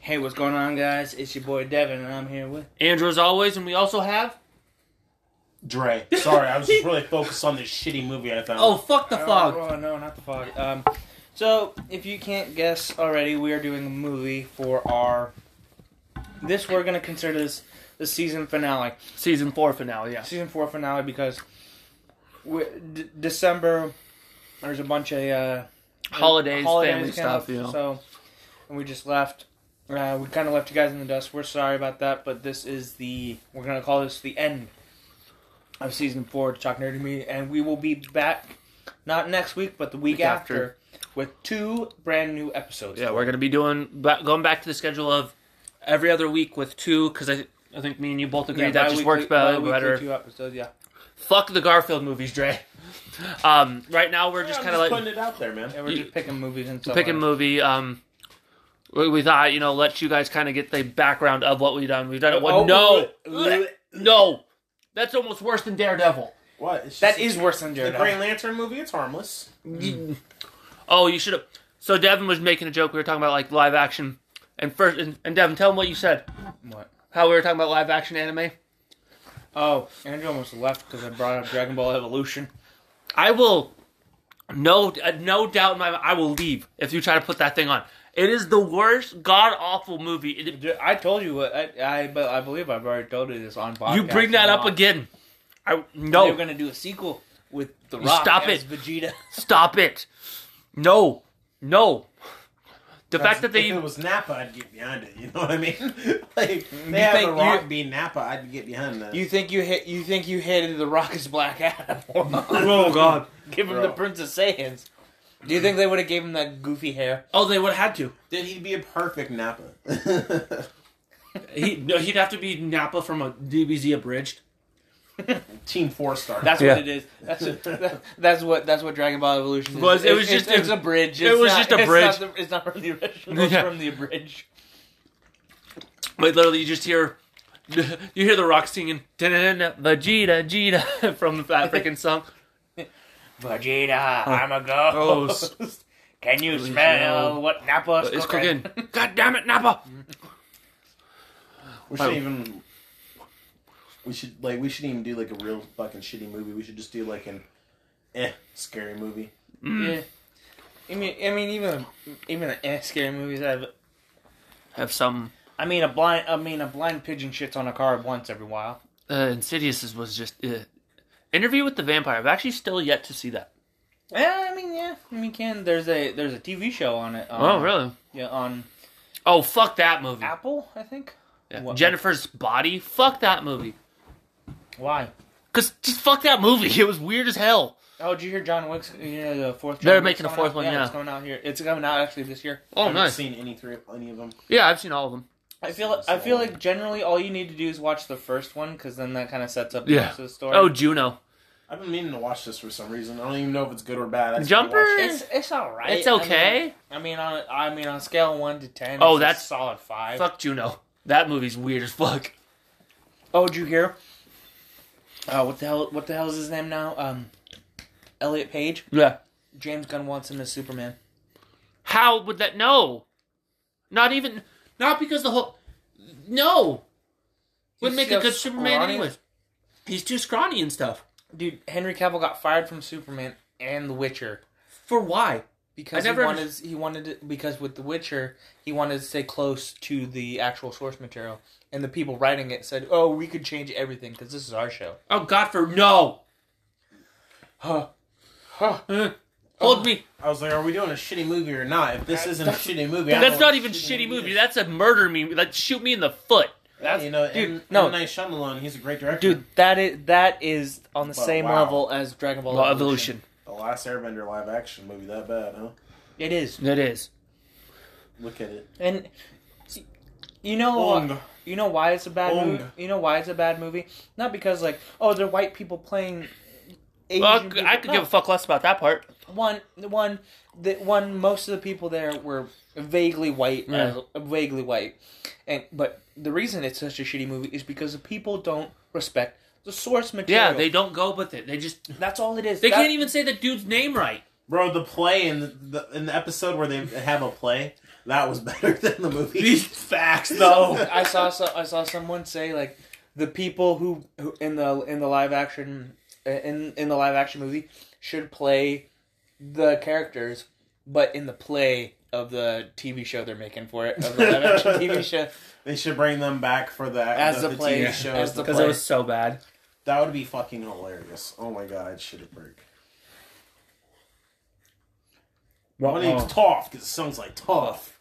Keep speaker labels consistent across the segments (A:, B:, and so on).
A: Hey, what's going on, guys? It's your boy Devin, and I'm here with.
B: Andrew, as always, and we also have.
C: Dre. Sorry, I was just really focused on this shitty movie I found.
B: Oh, fuck the fog.
A: Oh, no, not the fog. Um, so if you can't guess already, we are doing a movie for our. This we're gonna consider this the season finale,
B: Season four finale. Yeah.
A: season four finale, because we, d- December there's a bunch of uh,
B: Holidays,
A: holidays
B: family
A: came
B: stuff.
A: up,
B: You know.
A: So, and we just left. Uh, we kind of left you guys in the dust. We're sorry about that, but this is the we're gonna call this the end of season four of Chalk Nerdy Me, and we will be back not next week, but the week,
B: Week
A: after,
B: after.
A: with two brand new episodes.
B: yeah, we're gonna be doing ba- going back to the schedule of every other week with two because I I think me and you both agree that just
A: bi-weekly-
B: works better.
A: bi-weekly
B: better.
A: Two episodes, yeah.
B: Fuck the Garfield movies, Dre. Um, right now we're
C: Yeah,
B: just
C: I'm
B: kind of like
C: putting it out there, man.
A: And we're
B: You-
A: just picking movies and stuff.
B: picking
A: like
B: movie. Um, we, we thought you know let you guys kind of get the background of what we've done. We've done it. One,
A: Oh,
B: no,
A: bleh,
B: no, that's almost worse than Daredevil.
C: What? It's
A: That
C: just-
A: is worse than
C: the
A: Jared.
C: Green Lantern movie. It's harmless.
B: Oh, you should have. So Devin was making a joke. We were talking about like live action, and first, and, and Devin, tell him what you said.
A: What?
B: How we were talking about live action anime.
A: Oh, Andrew almost left because I brought up Dragon Ball Evolution.
B: I will, no, uh, no doubt in my mind, I will leave if you try to put that thing on. It is the worst, god awful movie. It-
A: Ju- I told you what I, I but I believe I've already told you this on podcast.
B: you bring that up
A: Come on.
B: again. I
A: They're
B: no,
A: gonna do a sequel with the
B: You
A: Rock
B: stop
A: as
B: it.
A: Vegeta.
B: stop it. No, no. The fact that
C: if
B: they
C: it was Napa, I'd get behind it. You know what I mean? like they
A: think
C: have the
A: you-
C: Rock being Napa, I'd get behind that.
A: You think you hit? You think you hated the Rock as Black Adam?
B: oh god.
A: Give him
C: Bro.
A: the Princess Saiyans. Do you think they would have gave him that goofy hair?
B: Oh, they would have had to.
C: Then he'd be a perfect Napa.
B: He no, he'd have to be Napa from a DBZ abridged.
C: Team four star.
A: That's
B: Yeah.
A: what it is. That's what, that, that's what that's what Dragon Ball Evolution is.
B: Was- it was
A: It's-
B: just
A: it's,
B: a-
A: it's a bridge.
B: it
A: It's
B: was
A: not-
B: just a
A: it's
B: bridge.
A: Not the, it's not from the original. It's
B: Yeah.
A: from the abridged.
B: Like literally, you just hear, you hear the Rock singing "Da-da-da-da, Vegeta, Vegeta from that freaking song.
A: Vegeta,
B: Oh.
A: I'm a ghost. Can you smell what Nappa's
B: It's cooking. God damn it, Napa!
C: We should even. We should like we shouldn't even do like a real fucking shitty movie. We should just do like an, eh, scary movie.
B: Mm.
A: Yeah. I mean, I mean, even even the eh, scary movies have.
B: Have some.
A: I mean, a blind. I mean, a blind pigeon shits on a car once every while.
B: Uh, Insidious was just uh, interview with the vampire. I've actually still yet to see that.
A: Yeah, I mean, yeah, I mean, can there's a there's a TV show on it. Um,
B: Oh really?
A: Yeah, on
B: Oh fuck that movie.
A: Apple, I think.
B: Yeah.
A: What-
B: Jennifer's body. Fuck that movie.
A: Why?
B: Cause just fuck that movie. It was weird as hell.
A: Oh, did you hear John Wick's? You know the fourth. John
B: They're
A: Wick's
B: making a
A: coming
B: fourth
A: out?
B: one,
A: yeah,
B: yeah.
A: it's coming out here. It's coming out actually this year.
B: Oh
C: I've
B: nice.
C: seen any three, any of them.
B: yeah, I've seen all of them.
A: I feel. I feel like generally all you need to do is watch the first one because then that kind of sets up the
B: Yeah.
A: rest of the story.
B: Oh Juno.
C: I've been meaning to watch this for some reason. I don't even know if it's good or bad. I just
B: Jumper?
C: watched it.
A: it's it's all right.
B: It's
A: I mean,
B: okay.
A: I mean, on I mean on scale of one to ten.
B: Oh,
A: it's a
B: that's-
A: solid five.
B: Fuck Juno. That movie's weird as fuck.
A: Oh, did you hear? Uh, what the hell? What the hell is his name now? Um, Elliot Page.
B: Yeah.
A: James Gunn wants him as Superman.
B: How would that? No. Not even. Not because the whole. No. Wouldn't
A: You
B: make
A: see
B: a
A: how
B: good Superman
A: scrawny-
B: anyways. He's too scrawny and stuff.
A: Dude, Henry Cavill got fired from Superman and The Witcher
B: For why?
A: because
B: I never
A: he wanted he wanted to, because with The Witcher he wanted to stay close to the actual source material, and the people writing it said, "Oh, we could change everything because this is our show."
B: Oh God, for no.
A: Huh. Huh.
B: Uh, Hold me.
C: I was like, are we doing a shitty movie or not? If this isn't a shitty movie, I don't
B: That's
C: know
B: not
C: what
B: even a shitty movie.
C: is.
B: That's a murder me. Like shoot me in the foot.
C: Yeah, you know,
A: dude,
C: M,
A: no.
C: M. Night Shyamalan, he's a great director.
A: Dude, that is that is on the
C: But
A: same
C: wow.
A: level as Dragon Ball
B: Well,
A: Evolution.
B: evolution.
C: the last Airbender live action movie that bad, huh?
A: It is,
B: It is.
C: Look at it.
A: and you
B: Oh,
A: know uh,
C: Ong.
A: You know why it's a bad
C: Ong.
A: movie? You know why it's a bad movie? Not because like, oh, they're white people playing Asian
B: Well, I could-
A: people.
B: I could
A: No.
B: give a fuck less about that part.
A: one one that one most of the people there were vaguely white
B: Yeah.
A: uh, vaguely white. And but the reason it's such a shitty movie is because the people don't respect the source material.
B: Yeah, they don't go with it. They just
A: that's all it is.
B: they
A: That-
B: can't even say the dude's name right.
C: Bro, the play in the, the in the episode where they have a play, That was better than the movie.
B: These facts, though.
A: I saw so, I saw someone say like the people who, who in the in the live action uh, in in the live action movie should play the characters, but in the play of the TV show they're making for it of the live action TV show.
C: They should bring them back for that
A: As
C: the,
A: the play-
C: TV show.
A: as the
B: Because it was so bad.
C: that would be fucking hilarious. Oh my god, I'd shit a brick. My
B: uh,
C: name's Toph because it sounds like tough.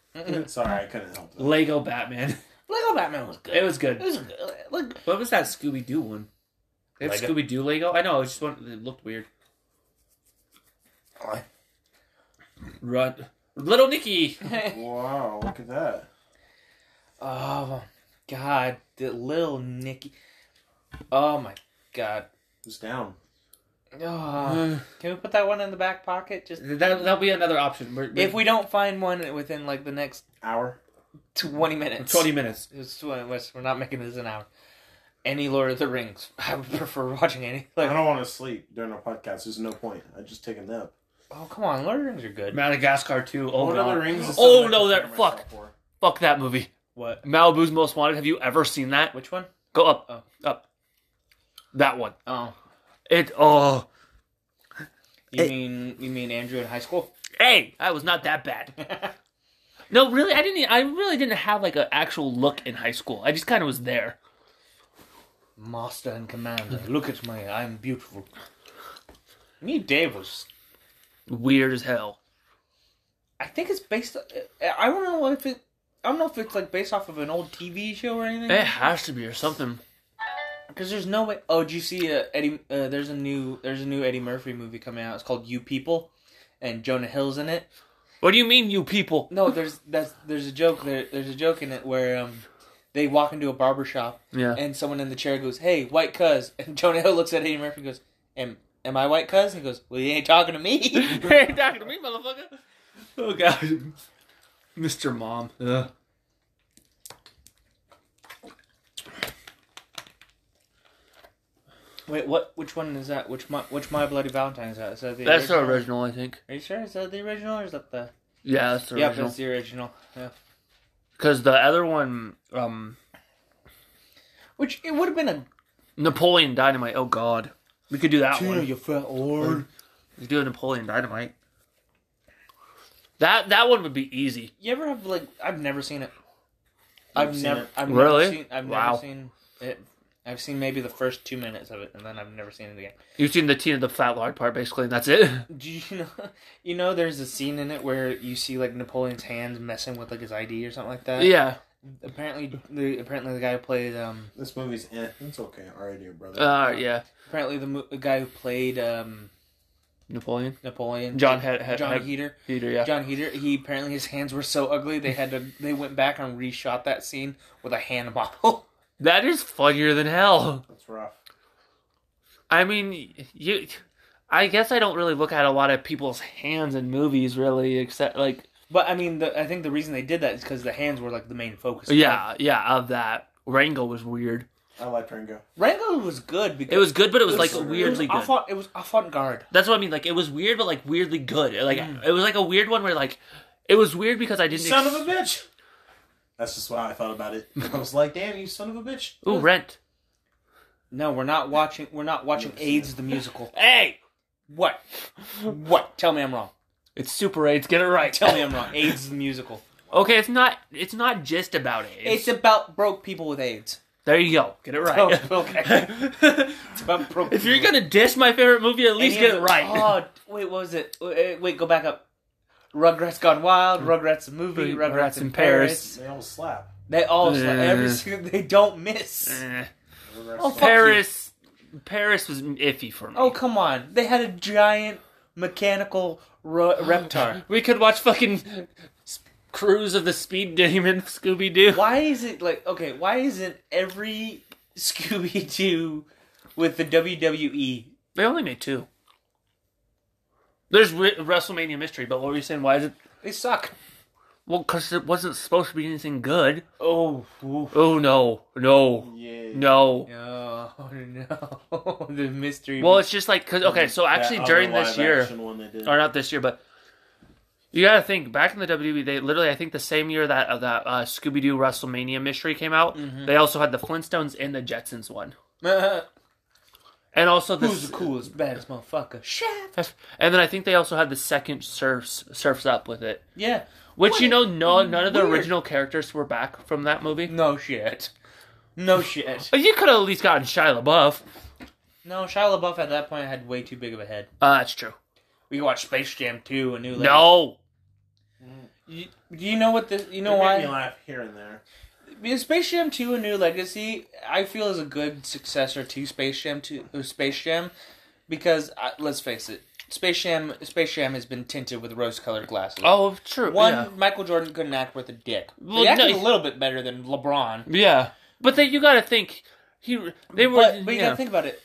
C: Sorry, I couldn't help it.
B: Lego Batman.
A: Lego oh, Batman was good.
B: It was good.
A: It was good. Like
B: What was that Scooby Doo one? They have
A: Lego?
B: Scooby Doo Lego? I know. I just want. It looked weird. Run, Little Nicky.
C: Wow, look at that.
A: oh god, the little Nicky. Oh my god.
C: It's down.
A: Oh, can we put that one in the back pocket? Just
B: that that'll be another option. We're-
A: if we don't find one within like the next
C: Hour.
A: twenty minutes.
B: twenty minutes.
A: It's 20 minutes. We're not making this an hour. Any Lord of the Rings. I would prefer watching any.
C: I
A: Like,
C: don't want to sleep during our podcast. There's no point. I just take a nap.
A: oh come on, Lord of the Rings are good.
B: Madagascar two. Oh,
C: Lord of
B: God.
C: the Rings is
B: oh
C: something I
B: no,
C: prepare
B: that fuck,
C: myself for.
B: fuck that movie.
A: What?
B: Malibu's Most Wanted. Have you ever seen that?
A: Which one?
B: Go up,
A: Oh.
B: up. That one.
A: Oh,
B: It. Oh,
A: you
B: It-
A: mean you mean Andrew in high school?
B: hey, I was not that bad. No, really, I didn't. e, I really didn't have like an actual look in high school. I just kind of was there.
A: Master and Commander.
C: Mm-hmm.
A: Look at me. I'm beautiful. Me, and Dave was.
B: Weird as hell.
A: I think it's based. uh, I don't know if it. I don't know if it's like based off of an old TV show or anything.
C: Eh.
B: It has to be or something.
A: Because there's no way. Oh, did you see uh, Eddie? Uh, there's a new there's a new Eddie Murphy movie coming out. It's called You People, and Jonah Hill's in it.
B: What do you mean, you people?
A: No, there's that's there's a joke there. There's a joke in it where um, they walk into a barber shop
B: Yeah.
A: and someone in the chair goes, "Hey, white cuz," and Jonah Hill looks at Eddie Murphy and goes, "Am am I white cuz?" And he goes, "Well, you ain't talking to me."
B: hey, talking to me, motherfucker. Oh god, Mr. Mom. Ugh.
A: Wait, what? Which one is that? Which my which my bloody Valentine is that? Is that the
B: That's the
A: original?
B: original, I think.
A: Are you sure? Is that the original or is that the?
B: Yeah, that's the
A: Yeah,
B: original.
A: that's the original. Yeah.
B: Because the other one, um,
A: Which it would have been a
B: Napoleon Dynamite. Oh God, we could do that one.
A: you fat lord.
B: We could do a Napoleon Dynamite. That that one would be easy.
A: You ever have like I've never seen it. I've
C: seen
A: never
C: it?
A: I've
B: Really?
A: never seen I've
B: Wow.
A: never seen it. I've seen maybe the first two minutes of it and then I've never seen it again.
B: You've seen the Tina the Fat Lard part, basically, and that's it.
A: Do you know you know there's a scene in it where you see like Napoleon's hands messing with like his ID or something like that?
B: yeah.
A: Apparently the apparently the guy who played um
C: This movie's eh. It's okay. All right, dear brother.
B: Uh, yeah.
A: apparently the, mo- the guy who played um
B: Napoleon.
A: Napoleon
B: John had had
A: John
B: had-
A: Heater
B: Peter, yeah.
A: John Heater he apparently his hands were so ugly they had to they went back and reshot that scene with a hand model.
B: That is funnier than hell.
C: That's rough.
B: I mean, you. I guess I don't really look at a lot of people's hands in movies, really, except like
A: But I mean, the, I think the reason they did that is because the hands were like the main focus.
B: yeah, yeah. Of that, Rango was weird.
C: I like Ringo.
A: Rango was good because
B: It was good, but it was,
A: it was-
B: like
A: it
B: weirdly
A: was
B: good.
A: avant- it was avant garde.
B: That's what I mean. Like it was weird, but like weirdly good. Like it was like a weird one where like it was weird because I didn't.
C: Son of a bitch. That's just why I thought about it. I was like, damn, you son of a bitch.
B: Ooh, Rent.
A: No, we're not watching. We're not watching
C: Never seen
A: AIDS the musical.
B: Hey,
A: What? What? Tell me I'm wrong.
B: it's Super AIDS. Get it right.
A: Tell me I'm wrong. AIDS the musical.
B: Okay, it's not. It's not just about AIDS.
A: It's about broke people with AIDS.
B: there you go. Get it right.
A: Oh, okay. It's about broke.
B: if you're
A: people with-
B: gonna diss my favorite movie, at
A: Any
B: least
A: of
B: get it
A: the-
B: right.
A: Oh, wait, what was it? Wait, wait, go back up. Rugrats Gone Wild, Rugrats the movie, Rugrats, in, Paris.
C: They all slap.
A: They all
B: Yeah.
A: every single, they don't miss.
B: Eh.
A: Oh, fuck
B: Paris. Paris was iffy for me.
A: Oh come on! They had a giant mechanical ro-
B: Oh,
A: reptar.
B: we could watch fucking S- Cruise of the Speed Demon, Scooby Doo.
A: Why is it like okay? Why isn't every Scooby Doo with the E, WWE?
B: They only made two. There's Wi- WrestleMania Mystery, but what were you saying? Why is it?
A: They suck.
B: Well, because it wasn't supposed to be anything good.
A: Oh, oof.
B: Oh no, no,
C: Yeah.
B: no.
A: no, Oh, no! the mystery.
B: Well, it's just like 'cause- okay, so actually
C: That
B: during
C: other
B: this
C: live
B: year,
C: action one they did.
B: or not this year, but You gotta think back in the WWE, they literally I think the same year that of that uh, Scooby Doo WrestleMania mystery came out, they also had the Flintstones and the Jetsons one, and also the
A: Who's the coolest, baddest motherfucker? Chef.
B: and then I think they also had the second Surfs Surfs Up with it,
A: Yeah.
B: which
A: What
B: you
A: a-
B: know no none of the
A: weird-
B: original characters were back from that movie.
A: No shit. No shit.
B: But you could have at least gotten Shia LaBeouf.
A: No, Shia LaBeouf at that point had way too big of a head.
B: Uh, that's true.
A: We can watch Space Jam 2, A New Land.
B: No,
A: You, do you know what this? You know
C: it
A: why?
C: made me laugh here and there.
A: Because Space Jam 2 A New Legacy, I feel is a good successor to Space Jam 2 uh, Space Jam because uh, let's face it, Space Jam Space Jam has been tinted with rose-colored glasses.
B: oh true.
A: One,
B: yeah.
A: Michael Jordan couldn't act worth a dick.
B: Well,
A: he acted
B: no,
A: a little bit better than LeBron.
B: Yeah, but then you got to think he they were.
A: But, but you
B: yeah.
A: gotta think about it.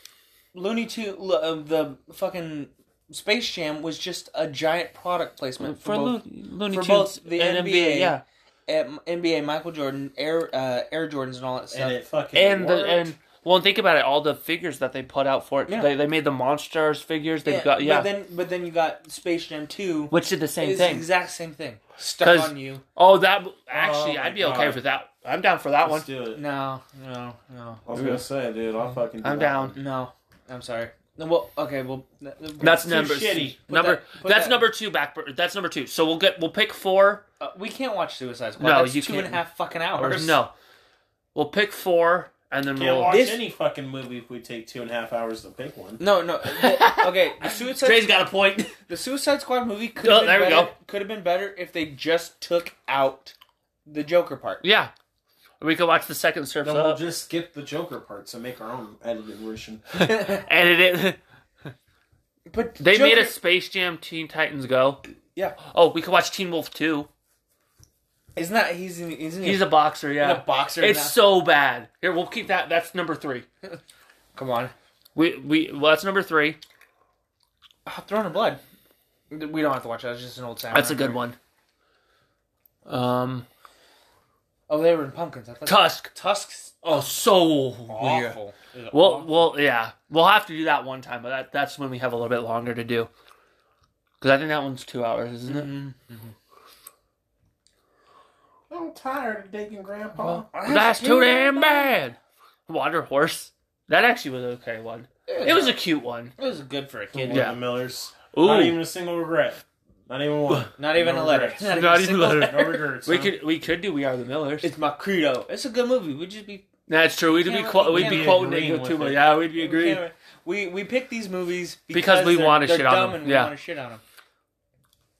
A: Looney Tune, uh, the fucking Space Jam was just a giant product placement for,
B: for Lo-
A: both
B: Looney
A: for
B: Tunes
A: both the
B: and
A: NBA,
B: yeah,
A: um, NBA, Michael Jordan, Air uh, Air Jordans, and all that stuff.
C: And it fucking
B: and the
C: worked.
B: and well, and think about it. All the figures that they put out for it,
A: Yeah.
B: they, they made the monsters figures. They've got yeah,
A: But then, but then you got Space Jam Two,
B: which did the same
A: is
B: thing.
A: the exact same thing.
B: 'Cause-
A: Stuck on you.
B: oh, that actually,
C: Oh my
B: I'd be okay
C: God.
B: with that. I'm down for that
C: Let's
B: one.
C: do it.
A: No, no, no,
C: I was gonna say, dude, I'll fucking. Do
B: I'm
C: that
B: down.
C: one.
A: no. I'm sorry. No, well, okay, well, th- th-
B: That's
A: too
B: number
A: shitty. Put
B: number
A: that- put
B: that's
A: that-
B: number two back. That's number two. So we'll get we'll pick four
A: Uh, we can't watch Suicide Squad.
B: No,
A: That's
B: you
A: two and a
B: can't.
A: half fucking
B: or
A: hours.
B: no, we'll pick four and then
C: Can't
B: we'll.
C: watch
A: This-
C: any fucking movie if we take two and a half hours to pick one.
A: no, no. the- okay, the Suicide
B: Trey's got a point.
A: The Suicide Squad movie could
B: Oh,
A: have
B: there we
A: been, better-
B: go.
A: could have been better if they just took out the Joker part.
B: yeah, we could watch the second Surf's
C: Then
B: Up.
C: we'll just skip the Joker parts and make our own edited version.
A: but
B: And it is. They
A: Joker-
B: made a Space Jam Teen Titans Go.
A: Yeah.
B: Oh, we could watch Teen Wolf 2.
A: Isn't that he's in, isn't he
B: He's
A: a,
B: a boxer,
A: in
B: yeah.
A: a boxer?
B: It's
A: now?
B: so bad. Here, we'll keep that. That's number three.
A: come on,
B: We we well, that's number three.
A: oh, Throne of Blood. We don't have to watch that. It's just an old sound.
B: That's a good one. Um,
A: Oh, they were in pumpkins. I thought
B: Tusk.
A: Tusks.
B: Oh, so weird.
A: Awful. It was
B: Well,
A: awful.
B: well, yeah. We'll have to do that one time, but that, that's when we have a little bit longer to do. Because I think that one's two hours, isn't it?
C: I'm tired of digging Grandpa.
B: That's too damn bad. Water horse. That actually was an okay one. It was a cute one.
A: It was good for a kid.
B: Yeah.
C: yeah. the Millers.
B: Ooh.
C: Not even a single regret. Not even one.
A: Not even
C: No
A: a letter.
C: regrets.
B: Not even
A: single
B: a letter.
C: No regrets.
B: We
C: huh?
B: could we could do We Are the Millers.
A: It's my credo. It's a good movie. We just be
B: That's true. We'd be
A: Can't-
B: qu-
A: we
B: we'd
A: can't
B: be
A: be
B: quoting
C: agreeing
B: Nico
C: with
B: too much.
C: it.
B: Yeah, we'd be
A: we
B: agreeing.
A: can't- We we pick these movies
B: Because we
A: they're-
B: wanna
A: they're
B: shit on
A: dumb
B: them.
A: and we
B: Yeah.
A: want to shit on them.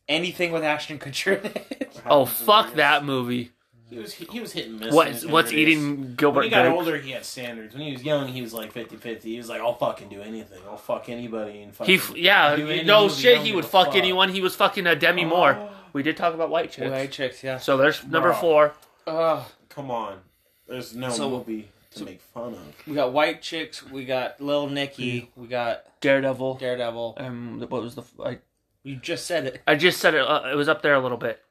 A: Anything with Ashton Kutcher. in it.
B: Oh fuck that movie!
C: He was he was hit and miss. in
B: What's
C: his
B: what's
C: interviews.
B: eating
C: When
B: Gilbert
C: he got
B: Grape?
C: older, he had standards. When he was young, he was like 50-50. He was like, "I'll fucking do anything. I'll fuck anybody." And fucking
B: He f- yeah,
C: do any
B: no
C: movie. I
B: shit.
C: don't
B: He
C: give
B: would
C: a
B: fuck, anyone. He was fucking a Demi Moore.
C: Oh,
B: We did talk about White Chicks.
A: White chicks, yeah.
B: So there's number
C: Bruh.
B: four.
A: Oh,
C: Come on, there's no
A: So-
C: movie to make fun of.
A: we got white chicks. We got Lil Nicky. We got
B: Daredevil.
A: Daredevil.
B: Um, what was the? f- I,
A: You just said it.
B: I just said it. Uh, it was up there a little bit.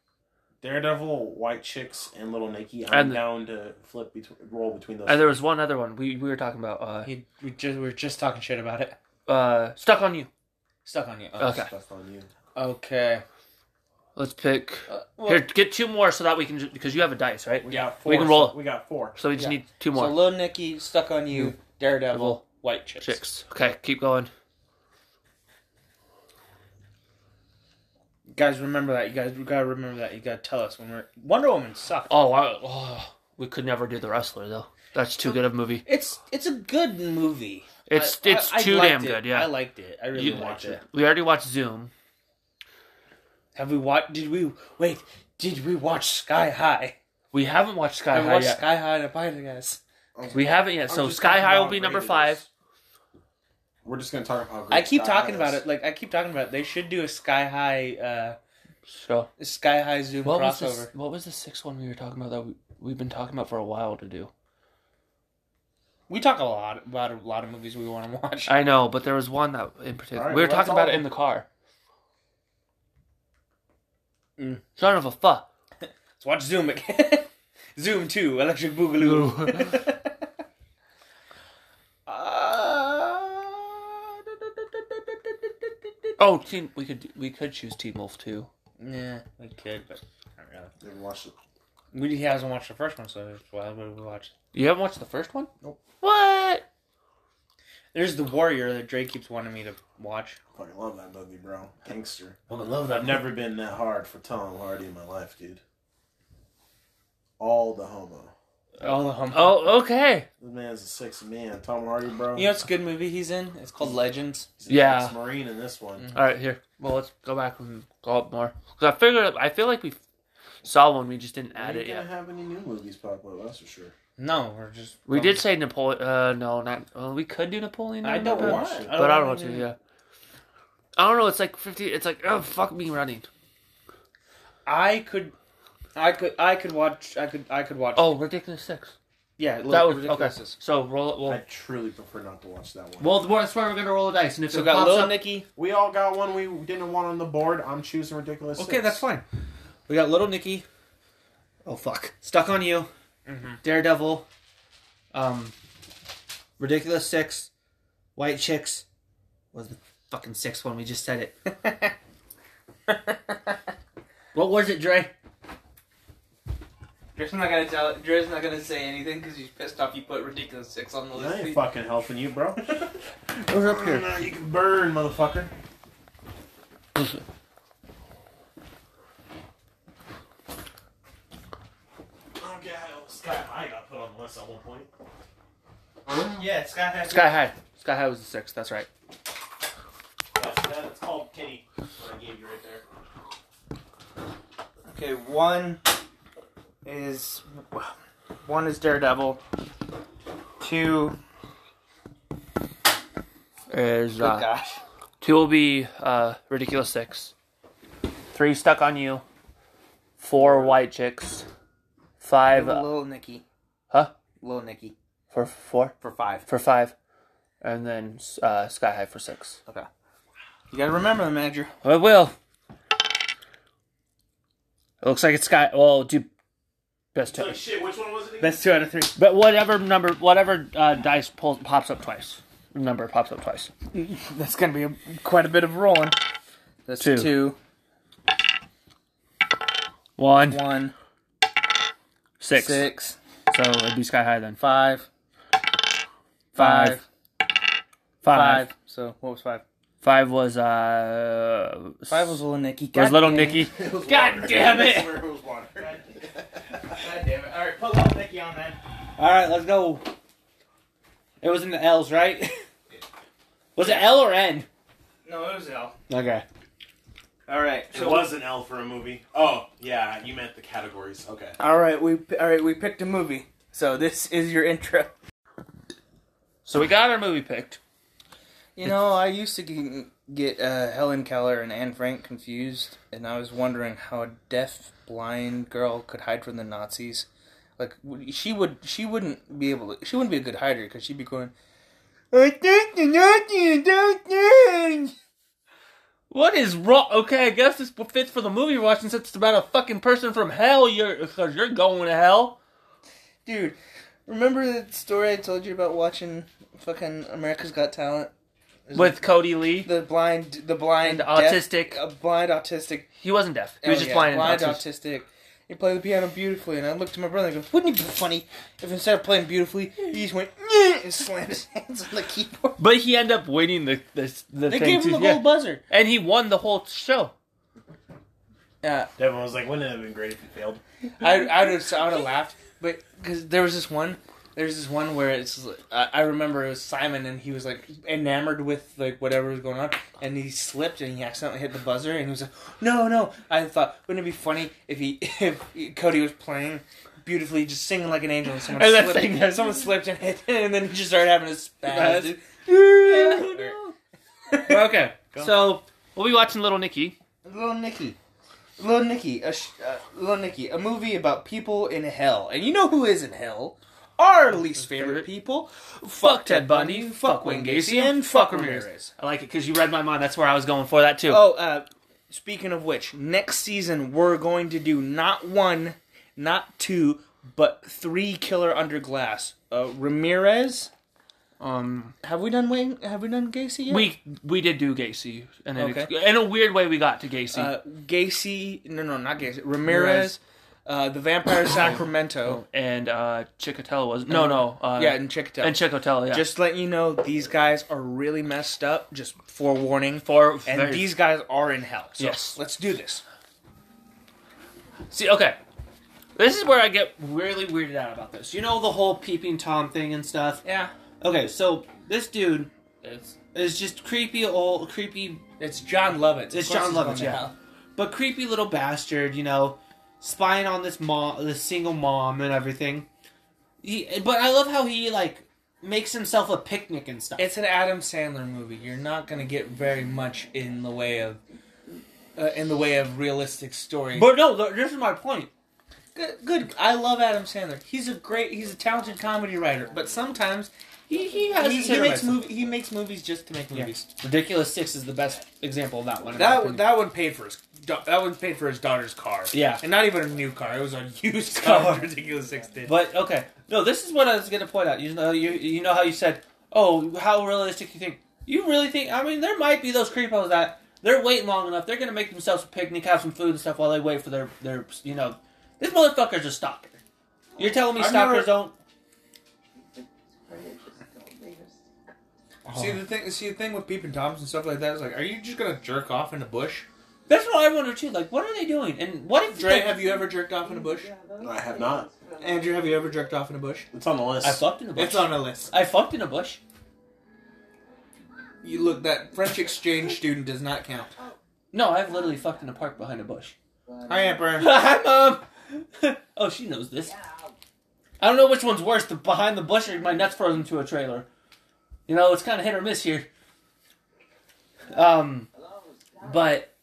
C: Daredevil, White Chicks, and Little Nicky. I'm
B: And-
C: down to flip between, roll between those.
B: And Uh, there was one other one we we were talking about. Uh,
A: He, we just we were just talking shit about it.
B: uh, stuck on you.
A: Stuck on you.
C: two.
A: Oh.
B: okay.
C: Stuff on you.
A: Okay.
B: Let's pick.
A: Uh, well,
B: Here, get two more so that we can ju- because you have a dice, right?
C: We
A: Yeah,
C: got four.
B: we can roll it.
C: We got four.
B: So we just
A: Yeah.
B: need two more
A: so Lil Nicky, Stuck on You, Daredevil,
B: Devil.
A: White Chicks.
B: chicks. Okay, keep going.
A: Guys, remember that. You guys you gotta remember that. You gotta tell us when we're Wonder Woman sucked.
B: Oh, I, oh, we could never do the wrestler though. That's too good of a movie.
A: It's it's a good movie.
B: It's
A: I-
B: it's
A: I- I
B: too
A: liked
B: damn
A: it.
B: good. Yeah,
A: I liked it. I really
B: You-
A: liked it.
B: we already watched Zoom.
A: Have we watched? Did we wait? Did we watch Sky High?
B: We haven't watched Sky
A: I
B: High
A: watched
B: yet.
A: Sky High and a Pint, I guess.
B: we haven't yet.
C: I'm
B: So
C: just
B: Sky
C: talking
B: High will
C: about
B: be number
C: ratings.
B: five.
C: We're just gonna talk about. How great
A: I keep
C: Sky
A: talking
C: High
A: about
C: is.
A: it. Like I keep talking about it. They should do a Sky High, uh,
B: So
A: Sky High Zoom
B: what was
A: crossover.
B: this, what was the sixth one we were talking about that we, we've been talking about for a while to do?
A: We talk a lot about a lot of movies we want to watch.
B: I know, but there was one that in particular
C: All right,
B: we were
C: well,
B: talking
C: that's
B: about it
C: all.
B: in the car.
A: Mm.
B: Son of a fuck.
A: Let's watch Zoom again. Zoom Two, Electric Boogaloo. Uh,
B: Oh, team, we could we could choose Team Wolf too.
A: Yeah, we could, but I don't know.
C: Never watched it.
A: We he hasn't watched the first one, so that's why we we watch.
B: You haven't watched the first one?
C: Nope.
B: What?
A: There's the Warrior that Drake keeps wanting me to watch.
C: Fucking love that movie, bro. Gangster.
A: I love
C: I've never been that hard for Tom Hardy in my life, dude. All the homo.
A: All the hum.
B: Oh, okay.
C: This man's a sexy man. Tom Hardy, bro.
A: You know, it's a good movie he's in. It's called Legends.
C: He's an
B: Yeah. Mm-hmm.
C: Marine in this one.
B: All right, here. Well, let's go back and go up more. 'Cause I figured I feel like we saw one, we just didn't add
C: we
B: it
C: gonna
B: yet.
C: have any new movies pop up, that's for sure.
A: No, we're just
B: We did say Napoleon. Uh, no, not. Uh, we could do Napoleon.
A: I
B: no,
A: don't
B: but-
A: want.
C: it.
B: But I don't want to. Yeah. I don't know. It's like fifty. It's like oh fuck me running.
A: I could, I could, I could watch. I could, I could watch.
B: Oh, ridiculous six.
A: yeah,
B: That
A: look,
B: was okay.
A: Ridiculous.
B: So roll.
C: I
B: Well,
C: truly prefer not to watch that one.
B: well, that's where we're gonna roll the dice, and if
A: So
B: it
A: we got
B: pops
A: Little
B: up,
A: Nicky.
C: We all got one we didn't want on the board. I'm choosing Ridiculous
A: Okay,
C: Six.
A: that's fine. We got Little Nicky. Oh fuck! Stuck on You. Mm-hmm. Daredevil. Um,
D: Ridiculous Six, White Chicks was the fucking sixth one. We just said it. What was it, Dre?
A: Dre's not gonna tell. Dre's not gonna say anything because he's pissed off. You put ridiculous six on the
C: I ain't fucking helping you, bro.
D: It was up here.
C: Nah, you can burn, motherfucker. Okay, Sky High got put on the list at one point.
A: yeah, Sky High.
B: Sky High. Sky High was the sixth. That's right.
C: That's, that, it's called Kenny. What I gave you right there.
A: Okay, one is one is Daredevil. Two.
B: Is
A: Oh
B: uh,
A: gosh.
B: two will be uh ridiculous six, three stuck on you, four white chicks, five uh,
A: Little Nicky.
B: huh
A: Little Nicky
B: for four
A: for five.
B: for five, and then uh, Sky High for six.
A: Okay. You gotta remember them, Andrew.
B: I Oh, will. It looks like it's Sky. Well, do best two.
C: Like, shit, which one was it again?
A: That's two out of three.
B: But whatever number, whatever uh, dice pulls, pops up twice. Number pops up twice.
A: That's gonna be a, quite a bit of rolling. That's
B: Two.
A: two.
B: One,
A: One,
B: six.
A: six,
B: So it'd be sky high then.
A: five,
B: Five.
A: five,
B: Five.
A: five. So what was five?
B: Five was uh.
A: Five was little Nicky.
B: was little Nicky.
A: God damn
C: I
A: it!
C: swear it was water.
A: God damn it! All right, put little Nicky on that. All right, let's go. It was in the L's, right?
D: Was it L or N?
A: no, it was L.
D: Okay.
A: All right.
C: It was an L for a movie. Oh, yeah, you meant the categories. Okay.
A: all right, we all right, we picked a movie. So this is your intro.
B: So we got our movie picked.
A: You know, I used to get, get uh, Helen Keller and Anne Frank confused, and I was wondering how a deaf blind girl could hide from the Nazis. Like w- she would, she wouldn't be able to. She wouldn't be a good hider because she'd be going. I think the Nazis don't think."
B: What is wrong? Okay, I guess this fits for the movie we're watching since it's about a fucking person from hell. You're because you're going to hell.
A: Dude, remember the story I told you about watching fucking America's Got Talent?
B: With Cody Lee,
A: The blind, the blind
B: And
A: deaf-
B: autistic.
A: a blind autistic
B: he wasn't deaf. He was
A: Oh,
B: just
A: yeah,
B: blind. and
A: blind
B: autistic.
A: autistic. He played the piano beautifully, and I looked to my brother and go, "Wouldn't it be funny if instead of playing beautifully, he just went "Nyeh," and slammed his hands on the keyboard?"
B: But he ended up winning the the, the
A: They
B: thing
A: gave him
B: too,
A: the
B: yeah.
A: gold buzzer.
B: and he won the whole show.
A: Yeah,
C: Devin was like, wouldn't it have been great if you failed?
A: I I would have I would have laughed, but because there was this one, there's this one where it's I I remember it was Simon and he was like enamored with like whatever was going on, and he slipped and he accidentally hit the buzzer and he was like, "No, no!" I thought, wouldn't it be funny if he if Cody was playing. Beautifully, just singing like an angel, and someone
B: And that
A: slipped.
B: thing has-
A: someone slipped and hit, and then he just started having a spaz.
B: Spaz.
A: okay,
B: So we'll be watching Little Nicky.
A: Little Nicky, Little Nicky, a sh- uh, Little Nicky, a movie about people in hell, and you know who is in hell? Our least favorite people.
B: Fuck Ted Bundy. Fuck Wayne Gacy. And fuck Ramirez. I like it because you read my mind. That's where I was going for that too.
A: Oh, uh, speaking of which, next season we're going to do not one, not two, but three Killer Under Glass. Uh, Ramirez,
E: Um,
A: Have we done Wayne? Have we done Gacy yet?
E: we we did do Gacy, and in,
A: Okay.
E: in a weird way we got to Gacy.
A: uh, Gacy. No, no, not Gacy. Ramirez. Uh, the Vampire Sacramento.
E: and uh, Chikatilo was no, no, uh,
A: yeah, and Chickatel.
E: and Chikatilo, yeah,
A: Just letting you know, these guys are really messed up. Just forewarning.
E: for
A: And
E: very-
A: these guys are in hell. So
E: Yes.
A: let's do this.
E: See, okay. This is where I get really weirded out about this. You know the whole peeping tom thing and stuff.
A: Yeah.
B: Okay, so this dude
E: It's
B: is just creepy old, creepy,
A: It's John Lovett. Of
B: It's
A: course
B: John
A: he's going
B: Lovett,
A: to
B: yeah.
A: hell.
B: but creepy little bastard. You know, spying on this mom, this single mom, and everything. He, but I love how he like makes himself a picnic and stuff.
A: It's an Adam Sandler movie. You're not going to get very much in the way of uh, in the way of realistic story.
B: but no, th- this is my point.
A: good, good. I love Adam Sandler. He's a great. He's a talented comedy writer. But sometimes
B: He, he
A: he,
B: has his
A: he
B: hit or
A: makes
B: miss.
A: movie. He makes movies just to make movies.
B: Ridiculous Six is the best example of that one. in my
A: That
B: opinion.
A: that one paid for his da- that one paid for his daughter's car.
B: Yeah.
A: and not even a new car. It was a used car.
B: Car.
A: Ridiculous six did.
B: But okay, no, this is what I was gonna point out. You know, you you know how you said, oh, how realistic you think? You really think? I mean, there might be those creepos that they're waiting long enough. They're gonna make themselves a picnic, have some food and stuff while they wait for their their you know, this motherfucker's a stalker. You're telling me
A: I've
B: stalkers
A: never-
B: don't?
A: see the thing. See the thing with peeping toms and stuff like that is like, are you just gonna jerk off in a bush?
B: That's what I wonder too. Like, what are they doing? And what if
A: Dre, have you ever jerked off in a bush?
C: I have not.
A: Andrew, have you ever jerked off in a bush?
C: It's on the list.
B: I fucked in a bush.
A: It's on a list.
B: I fucked in a bush.
A: You look, that French exchange student does not count.
B: No, I've literally fucked in a park behind a bush.
A: Hi, Amber.
B: Hi, mom. oh, she knows this. I don't know which one's worse, the behind the bush or my nuts frozen to a trailer. You know, it's kind of hit or miss here. Um, but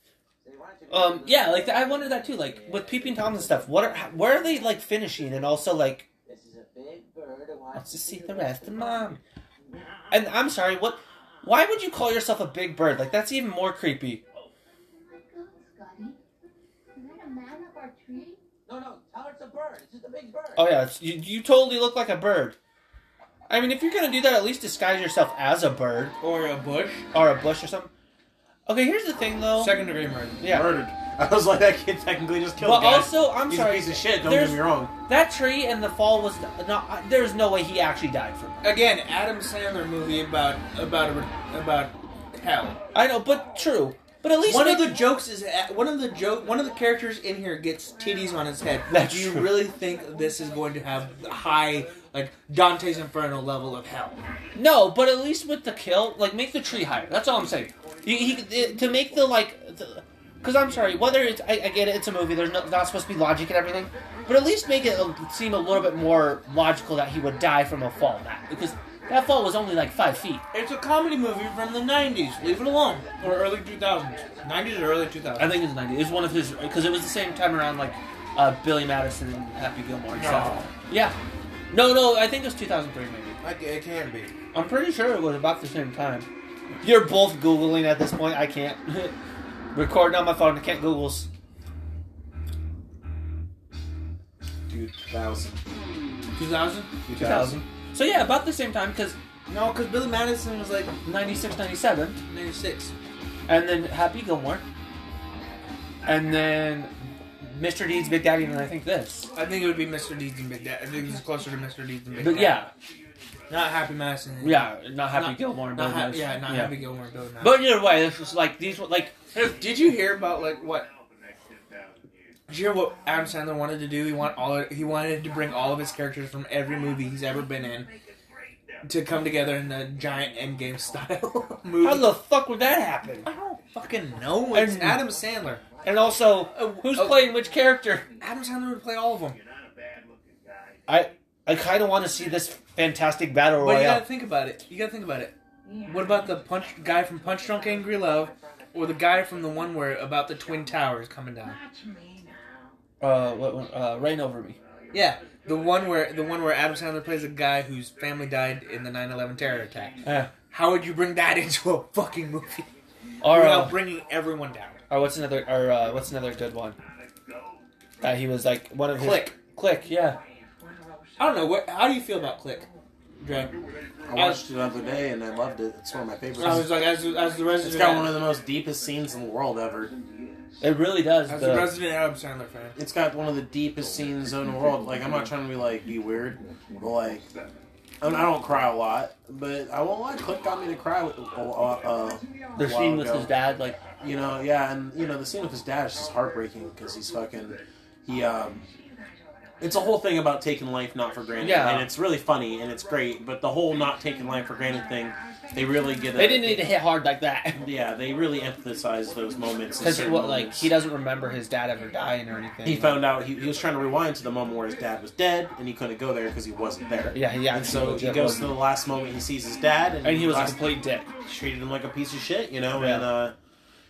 B: um, yeah, like I wonder that too. Like with peeping toms and stuff, what are how- where are they like finishing? And also like,
F: Wants
B: let's just see the rest of mom. And I'm sorry, what? Why would you call yourself a big bird? Like that's even more creepy.
G: Go, Scotty. Is that a man up our tree?
F: No, no, tell her it's a bird. It's just a big bird.
B: Oh yeah, it's- you, you totally look like a bird. I mean, if you're gonna do that, at least disguise yourself as a bird
A: Or a bush?
B: or a bush or something. Okay, here's the thing though.
A: Second degree murder.
B: yeah,
C: Murdered. I was like, that kid technically just killed
B: but
C: a guy.
B: also I'm
C: He's
B: sorry.
C: a piece of shit. Don't
B: there's-
C: get me wrong.
B: That tree in the fall was not. I- There's no way he actually died from that.
A: Again, Adam Sandler movie about about a, about hell.
B: I know, but true. But at least
A: One of the
B: make-
A: jokes is uh, one of the joke one of the characters in here gets titties on his head.
B: That's
A: Do you
B: true.
A: really think this is going to have high like Dante's Inferno level of hell?
B: no, but at least with the kill, like make the tree higher. That's all I'm saying. You, he it- to make the like, because I'm sorry. Whether it's I, I get it, it's a movie. There's no, not supposed to be logic and everything, but at least make it a- seem a little bit more logical that he would die from a fall. That because that fall was only like five feet.
A: It's a comedy movie from the '90s. Leave it alone. Or early 2000s. '90s or early 2000s.
B: I think it was 90. It was one of his because it was the same time around like uh, Billy Madison and Happy Gilmore and stuff. Yeah. No, no, I think it was 2003 maybe.
A: I, it can be.
B: I'm pretty sure it was about the same time. You're both googling at this point. I can't. Recording on my phone. I can't googles.
C: Dude, that was
A: 2000?
B: 2000. So yeah, about the same time because
A: No, because Billy Madison was like
B: 96, 97,
A: 96.
B: and then Happy Gilmore, and then Mr. Deeds, Big Daddy, and then I think this.
A: I think it would be Mr. Deeds and Big Daddy. I think it's closer to Mr. Deeds than Big
B: But
A: Daddy.
B: yeah,
A: Not Happy Madison.
B: yeah, not Happy
A: Not-
B: Gilmore. and
A: Not
B: Billy
A: ha-
B: Madison.
A: yeah, not Happy Gilmore. Billy Madison.
B: But either way, this was like these were like
A: Did you hear about like what? Did you hear what Adam Sandler wanted to do? He want all he wanted to bring all of his characters from every movie he's ever been in to come together in a giant Endgame style movie.
B: how the fuck would that happen?
A: I don't fucking know. It's
B: And-
A: Adam Sandler.
B: And also,
A: Oh,
B: who's
A: oh.
B: playing which character?
A: Adam Sandler would play all of them.
B: I I kind of want to see this fantastic battle
A: But you
B: royale.
A: gotta think about it. You gotta think about it. What about the punch guy from Punch Drunk Angry Love, or the guy from the one where about the twin towers coming down?
B: uh, what, what- uh, reign over me.
A: Yeah, the one where the one where Adam Sandler plays a guy whose family died in the 9/11 terror attack.
B: Yeah.
A: How would you bring that into a fucking movie
B: Or,
A: without
B: uh,
A: bringing everyone down?
B: or what's another? Or uh, what's another good one? Uh, he was like one of his
A: Click.
B: Click, yeah.
A: I don't know. What, how do you feel about Click? Yeah.
C: I watched it the other day and I loved it. It's one of my favorites.
A: I was like, as, as the resident,
C: it's got one of the most deepest scenes in the world ever.
B: It really does.
A: as
C: uh,
B: the-
A: the resident Adam Sandler fan.
C: It's got one of the deepest scenes in the world. Like, I'm not trying to be like be weird, but like, I, mean, I don't cry a lot, but I won't lie. Click got me to cry. With, uh, uh,
B: the
C: Wow,
B: scene with
C: go.
B: his dad, like
C: you know, yeah, and you know the scene with his dad is just heartbreaking because he's fucking. He um, it's a whole thing about taking life not for granted,
B: Yeah.
C: and it's really funny and it's great. But the whole not taking life for granted thing, they really get. A,
B: they didn't need to hit hard like that
C: Yeah, they really emphasize those moments. in
B: because
C: certain
B: what like
C: moments.
B: he doesn't remember his dad ever dying or anything.
C: He found out he, he was trying to rewind to the moment where his dad was dead, and he couldn't go there because he wasn't there.
B: Yeah, yeah.
C: And so he goes to the last moment he sees his dad, and,
B: and he was a
C: last-
B: complete dick.
C: treated him like a piece of shit, you know.
B: Yeah.
C: And uh,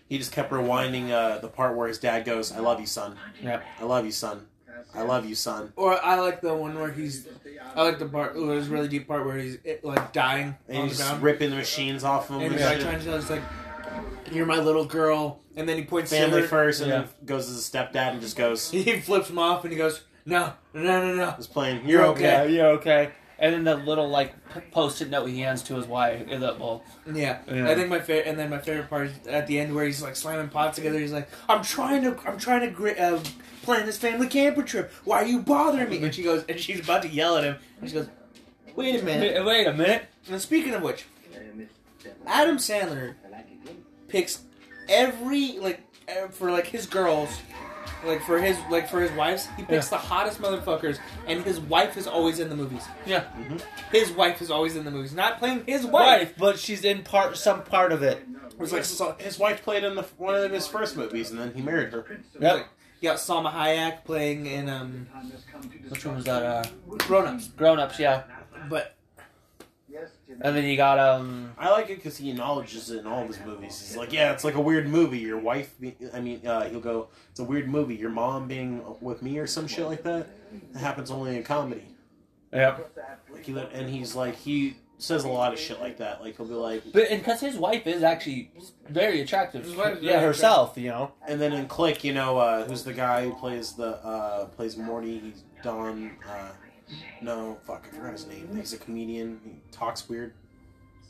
C: he just kept rewinding uh, the part where his dad goes, "I love you, son.
B: Yeah.
C: I love you, son. I love you, son."
A: Or I like the one where he's, I like the part. oh, There's a really deep part where he's eh, like dying
C: And
A: on
C: he's
A: the
C: just
A: ground,
C: ripping the machines off him.
A: and
C: And
A: he's like
C: shit.
A: trying to tell us like, "You're my little girl," and then he points
C: Family
A: to her.
C: first, and
B: Yeah.
C: then goes to his stepdad and just goes,
A: He flips him off and he goes, "No, no, no, no."
C: "Just playing.
A: You're okay.
B: Yeah, you're okay. And then the little like p- post-it note he hands to his wife. uh, that- well,
A: Yeah.
B: Yeah.
A: I think my favorite, and then my favorite part is at the end where he's like slamming pots together. He's like, "I'm trying to, I'm trying to gri- uh, plan this family camper trip. Why are you bothering me?" And she goes, and she's about to yell at him, and she goes, "Wait a minute."
B: Wait, wait a minute.
A: And speaking of which, Adam Sandler picks every like eh, for like his girls, like for his like for his wives, he picks the hottest motherfuckers, and his wife is always in the movies. Mm-hmm.
B: Yeah.
A: His wife is always in the movies, not playing his wife.
B: Wife, but she's in part some part of it.
A: It was like so,
C: His wife played in the one of his first movies, and then he married her.
B: Yep.
A: You got Salma Hayek playing in um,
B: Which one was that? Uh,
A: Grown Ups,
B: Grown Ups, yeah.
A: but
B: And then you got um.
C: I like it because he acknowledges it in all of his movies. He's like, yeah, it's like a weird movie. Your wife, be- I mean, uh, he'll go, it's a weird movie. Your mom being with me or some shit like that. It happens only in comedy.
B: Yep.
C: Like he, and he's like, he says a lot of shit like that. Like he'll be like,
B: But and because his wife is actually very attractive.
A: His wife is
B: yeah,
A: very
B: herself. You know.
C: and then in Click, you know, uh, who's the guy who plays the uh, plays Morty? He's Don. Uh, no, fuck, I forgot his name. He's a comedian. He talks weird.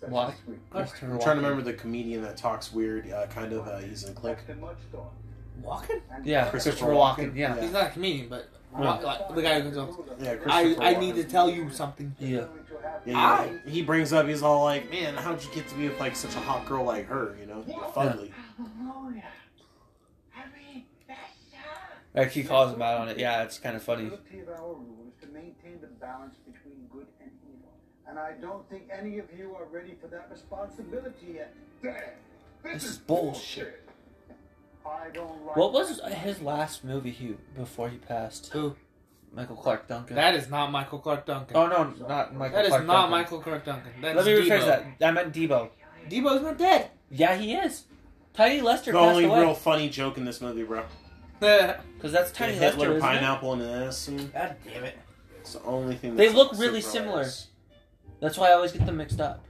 B: Why?
C: I'm trying to remember the comedian that talks weird. Uh, kind of. Uh, he's in Click.
A: Walken?
B: Yeah,
C: Christopher
B: Christopher Walken.
C: Walken,
B: Yeah.
A: He's not a comedian, but
B: No.
A: like, the guy who goes,
C: Yeah,
A: I,
C: Christopher
A: I
C: Walken.
A: need to tell you something.
B: Yeah. Ah!
C: Yeah, you know, he brings up, he's all like, "Man, how'd you get to be with like such a hot girl like her?" You know, fugly.
H: Hallelujah. I mean, that's
B: Like he calls him out on it. Yeah, it's kind of funny.
F: ability of our rule is to maintain the balance between good and evil. And I don't think any of you are ready for that responsibility yet.
B: This is bullshit.
F: I don't like
B: What was his last movie he before he passed?
A: Who?
B: Michael Clark Duncan.
A: That is not Michael Clark Duncan.
B: oh no, not Michael.
A: that is
B: Clark
A: not
B: Duncan.
A: Michael Clark Duncan. That's
B: Let me rephrase
A: Debo.
B: that. I meant Debo.
A: Debo's not dead.
B: Yeah, he is. Tiny Lester
C: The
B: passed
C: only
B: away.
C: real funny joke in this movie, bro.
B: Because that's Tiny
C: Hitler
B: Lester. isn't it?
C: pineapple and an ass. and
A: God damn it.
C: It's the only thing.
B: They
C: that's,
B: look
C: like,
B: really
C: super
B: similar.
C: obvious.
B: That's why I always get them mixed up.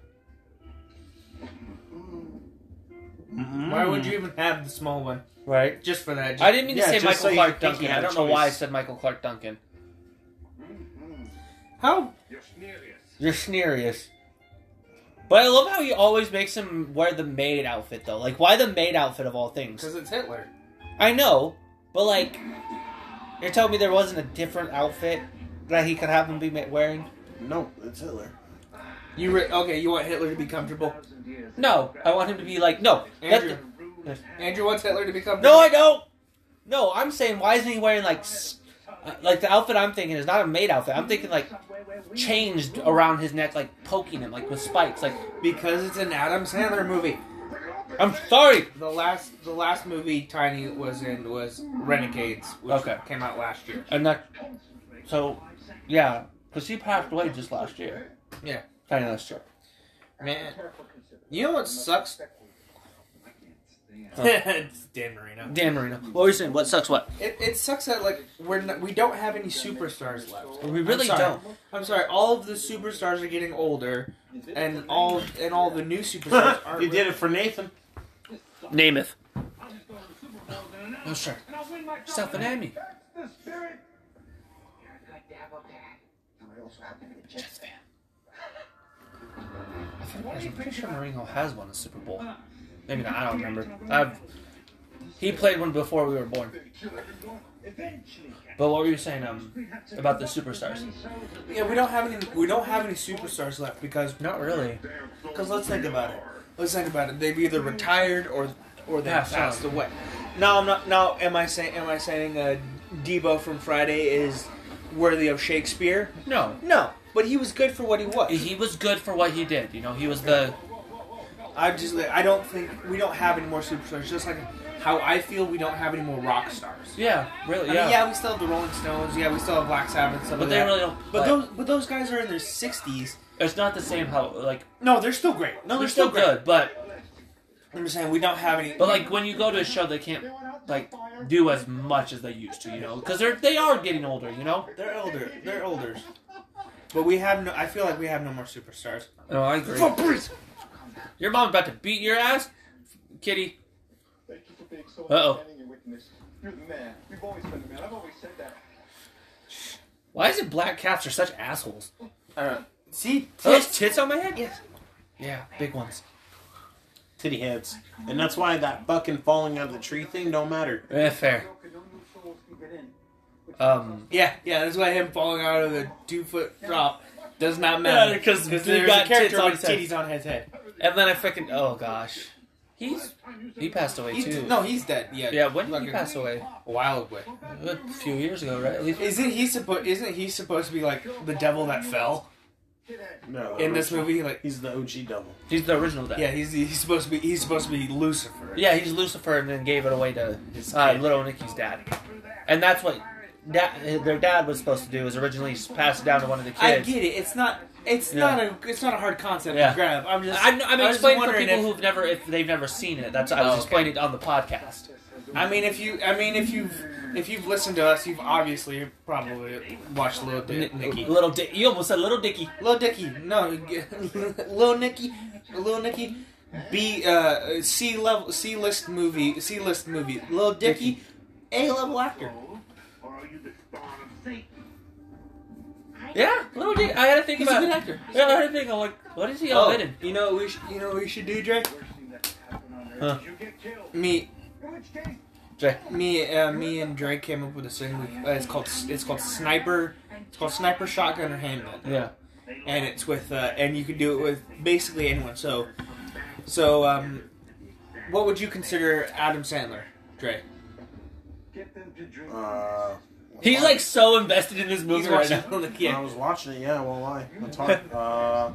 C: Mm-mm.
A: Why would you even have the small one?
B: Right.
A: Just for that. Just,
B: Hmm. I didn't mean
C: Yeah,
B: to say
C: just
B: Michael
C: so you
B: Clark
C: think
B: Duncan.
C: you
B: I
C: had a
B: don't know why I
C: choice.
B: said Michael Clark Duncan.
A: How?
B: You're serious. But I love how he always makes him wear the maid outfit though. Like, why the maid outfit of all things?
A: Because it's Hitler.
B: I know, but like, you're telling me there wasn't a different outfit that he could have him be ma- wearing?
C: No, it's Hitler.
A: You re- Okay, you want Hitler to be comfortable?
B: No, I want him to be like, no, that-
A: Andrew. Andrew wants Hitler to be comfortable?
B: no, I don't. No, I'm saying why isn't he wearing like, s- uh, like the outfit I'm thinking is not a maid outfit. I'm thinking like changed around his neck, like poking him, like with spikes. Like,
A: Because it's an Adam Sandler movie.
B: I'm sorry.
A: The last the last movie Tiny was in was Renegades, which
B: Okay.
A: came out last year.
B: I'm not. So, yeah, because he passed away just last year.
A: Yeah.
B: Tiny Lester.
A: Man, you know what sucks?
B: Huh.
A: it's Dan Marino.
B: Dan Marino. What were you saying? What sucks? What?
A: It, it sucks that like we're not, we don't have any superstars left.
B: We
A: I'm
B: really
A: sorry.
B: don't.
A: I'm sorry. All of the superstars are getting older, and all and all the new superstars aren't.
C: you did it for Nathan.
I: Namath.
A: Oh, sure.
B: Self an Emmy.
F: I also happen to be a Jets fan.
B: I think, I'm pretty sure Mourinho has won a Super Bowl. Maybe not. I don't remember.
A: Uh,
B: I've,
F: I've-
B: he played one before we were born. But what were you saying um, about the superstars?
A: Yeah, we don't have any. We don't have any superstars left because
B: Not really.
A: because let's think about it. Let's think about it. They've either retired or or they
B: Yeah,
A: have passed away. Now I'm not. Now am I saying am I saying uh, Debo from Friday is worthy of Shakespeare?
B: No.
A: No, but he was good for what he was.
B: He was good for what he did. You know, he was the.
A: I just I don't think we don't have any more superstars. Just like how I feel we don't have any more rock stars.
B: Yeah,
A: I
B: really.
A: mean,
B: Yeah.
A: yeah, we still have the Rolling Stones. Yeah, we still have Black Sabbath. and Stuff
B: But
A: like
B: they
A: that.
B: really don't-
A: But
B: but-
A: those but those guys are in their sixties.
B: It's not the same how like
A: No, they're still great. No, they're,
B: they're still
A: great.
B: good, but
A: I'm just saying we don't have any.
B: but like when you go to a show, they can't like do as much as they used to. You know, because they're they are getting older. You know.
A: they're older. They're older. But we have no. I feel like we have no more superstars.
B: No, I agree. Your mom about to beat your ass, kitty.
J: Thank you for being so
B: Uh-oh.
J: understanding and witness. You're the man. You've always been the man. I've always said that.
B: Why is it black cats are such assholes?
A: Uh, see,
B: Are those Oh, tits on my head?
A: Yes.
B: Yeah, big ones.
C: Titty heads. And that's why that fucking falling out of the tree thing don't matter.
B: Eh, fair. Um,
A: yeah, yeah. That's why him falling out of the two foot drop does not
B: Yeah,
A: matter
B: 'cause dude
A: there's
B: got
A: a character
B: tits on
A: with
B: his head.
A: titties on his head.
B: and then I freaking oh gosh, he's he passed away
A: He's,
B: too.
A: no, he's dead. Yeah,
B: Yeah, when did he
A: Fucking
B: pass away?
A: A while away.
B: A few years ago, right? At least
A: Isn't he supposed? Isn't he supposed to be like the devil that fell
C: No.
A: in this movie? Like,
C: He's the OG devil.
B: he's the original then.
A: yeah, he's he's supposed to be he's supposed to be Lucifer.
B: Yeah, he's Lucifer, and then gave it away to uh, little Nicky's dad, and that's what dad, their dad was supposed to do. Is originally pass it down to one of the kids.
A: I get it. It's not. It's
B: Yeah.
A: not a. It's not a hard concept
B: Yeah.
A: to grab. I'm just.
B: I, I'm
A: was
B: explaining for
A: wondering
B: people
A: if-
B: who've never, if they've never seen it. That's I was
A: Oh, okay.
B: explaining it on the podcast.
A: I mean, if you. I mean, if you've. If you've listened to us, you've obviously probably watched Little Dick, Nicky.
B: Little Dick, you almost said Little Dicky.
A: Little Dicky. No, Little Nicky. Little Nicky. B uh C level C list movie C list movie. Little Dicky, A level actor.
F: Or are you the spawn of Satan?
B: Yeah, Little Dick. I had to think
A: He's a
B: about.
A: good actor.
B: Yeah, I had to think. I'm like, what is he all in?
A: you know what we should, you know what we should do, Dre?
F: Worst thing that could happen on earth
B: Huh.
F: is you get killed.
A: Me
F: In which case,
A: me uh, me and Dre came up with a thing. We, uh, it's called it's called sniper. It's called sniper shotgun or handgun.
B: Yeah.
A: and it's with uh, and you can do it with basically anyone. So, so um, what would you consider Adam Sandler, Dre?
F: get them to drink.
C: Uh,
B: He's like so invested in this movie
A: He's
B: right
A: watching
B: now.
A: on the
C: when I
A: yeah.
C: was watching it, yeah, I won't lie. It's hard. Uh,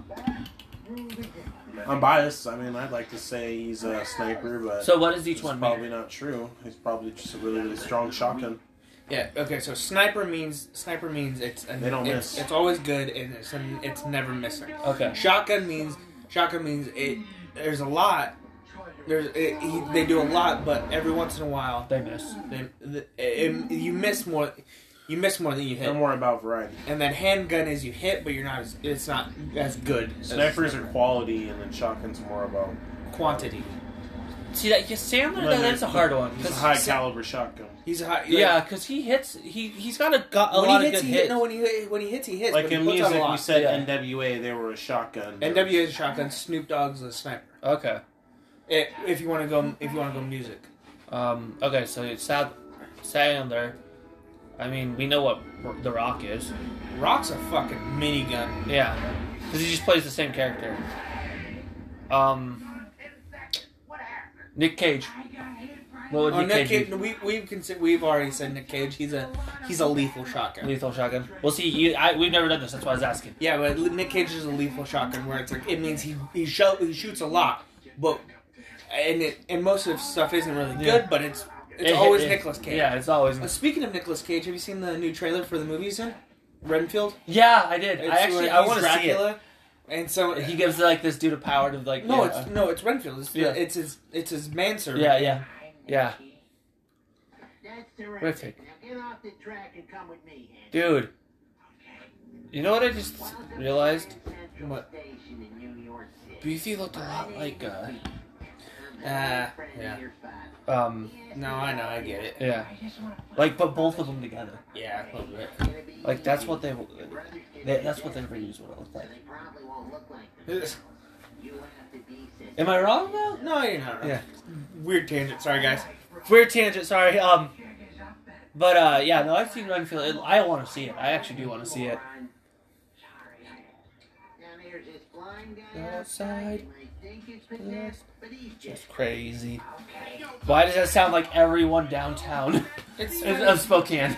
C: I'm biased. I mean, I'd like to say he's a sniper, but
B: So what is each
C: it's
B: one?
C: probably
B: mean?
C: not true. He's probably just a really, really strong shotgun.
A: yeah. Okay. So sniper means sniper means it's an,
C: They don't
A: it's,
C: miss.
A: it's always good and it's an, it's never missing.
B: Okay.
A: Shotgun means shotgun means it. There's a lot. There's it, he, they do a lot, but every once in a while
B: They miss.
A: they, they, it, eh, you miss more. You miss more than you hit.
C: Don't worry about variety.
A: And then handgun is you hit, but you're not as it's not as good. as
C: Snipers are quality, and then shotguns more about
A: quantity.
B: See that? Yeah, Sandler.
C: No,
B: that- that's a
C: no.
B: hard one.
C: It's a
B: 'cause-
C: high caliber shotgun.
A: He's a high. Like,
B: yeah, because he hits. He he's got a, got a
A: when
B: lot
A: he
B: of
A: hits,
B: good
A: he
B: hits.
A: hit, no, when he hit, when he hits, he hits.
C: Like
A: but he
C: in
A: puts out a
C: music, you
A: lot.
C: said
B: Yeah.
C: NWA, they were a shotgun.
A: NWA is a shotgun. Snoop Dogg's a sniper.
B: okay.
A: If if you want to go, if you want to go music,
B: Um. Okay. So it's Sad, Sandler. I mean, we know what R- The Rock is.
A: Rock's a fucking minigun.
B: Yeah, because he just plays the same character. Um, Nick Cage. What would
A: Oh,
B: Nick,
A: Nick
B: Cage
A: Cage,
B: be?
A: we we've considered, we've already said Nick Cage. He's a he's a lethal shotgun.
B: Lethal Shotgun. Well, see, you, I, we've never done this. That's why I was asking.
A: Yeah, but Nick Cage is a lethal shotgun where it's like it means he he, sho- he shoots a lot, but and it and most of his stuff isn't really good,
B: Yeah.
A: but it's it's
B: It-
A: always
B: it-
A: Nicolas Cage.
B: Yeah, it's always.
A: Uh, Speaking of Nicolas Cage, have you seen the new trailer for the movies in Renfield?
B: yeah, I did.
A: It's
B: I actually
A: where
B: I
A: he's
B: want to see it.
A: Dracula, And so
B: He gives like this dude a power to like.
A: no,
B: yeah.
A: it's no, it's Renfield. It's, the-
B: Yeah.
A: it's his it's his manservant.
B: yeah, yeah. Yeah.
F: That's the
B: Perfect.
F: Now get off the track and come with me, Hank.
B: dude. You know what I just realized?
A: What?
F: Station in New York City.
B: Beefy looked a lot like uh,
A: Ah, yeah.
B: um,
A: No, I know, I get it.
B: yeah, like but both of them together.
A: Yeah, a little bit.
B: Like that's what they, they that's what they were used when it looked like.
F: They probably won't look like them.
A: It's-
G: You have to be sensitive.
B: Am I wrong though?
A: No, you're not right.
B: Yeah.
A: Weird tangent. Sorry, guys.
B: Weird tangent. Sorry. Um, but uh, yeah, no, I've seen Renfield. It- I want to see it. I actually do want to see it.
G: Down here's this blind guy
B: Outside.
G: outside. You might think he's possessed, but he's just
B: Just crazy. Why does that sound like everyone downtown
A: It's,
B: of Spokane?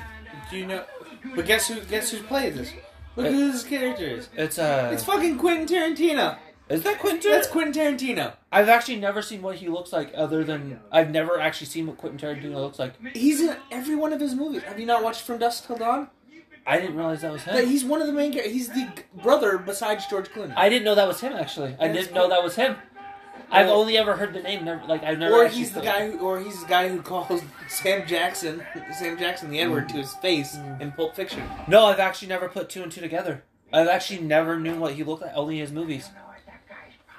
A: do you know? But guess who? Guess who's played this? Look at who this character is.
B: It's uh,
A: It's fucking Quentin Tarantino.
B: is that Quentin?
A: That's Quentin Tarantino.
B: I've actually never seen what he looks like other than I've never actually seen what Quentin Tarantino looks like.
A: He's in every one of his movies. Have you not watched From Dusk Till Dawn?
B: I didn't realize that was
A: That
B: him.
A: he's one of the main characters. He's the g- brother besides George Clooney.
B: I didn't know that was him actually. I
A: That's
B: didn't know
A: cool.
B: that was him. I've
A: Well-
B: only ever heard the name. Never like I've never.
A: or
B: actually
A: he's the
B: seen
A: guy who, or he's the guy who calls Sam Jackson, Sam Jackson the N word to his face
B: Mm.
A: in Pulp Fiction.
B: it. No, I've actually never put two and two together. I've actually never knew what he looked like. Only his movies.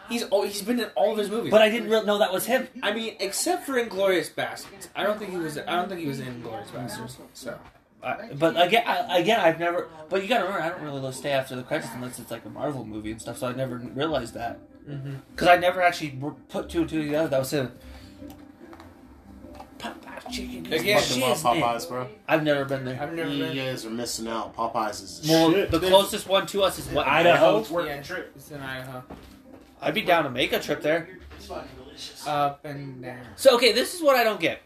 A: He's oh, he's been in all of his movies.
B: But I didn't re- know that was him.
A: I mean, except for Inglorious Bastards, I don't think he was. I don't think he was in Inglorious Bastards. So
B: I- but again, I, again, I've never. But you gotta remember, I don't really stay after the credits unless it's like a Marvel movie and stuff. So I never realized that because I never actually r- put two and two together. That was him. Popeye chicken is
A: Again,
B: my
A: she
C: Fucking love
B: shiz, man.
C: Popeyes, bro.
B: I've never been there.
A: I've never
C: You
A: been.
C: guys are Mm, missing out. Popeyes is the
B: Well,
C: shit.
B: the closest one to us is what
C: Idaho.
A: Work trip. It's in Idaho.
B: I'd be down to make a trip there.
A: Up and down.
B: So okay, this is what I don't get.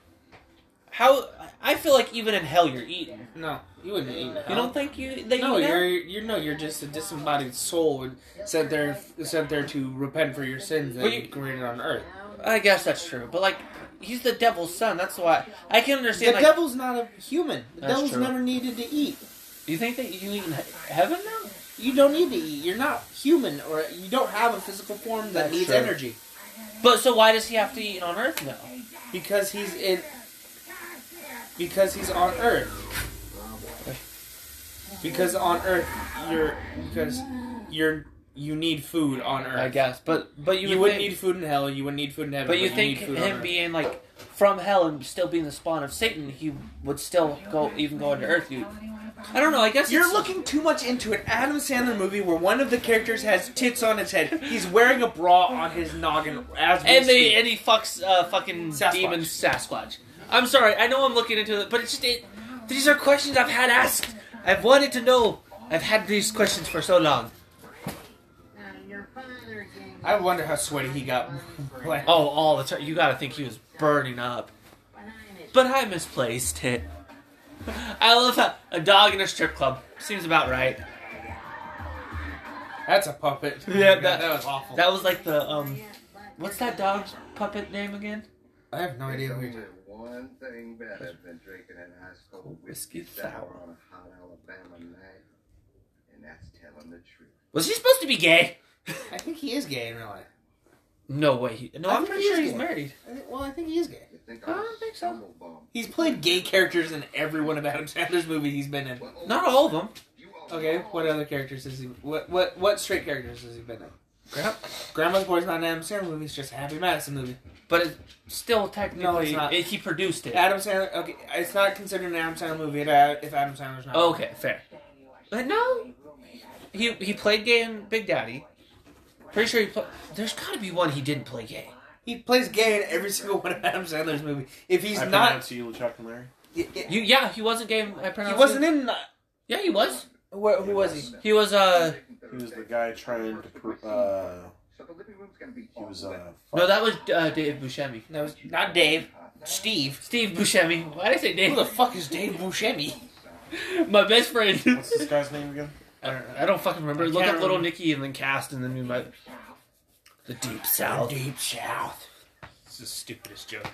B: How I feel like even in hell you're eating.
A: No, you wouldn't eat.
B: You don't think you they
A: No,
B: eat
A: you're you're no, you're just a disembodied soul would- sent there sent there to repent for your sins that
B: But you-
A: you committed on earth.
B: now? I guess that's true, but like he's the devil's son. That's why I can
A: The
B: understand. like,
A: devil's not a human. The
B: That's
A: devil's
B: true.
A: never needed to eat.
B: you think that you eat in he- heaven now?
A: You don't need to eat. You're not human, or you don't have a physical form that
B: That's
A: needs
B: true.
A: energy
B: But so why does he have to eat on Earth now?
A: because he's in because he's on Earth. Because on Earth, you're because you're you need food on Earth.
B: I guess, but but you,
A: you,
B: would
A: wouldn't
B: think-
A: need food in hell. You wouldn't need food in heaven.
B: But you
A: need
B: think
A: food on
B: him
A: Earth.
B: being like from hell and still being the spawn of Satan, he would still go even go into Earth. You, I don't know. I guess
A: You're
B: it's-
A: looking too much into an Adam Sandler movie where one of the characters has tits on his head. He's wearing a bra on his noggin as we
B: and they
A: speak.
B: and he fucks uh, fucking
A: Sasquatch.
B: demon Sasquatch. I'm sorry, I know I'm looking into it, but it's just it, these are questions I've had asked. I've wanted to know. I've had these questions for so long.
G: now your father gave
A: I wonder how sweaty he got. Like,
B: Oh, all the time. You gotta think he was burning up.
G: behind his
B: But I misplaced it. I love how a dog in a strip club seems about right.
A: that's a puppet.
B: Yeah,
A: God,
B: that-
A: was awful.
B: That was like the um, what's that dog's puppet name again?
A: I have no idea who.
F: Only
A: he is.
F: one thing better than drinking an ice cold
B: Whiskey
F: whiskey,
B: sour.
F: sour on a hot Alabama night, and that's telling the truth.
B: Was he supposed to be gay?
A: I think he is gay in real life.
B: No way. He, no,
A: I
B: I'm
A: think
B: pretty
A: he is
B: sure he's
A: gay.
B: married.
A: I think- Well, I think he is gay.
F: You think
B: I
F: I'm
B: don't
F: a
B: think so.
F: stumble bum?
A: He's played gay characters in every one of Adam Sandler's movies he's been in.
F: Well, oh,
B: Not all of them.
F: you are
A: Okay,
F: wrong.
A: what other characters has he? What what what straight characters has he been in?
B: Grandma-
A: Grandma's Boy's not an Adam Sandler movie. It's just a Happy Madison movie.
B: But it's still technically,
A: No, it's not.
B: it- he produced it.
A: Adam Sandler. Okay, it's not considered an Adam Sandler movie if Ad- if Adam Sandler's not.
B: Oh, Okay, fair. But no, he he played gay in Big Daddy. Pretty sure he. Pl- There's got to be one he didn't play gay.
A: He plays gay in every single one of Adam Sandler's movie. If he's
C: I
A: not,
C: pronounce you Chuck and Larry.
A: y- y-
B: You yeah, he wasn't gay. In, I
A: he
B: pronounced
A: wasn't
B: It.
A: in. uh,
B: Yeah, he was.
A: Where, who was he?
B: He was uh.
C: He was the guy trying to. pr- Uh,
F: So the living room's gonna be
C: he was. Uh,
B: No, that was uh, Dave Buscemi.
A: No, it was not Dave. Steve.
B: Steve Buscemi. Why did I say
A: Who the
B: Dave?
A: fuck is Dave Buscemi?
B: My best friend.
C: what's this guy's name again?
B: I don't, know. I don't fucking remember.
A: I
B: Look
A: can't
B: up Little
A: remember.
B: Nicky and then Cast and then we might. The Deep South.
A: Deep South. It's the stupidest joke.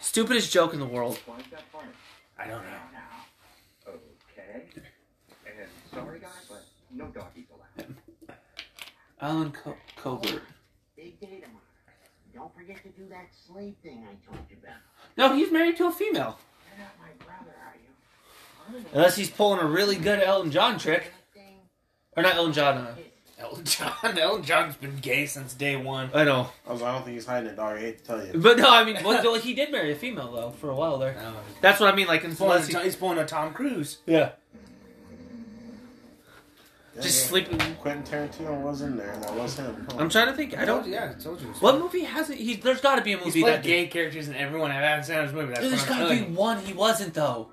B: Stupidest joke in the world.
F: Why is that funny?
A: I don't know.
F: Okay. And sorry, guys, but no doggies allowed.
B: Alan Co- Covert.
G: big day tomorrow. Don't forget to do that slave thing I told you about.
B: No, he's married to a female.
G: You're not my brother, are you? I'm the
B: Unless he's pulling a really good Elton John trick.
G: thing.
B: Or not Elton John. Uh,
A: Elton John. Elton John's been gay since day one.
B: I know.
C: I, was, I don't think he's hiding it, dog. I hate to tell you.
B: But no, I mean, well, he did marry a female, though, for a while there.
A: No.
B: That's what I mean, like,
A: He's born,
B: unless
A: to,
B: he,
A: he's born to Tom Cruise.
B: Yeah. Just sleeping.
C: Quentin Tarantino was in there. That was him.
B: I'm trying to think. I don't.
A: yeah, I told you.
B: What movie hasn't he? There's got to be a
A: He's
B: movie
A: played
B: that dude-
A: gay characters in every one of Adam Sandler's movies. That's
B: There's
A: what I'm
B: got to
A: telling
B: be
A: you.
B: one he wasn't though.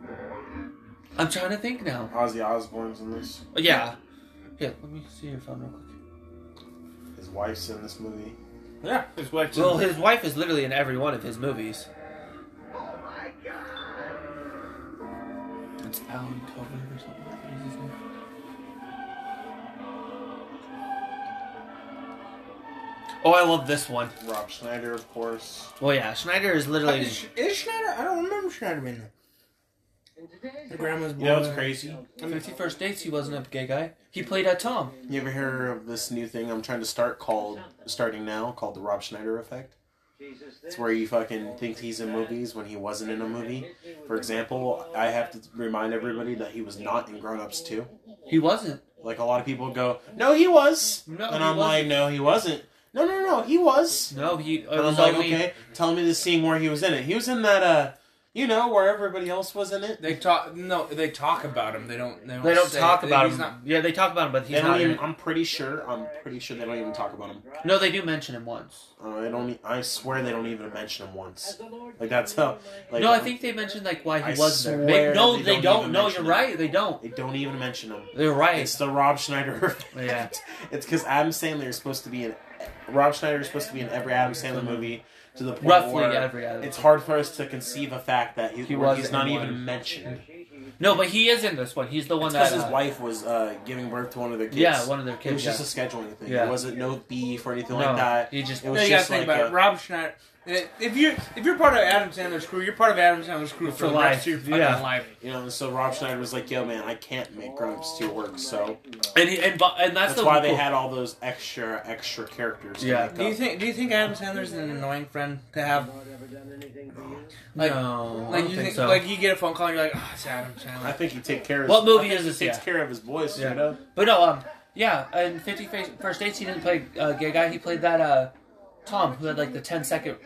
B: I'm trying to think now.
C: Ozzy Osbourne's in this.
B: Yeah. Yeah. Let me see your phone real quick.
C: His wife's in this movie.
A: Yeah, his wife's
B: Well, his wife is literally in every one of his movies.
K: Oh my god!
B: It's Alan Coburn or something. What is his name? Oh, I love this one.
C: Rob Schneider, of course.
B: Well, yeah, Schneider is literally.
A: is, is Schneider? I don't remember Schneider being there. The grandma's boy.
C: You know what's crazy?
B: I mean, first dates, he wasn't a gay guy. He played at Tom.
C: You ever hear of this new thing I'm trying to start called starting now called the Rob Schneider effect? It's where he fucking thinks he's in movies when he wasn't in a movie. For example, I have to remind everybody that he was not in Grown Ups 2.
B: He wasn't.
C: Like a lot of people go, "No, he was."
B: No, he
C: and I'm like,
B: wasn't.
C: "No, he wasn't." No, no, no, he was.
B: No, he. It
C: And I'm
B: was
C: like,
B: only,
C: "Okay, tell me the scene where he was in it. He was in that uh, you know, where everybody else was in it."
A: They talk. No, they talk about him. They don't. They don't,
B: They don't
A: say-
B: talk about
A: he's
B: him.
A: not-
B: yeah, they talk about him, but
C: They
B: he's
C: don't
B: not. in it.
C: even, I'm pretty sure. I'm pretty sure they don't even talk about him.
B: No, they do mention him once.
C: Uh, I don't. e- I swear they don't even mention him once. Like that's how. Like, um,
B: no, I think they mentioned like why he
C: I
B: was there.
C: swear
B: They- no,
C: they
B: they
C: don't
B: don't.
C: even
B: No,
C: mention
B: you're
C: it.
B: right. They don't.
C: they don't even mention him.
B: They're right.
C: It's the Rob Schneider.
B: Yeah.
C: it's because Adam Sandler is supposed to be in. Rob Schneider is supposed to be in every Adam Sandler movie to the point
B: Roughly
C: where
B: every other.
C: it's hard for us to conceive a fact that he,
B: He
C: where
B: was
C: he's
B: in
C: not
B: one.
C: even mentioned.
B: no, but he is in this one. He's the one
C: Because
B: that.
C: his
B: uh,
C: wife was uh, giving birth to one of their kids.
B: Yeah, one of their
C: It was
B: kids. yeah.
C: just a scheduling thing.
B: Yeah.
C: It wasn't no beef or anything
B: no,
C: like that.
B: he just.
C: It was
A: No, you gotta
C: just
A: think
C: like
A: about
C: a-
A: it. Rob Schneider. eh, If you're if you're part of Adam Sandler's crew, you're part of Adam Sandler's crew for,
B: For
A: the rest of your
B: life,
A: fucking
B: yeah.
A: life.
C: You know, so Rob Schneider was like, "Yo, man, I can't make Grown Ups 2 work." So
B: and he, and, bu- and that's,
C: that's
B: the
C: why they had all those extra extra characters. to
B: Yeah.
C: make
A: Do you
C: up.
A: think Do you think Adam Sandler's an annoying friend to have?
B: Like, no,
A: Like
B: I don't
A: you
B: think
A: think,
B: so.
A: like you get a phone call and you're like, oh, it's Adam
C: I
A: Sandler.
C: think he take care of.
B: What movie
C: I think
B: is
C: he
B: this?
C: Takes
B: Yeah.
C: care of his boys.
B: Yeah.
C: You know,
B: but no, um, yeah. In Fifty Fa- First Dates, he didn't play uh, gay guy. He played that uh, Tom, who had like the 10 second,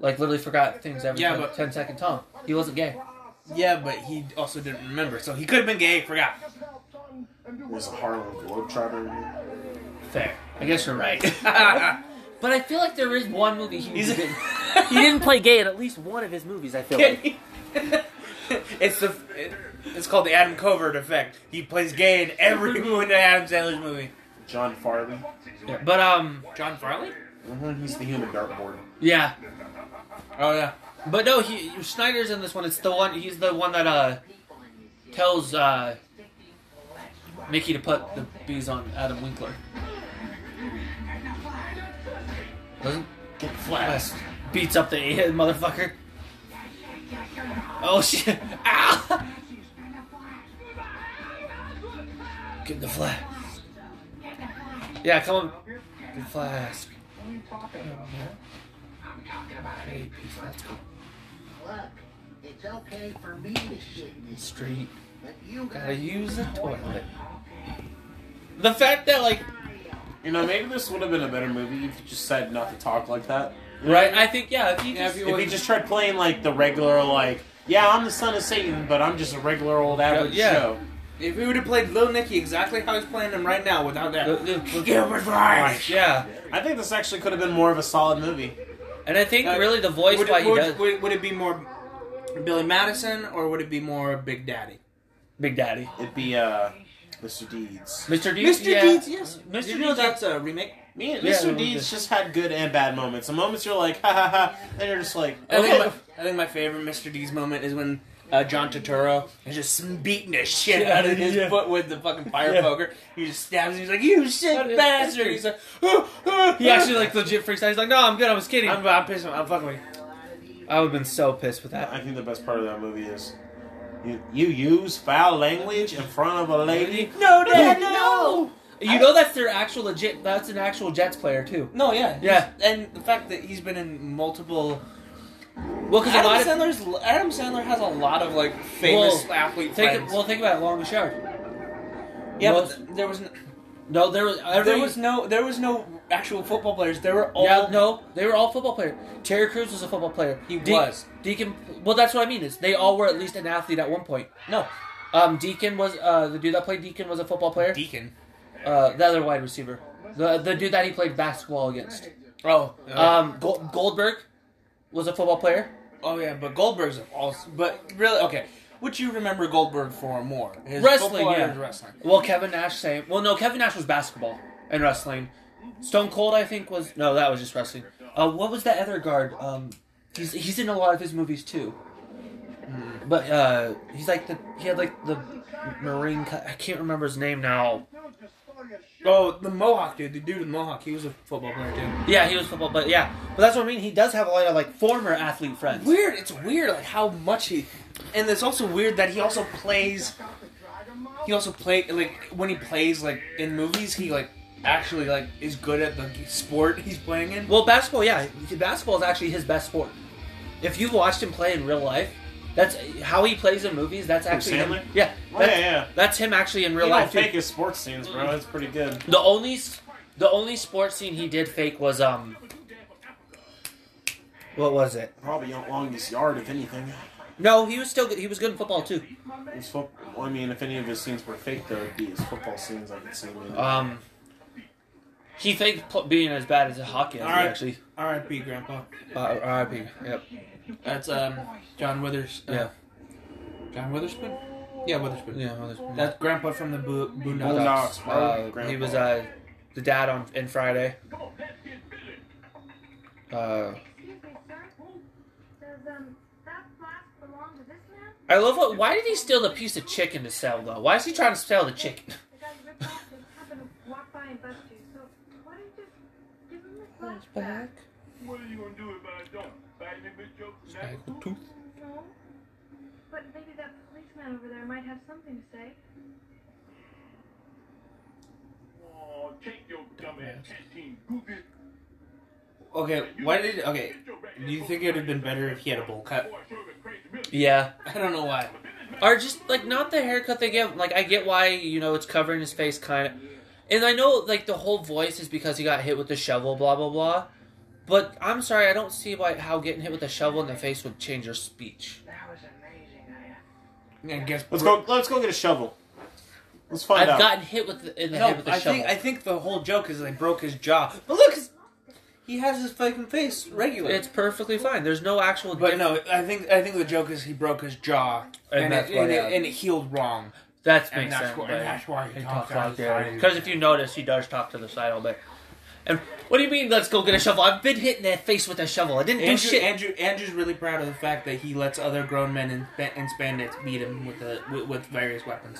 B: like literally forgot things every
A: Yeah,
B: time.
A: but-
B: 10 second Tom. He wasn't gay.
A: Yeah, but he also didn't remember, so he could have been gay. Forgot.
C: there's a Harlem Globetrotter. in there.
B: Fair. I guess you're right. but I feel like there is one movie he
A: He's
B: didn't. he didn't play gay in at least one of his movies. I feel like.
A: it's the it, it's called the Adam Covert effect. He plays gay in every movie in Adam Sandler's movie.
C: John Farley.
B: Yeah, but um,
A: John Farley?
B: Mm-hmm.
C: hmm he's the human dartboard.
B: yeah.
A: Oh yeah.
B: But no, he Schneider's in this one. It's the one. He's the one that uh tells uh Mickey to put the bees on Adam Winkler. Doesn't
C: Get
B: Wes beats up the motherfucker. Oh shit! Ow! Get the flask. Yeah, come on. Get the flask. Hey, peace, let's go.
F: Look, it's okay for me to shit
B: in the
F: this,
B: Street.
F: but you
B: Gotta
F: gotta
B: use the toilet. The fact that, like,
C: You know, maybe this would have been a better movie if you just said not to talk like that.
B: right? I think, yeah, if you
A: Yeah,
B: just.
A: if you-
C: If he just tried playing like the regular, like, yeah, I'm the son of Satan, but I'm just a regular old average
B: Yeah.
C: Joe.
A: If we would have played Lil Nicky exactly how he's playing him right now without that.
B: the- the-
A: Gilbert Bryce.
B: yeah,
C: I think this actually could have been more of a solid movie.
B: and I think
A: Uh,
B: really the voice
A: Would
B: why
A: it,
B: he
A: would,
B: does
A: would, would it be more Billy Madison or would it be more Big Daddy?
B: Big Daddy,
C: It'd be uh, Mr. Deeds.
B: Mr. Deeds,
A: Mr.
B: yeah.
A: Deeds, yes.
B: Mr.
A: Did you know
B: Deeds,
A: that's a remake?
C: Me and
B: Yeah,
C: Mr.
B: it would
C: Deeds
B: be.
C: just had good and bad moments. The moments you're like, ha ha ha, and you're just like,
A: I think,
C: okay.
A: my, I think my favorite Mr. Deeds moment is when uh, John Turturro is just beating the shit
B: Yeah,
A: out of his
B: yeah.
A: foot with the fucking fire
B: Yeah.
A: poker. He just stabs him. He's like, "You
B: That
A: shit
B: is-
A: bastard!" He's like, "Oh, oh,
B: He actually
A: oh."
B: like legit freaks out. He's like, "No, I'm good. I was kidding."
A: I'm, I'm pissed. I'm fucking with you.
B: I would have been so pissed with that.
C: I think the best part of that movie is you, you use foul language in front of a lady.
B: No,
A: Dad, no!
B: You know that's their actual legit. That's an actual Jets player too.
A: No, yeah,
B: Yeah.
A: And the fact that he's been in multiple.
B: Well, because a
A: Adam
B: lot of
A: Sandler's Adam Sandler has a lot of like famous
B: Well,
A: athlete
B: think
A: friends.
B: well think about it, longest yard.
A: yeah,
B: most-
A: but th- there was n
B: No, there was every,
A: there was no there was no actual football players. There were all
B: yeah no they were all football players. Terry Crews was a football player.
A: He was.
B: Deacon. Well, that's what I mean is they all were at least an athlete at one point. No, um, Deacon was uh the dude that played Deacon was a football player.
A: Deacon.
B: uh, the other wide receiver, the the dude that he played basketball against.
A: Oh,
B: Um, Gold, Goldberg was a football player.
A: oh yeah, but Goldberg's also. But really, okay. Would you remember Goldberg for more? His
B: Wrestling,
A: football
B: yeah.
A: or his wrestling.
B: Well, Kevin Nash same. Well, no, Kevin Nash was basketball and wrestling. Stone Cold, I think, was no, that was just wrestling. Uh, what was that other guard? Um, he's he's in a lot of his movies too. But uh, he's like the he had like the marine. co- I can't remember his name now.
A: Oh, the Mohawk dude, the dude with the Mohawk. He was a football player too.
B: Yeah, he was football, but yeah, but that's what I mean. He does have a lot of like former athlete friends.
A: Weird. It's weird, like how much he, and it's also weird that he also plays. He also played like when he plays like in movies, he like actually like is good at the sport he's playing in.
B: Well, basketball, yeah, basketball is actually his best sport. If you've watched him play in real life, that's how he plays in movies. That's actually him.
C: Sandler?
B: yeah,
C: Oh,
B: that's,
C: yeah, yeah.
B: that's him actually in real
C: You don't
B: life. too.
C: fake his sports scenes, bro. That's pretty good.
B: The only s- the only sports scene he did fake was um what was it?
C: Probably along this yard, if anything.
B: No, he was still good. he was good in football too.
C: His fo- well, I mean, if any of his scenes were fake, though, it'd be his football scenes. I could see. Maybe.
B: Um he faked pl- being as bad as a hockey as he
A: Alright.
B: actually.
A: R.I.P. Grandpa.
B: Uh, RIP. Yep.
A: That's um John Withers. uh,
B: Yeah.
A: John Witherspoon. Yeah, Witherspoon.
B: Yeah. well, there's-
A: That's Grandpa from the bo- Boondocks.
C: Boondocks.
B: uh, he was uh the dad on in Friday. Uh
L: Excuse me, sir. Does um that flask belong to this man?
B: I love what why did he steal the piece of chicken to sell though? Why is he trying to sell the chicken?
L: The guy you ripped off just happened to walk by and bust you. So why don't you just give him the flask back?
F: What are you gonna do if I don't? Bite me, bitch, joke, snap?
L: No. But maybe that policeman over there might have something to say.
F: Aw, take your dumb ass canteen, goofy.
A: Okay, why did okay? Do you think it would have been better if he had a bowl cut?
B: Yeah.
A: I don't know why.
B: Or just like not the haircut they give. Like I get why you know it's covering his face kind of, and I know like the whole voice is because he got hit with the shovel, blah blah blah. But I'm sorry, I don't see why how getting hit with a shovel in the face would change your speech.
M: That was amazing, I
A: I guess
C: Let's go. Let's go get a shovel. Let's find
B: I've
C: out.
B: gotten hit with the, in the head
A: No,
B: with a
A: I
B: shovel.
A: think I think the whole joke is they broke his jaw. But look, his, he has his fucking face regular.
B: it's perfectly fine. There's no actual.
A: but no, I think I think the joke is he broke his jaw and,
B: And that's
A: it,
B: why,
A: and, it,
B: yeah.
A: and it healed wrong.
B: that
A: And
B: makes
A: that's
B: sense.
A: why- and that's why he talks like that.
B: Because if you notice, he does talk to the side all day. And what do you mean? Let's go get a shovel. I've been hit in the face with a shovel. I didn't do
A: Andrew,
B: shit.
A: Andrew Andrew's really proud of the fact that he lets other grown men in, in spandex beat him with the with, with various weapons.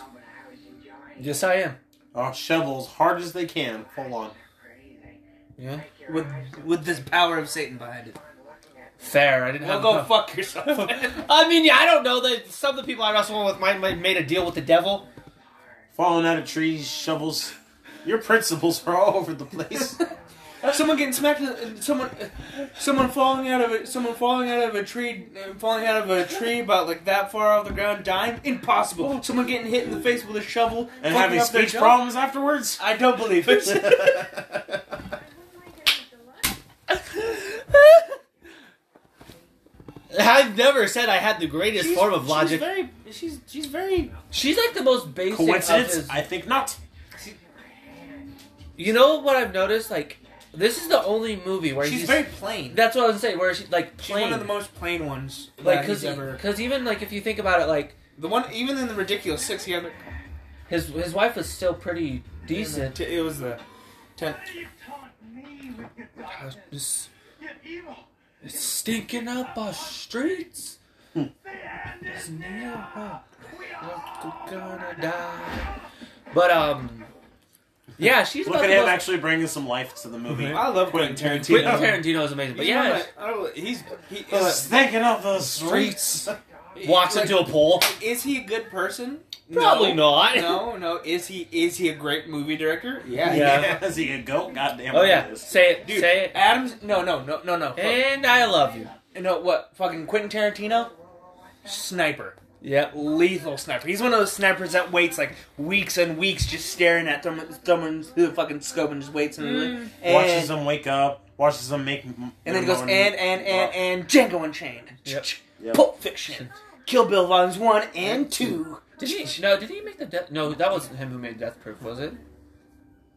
B: yes, I am.
C: Oh, shovels hard as they can. Full on.
B: Yeah.
A: With with this power of Satan behind it.
B: Fair. I didn't
A: Well,
B: have.
A: go
B: a-
A: fuck yourself.
B: I mean, yeah, I don't know that some of the people I wrestled with might might made a deal with the devil.
C: Falling out of trees, shovels. Your principles are all over the place.
A: someone getting smacked. in the- Someone, someone falling out of a someone falling out of a tree, falling out of a tree about like that far off the ground, dying. Impossible. Someone getting hit in the face with a shovel
C: and
A: fucking
C: having
A: up their
C: speech
A: jaw?
C: problems afterwards.
A: I don't believe it.
L: I wouldn't mind getting a deluxe.
B: I've never said I had the greatest form of
A: She's
B: logic.
A: very. She's she's very.
B: She's like the most basic. of
C: Coincidence?
B: his-
C: I think not.
B: you know what I've noticed? Like, this is the only movie where
A: She's
B: he's.
A: very plain.
B: that's what I was saying. Where she's like
A: She's one
B: plain.
A: of the most plain ones.
B: like,
A: that he's
B: because
A: ever.
B: even like if you think about it, like
A: The one even in the ridiculous six, he had.
B: his his wife was still pretty decent.
A: It was the. Ten,
F: You taught me with your
B: I was
F: doctrine.
B: just
F: You're evil.
B: stinking up our streets.
F: The end
B: It's
F: is near.
B: near.
F: We are
B: gonna die. But um, yeah, she's
C: Look
B: about
C: at
B: the
C: him
B: most-
C: actually bringing some life to the movie.
A: I love Mm-hmm. Quentin Tarantino.
B: Quentin Tarantino is amazing, but
A: He's one
B: yeah,
A: of my- I don't- he's he
C: He's
A: is,
C: thinking of the streets.
B: walks
A: like-
B: into a pole.
A: is he a good person?
B: Probably
A: no.
B: not.
A: No, no. Is he is he a great movie director? Yeah.
B: Yeah.
C: Is he a goat? Goddamn.
B: Oh
C: he
B: yeah,
C: is.
B: say it,
A: Dude,
B: say it.
A: Adams. No, no, no, no, no.
B: And I love you.
A: Fuck- no, what? Fucking Quentin Tarantino. Sniper.
B: Yep.
A: Lethal sniper. He's one of those snipers that waits like weeks and weeks, just staring at them, someone through the fucking scope and just waits and,
B: Mm.
A: and
C: Watches him wake up. Watches him make. And
A: and then he goes and and and and Django Unchained.
B: Yep.
C: Yep.
A: Pulp Fiction. Kill Bill Volumes One and Two.
B: Did he? No, did he make the death? No, that wasn't him who made Death Proof, was it?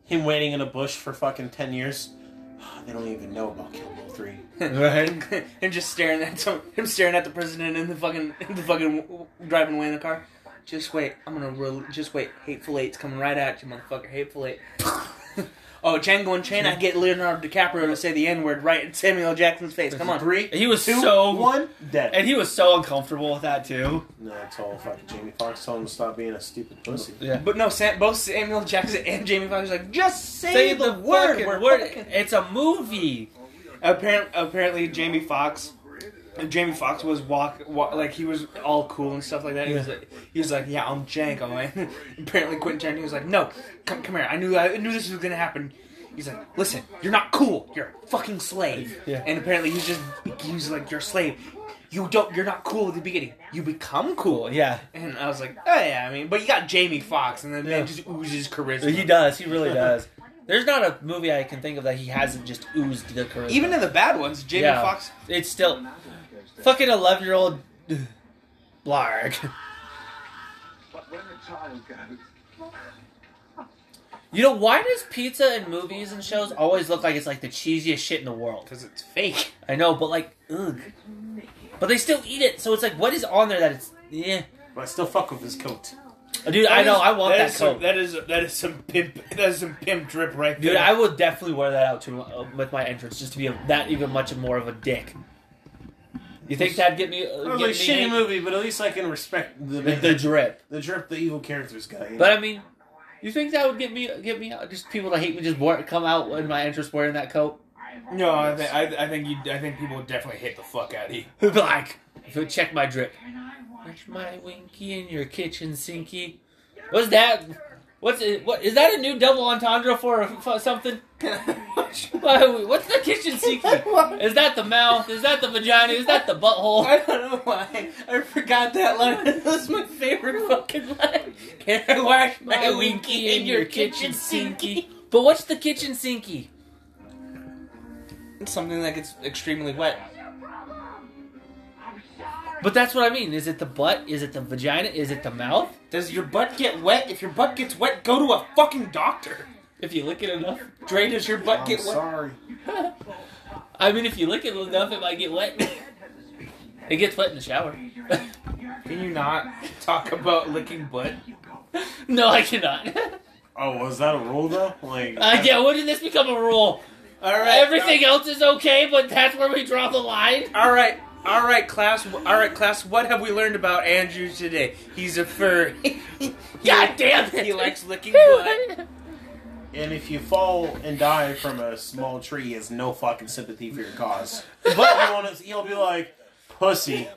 C: him waiting in a bush for fucking ten years. They don't even know about Kill Bill three.
A: Right. and just staring at some, him staring at the president in the fucking in the fucking driving away in the car. Just wait, I'm gonna re- just wait. Hateful Eight's coming right at you, motherfucker. Hateful Eight. oh, Django and Chain. I get Leonardo DiCaprio to say the N word right in Samuel L. Jackson's face. Come on.
C: three.
B: He was
C: two,
B: so
C: one dead.
B: and he was so uncomfortable with that too.
C: no, I told fucking Jamie Foxx told him to stop being a stupid pussy.
B: Yeah.
A: But no, Sam, both Samuel L. Jackson and Jamie Foxx are like, just say,
B: Say
A: the,
B: the
A: word.
B: fucking
A: We're
B: word.
A: fucking-
B: It's a movie.
A: Apparently, apparently Jamie Fox, Jamie Fox was walk, wa like he was all cool and stuff like that. He was like, he was like, yeah, I'm Django, man. apparently, Quentin Tarantino was like, no, come, come here. I knew, I knew this was gonna happen. He's like, listen, you're not cool. You're a fucking slave.
B: Yeah.
A: And apparently, he's just, he was like, you're a slave. You don't, you're not cool at the beginning. You become cool.
B: Yeah,
A: And I was like, oh yeah, I mean, but you got Jamie Fox, and then
B: Yeah.
A: man just oozes charisma.
B: he does. He really does. There's not a movie I can think of that he hasn't just oozed the charisma.
A: Even in the bad ones, Jamie
B: Yeah.
A: Fox.
B: it's still fucking eleven year old Blarg.
N: But when the child goes,
B: You know why does pizza and movies and shows always look like it's like the cheesiest shit in the world?
A: Because it's fake.
B: I know, but like, ugh. But they still eat it, so it's like, what is on there that it's yeah,
C: But I still fuck with his coat.
B: dude. I know,
A: is-
B: I want that,
A: is
B: coat.
A: Some, that is that is some pimp that is some pimp drip right there.
B: Dude, I would definitely wear that out to uh, with my entrance just to be a, that even much more of a dick. You think that'd get me? Uh,
C: It was
B: get
C: like
B: me
C: shitty
B: hate?
C: movie, but at least I can respect the
B: With the drip,
C: the drip the evil characters guy.
B: but I mean, you think that would get me get me out? Just people to hate me just wear, come out in my entrance wearing that coat.
A: no, I, th- I, I think you I think people would definitely hit the fuck out of you.
B: Who'd be like, "Who- check my drip. Watch my winky in your kitchen sinky. What's that? What's it? What is that a new double entendre for, for something? Why- What's the kitchen sinky? Is that the mouth? Is that the vagina? Is that the butthole?
A: I don't know why I forgot that line. That was my favorite fucking line. Can I wash
B: my winky in your kitchen sinky. But what's the kitchen sinky?
A: Something that gets extremely wet.
B: But that's what I mean. Is it the butt? Is it the vagina? Is it the mouth?
A: Does your butt get wet? If your butt gets wet, go to a fucking doctor.
B: If you lick it enough.
A: Dre, does your butt
C: I'm
A: get wet?
C: sorry.
B: I mean, if you lick it enough, it might get wet. it gets wet in the shower.
A: Can you not talk about licking butt?
B: No, I cannot.
C: Oh, was that a rule though? Like
B: Uh, yeah, when did this become a rule?
A: All right.
B: Everything else is okay, but that's where we draw the line.
A: All right, all right, class. All right, class. What have we learned about Andrew today? He's a furry.
B: God damn it!
A: He likes licking butt.
C: And if you fall and die from a small tree, he has no fucking sympathy for your cause. But he'll, wanna- he'll be like, pussy.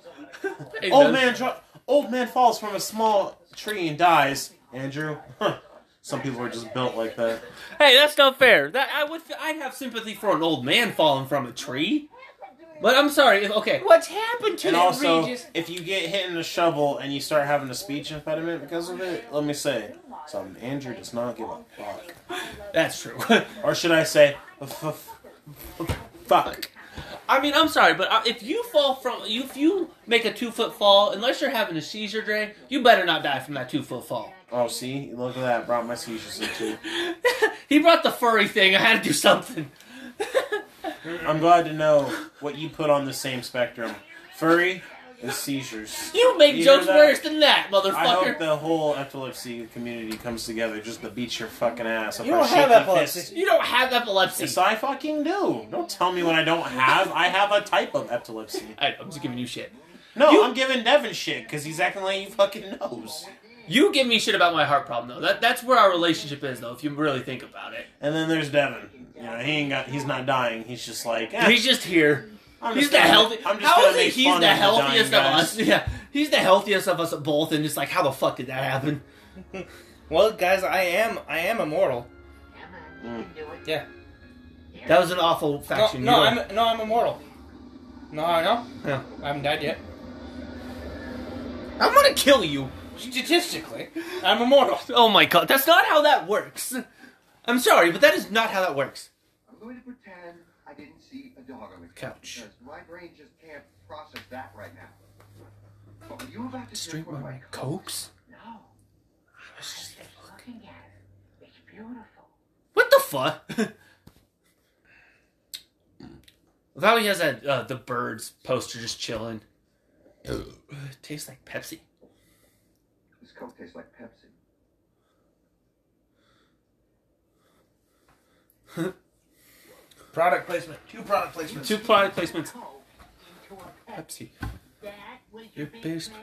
C: Old man, dro- old man falls from a small tree and dies. Andrew, huh. Some people are just built like that.
B: Hey, that's not fair. That I would I'd have sympathy for an old man falling from a tree. But I'm sorry. If, okay.
A: What's happened to
C: And
A: that
C: also,
A: Regis?
C: if you get hit in a shovel and you start having a speech impediment because of it, let me say something. Andrew does not give a fuck.
B: That's true.
C: Or should I say, f- f- f- fuck.
B: I mean, I'm sorry, but uh, if you fall from, you, if you make a two foot fall, unless you're having a seizure, Dre, you better not die from that two foot fall.
C: Oh, see? Look at that. Brought my seizures into
B: he brought the furry thing. I had to do something.
C: I'm glad to know what you put on the same spectrum. Furry is seizures.
B: You make
C: You hear
B: jokes
C: that?
B: worse than that,
C: I hope
B: motherfucker.
C: the whole epilepsy community comes together just to beat your fucking ass. Up
A: You
C: our
A: don't have
C: shaky
A: epilepsy.
C: fist.
B: You don't have epilepsy.
C: Yes, I fucking do. Don't tell me what I don't have. I have a type of epilepsy.
B: I know, I'm just giving you shit.
C: No,
B: You-
C: I'm giving Devin shit because he's acting like he fucking knows.
B: You give me shit about my heart problem, though. That, that's where our relationship is, though, if you really think about it.
C: And then there's Devin. You know, he ain't got. He's not dying. He's just like. eh,
B: He's just here.
C: I'm
B: He's
C: just
B: the
C: gonna-
B: healthy.
C: I'm just
B: How
C: gonna
B: is it
C: make
B: he's
C: fun
B: the
C: of dying
B: healthiest of
C: guys.
B: us? Yeah, he's the healthiest of us both, and it's like, how the fuck did that happen?
A: Well, guys, I am I am immortal.
O: Emma, you
F: Hmm.
C: Mm.
O: can do it.
A: Yeah.
B: That was an awful
A: No,
B: faction.
A: no,
B: You were-
A: I'm no, I'm immortal. No, I know.
B: Yeah.
A: I haven't died yet.
B: I'm gonna kill you.
A: Statistically, I'm immortal.
B: Oh my god, that's not how that works. I'm sorry, but that is not how that works.
F: I'm going to pretend I didn't see a dog on the
B: Couch.
F: because my brain just can't process that right now. But were you about to
B: Straight
F: drink one
B: with
F: of my
B: my cokes.
O: No. I was just looking at it. It's beautiful.
B: What Alpha. Love how he has that uh, the birds poster just chilling. It tastes like Pepsi.
F: This Coke tastes like Pepsi.
A: Product placement. Two product placements.
B: Two product placements.
G: Coke into a
B: Pepsi.
G: Pepsi. That was
B: Your
G: your,
B: base
G: base
B: transformation?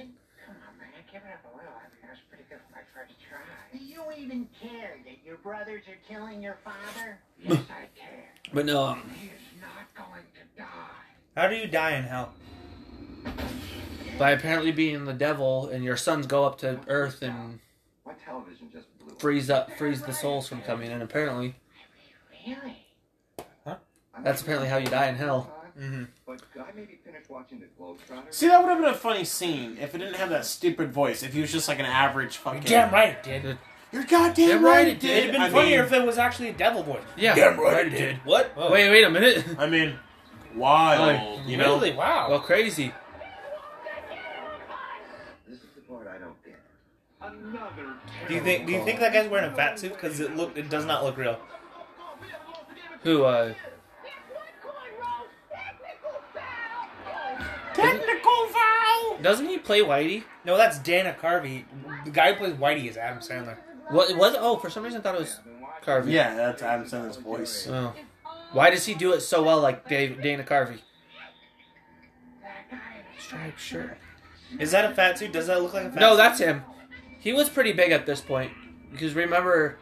G: transformation?
F: Come on, man. Give it up a little. I mean, that was pretty good for my first try.
G: Do you even care that your brothers are killing your father?
F: Yes, I care.
B: But no, um,
F: He is not going to die.
A: How do you die in hell?
B: by apparently being the devil, and your sons go up to Earth and
F: My television just blew up.
B: freeze up, freeze the souls from coming in. Apparently,
G: Really?
F: I
B: that's
F: mean, uh,
B: apparently how you die in hell.
A: Mm-hmm.
F: But could I maybe finish watching the Globetrotter?
C: See, that would have been a funny scene if it didn't have that stupid voice. If he was just like an average fucking.
A: Damn right it did.
C: You're goddamn
B: Damn
C: right,
B: right it
C: it did.
A: It'd have been
C: I
A: funnier
C: mean,
A: if it was actually a devil voice.
B: Yeah.
A: right it did. What? Oh.
B: Wait, wait a minute.
C: I mean, wild.
B: Like,
C: you know.
A: Really? Wow.
B: Well, crazy.
F: This is the part I don't get. Another.
A: do you think? Do you think that guy's wearing a fat suit? Because it look, it does not look real.
B: Who? uh...
A: Technical foul.
B: Doesn't he play Whitey?
A: No, that's Dana Carvey. The guy who plays Whitey is Adam Sandler.
B: What it was? Oh, for some reason I thought it was Carvey.
C: Yeah, that's Adam Sandler's voice.
B: Oh. Why does he do it so well, like Dave, Dana Carvey? Striped shirt.
A: Is that a fat suit? Does that look like a fat
B: No,
A: suit?
B: that's him. He was pretty big at this point because remember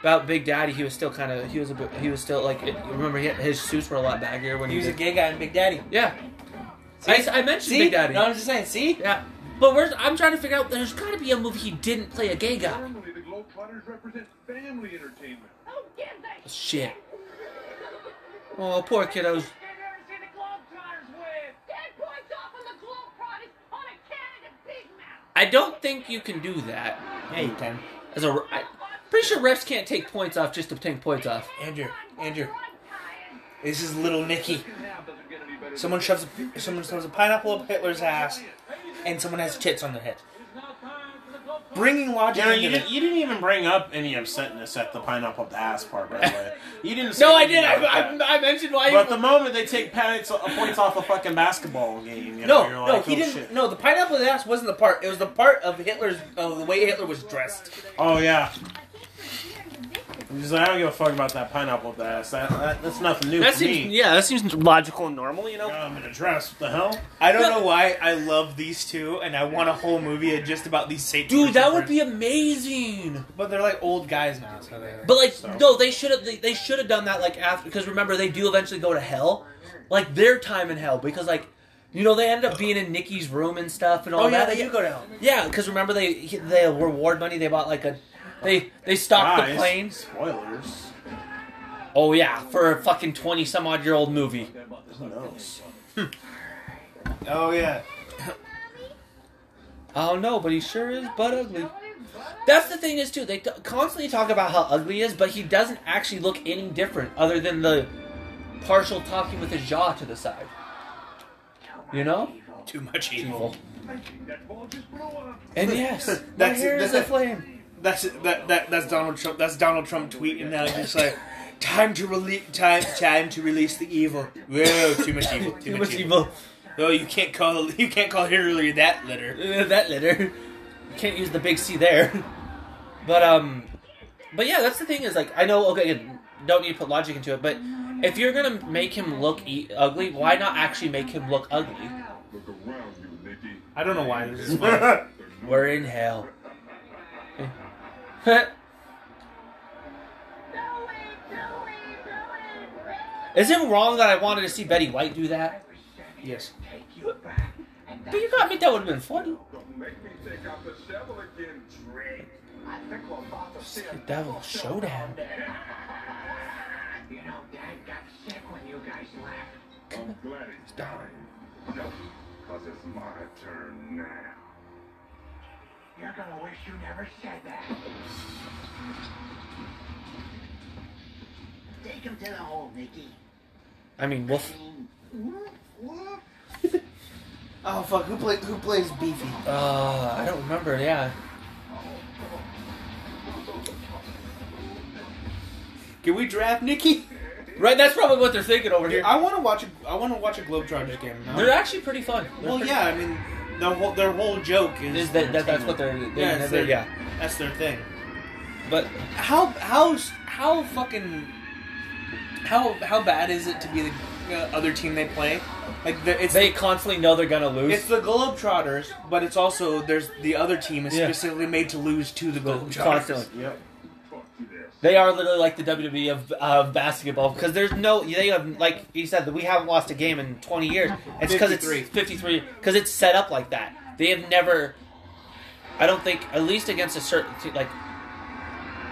B: about Big Daddy, he was still kind of he was a bit- he was still like it- remember he, his suits were a lot baggier when
A: He
B: he,
A: was a
B: did-
A: gay guy in Big Daddy.
B: yeah. I, I mentioned
A: See?
B: Big Daddy.
A: No, I'm just saying. See?
B: yeah, but we're, I'm trying to figure out. There's got to be a movie he didn't play a gay guy.
P: Normally, the Globetrotters represent family entertainment.
B: Shit. Oh, poor kiddos. I don't think you can do that.
A: Yeah, you can.
B: As a, I, pretty sure refs can't take points off just to take points off.
A: Andrew, Andrew. This is little Nicky. Someone shoves a, someone shoves a pineapple up Hitler's ass, and someone has tits on their head. Bringing logic.
C: You know,
A: into
C: you
A: this.
C: didn't, you didn't even bring up any upsetness at the pineapple up the ass part, by the way. You didn't. say
B: No, I
C: anything
B: did. I,
C: about that.
B: I, I mentioned why.
C: But the moment they take points, points off a fucking basketball game, you
A: No,
C: know, you're
A: no,
C: like,
A: he
C: oh,
A: didn't.
C: Shit.
A: No, the pineapple in the ass wasn't the part. It was the part of Hitler's, of the way Hitler was dressed.
C: Oh yeah. He's like, I don't give a fuck about that pineapple up the ass. That, that, that's nothing new
B: that
C: to
B: seems
C: me.
B: yeah, that seems logical and normal, you know.
C: I'm in a dress. What the hell?
A: I don't
B: No.
A: know why I love these two, and I want a whole movie just about these Satan.
B: Dude, that would
A: worshippers.
B: be amazing.
A: But they're like old guys now, so they.
B: But like,
C: So-
B: no, they should have. They, they should have done that like after because remember they do eventually go to hell, like their time in hell because like, you know they end up being in Nikki's room and stuff and all
A: oh yeah,
B: that.
A: they do go to hell.
B: Yeah, because remember they the reward money they bought like a, they they stocked the
C: Guys,
B: planes.
C: Spoilers.
B: Oh yeah, for a fucking twenty some odd year old movie.
C: Who knows?
A: Oh yeah.
B: Oh no, but he sure is butt ugly. That's the thing is too. They t- constantly talk about how ugly he is, but he doesn't actually look any different other than the partial talking with his jaw to the side. You know,
A: Too much
B: evil.
P: That ball just blew up.
B: And yes, my
A: That's-
B: hair is
A: that's-
B: a flame.
A: That's that, that that's Donald Trump. That's Donald Trump tweeting now. Just like time to release time time to release the evil. Whoa, too much evil. Too,
B: Too much evil.
A: Oh, you can't call you can't call Hillary that litter.
B: Uh, that litter. Can't use the big C there. But um, but yeah, that's the thing is like I know okay, again, don't need to put logic into it, but if you're gonna make him look e- ugly, why not actually make him look ugly?
F: Look around you, Nicky.
A: I don't know why this is.
B: We're in hell. Is it wrong that I wanted to see Betty White do that?
A: yes.
B: But you got me. That would have been funny.
F: Don't make me take out the shovel again, Drake.
G: I think we're about to see
B: The devil showdown.
G: You know, Dad got sick when you guys left.
F: I'm glad it's time. No, because it's my turn now.
G: You're gonna wish you never said that. Take him to the hole, Nikki.
B: I mean, Wolf.
A: Oh fuck! Who play who plays Beefy?
B: Uh, I don't remember. Yeah.
Q: Can we draft Nikki?
B: Right, that's probably what they're thinking over here.
Q: I want to watch. A, I want to watch a Globetrotters game. Now.
B: They're actually pretty fun. They're
Q: well,
B: pretty-
Q: yeah. I mean, the whole, their whole joke is,
B: Is that, that that's what they're, they
Q: Yeah, it's
B: they're-
Q: their,
B: yeah.
Q: that's their thing.
B: But
A: How how how fucking how how bad is it to be the uh, other team they play? Like the, it's
B: they constantly know they're gonna lose.
A: it's the Globetrotters, but it's also there's the other team is
B: Yeah.
A: specifically made to lose to the
B: constantly.
A: Globetrotters.
C: Yep.
B: They are literally like the WWE of, of basketball because there's no they have like you said that we haven't lost a game in 20 years. It's because it's
Q: 53.
B: 53 because it's set up like that. They have never, I don't think, at least against a certain te- like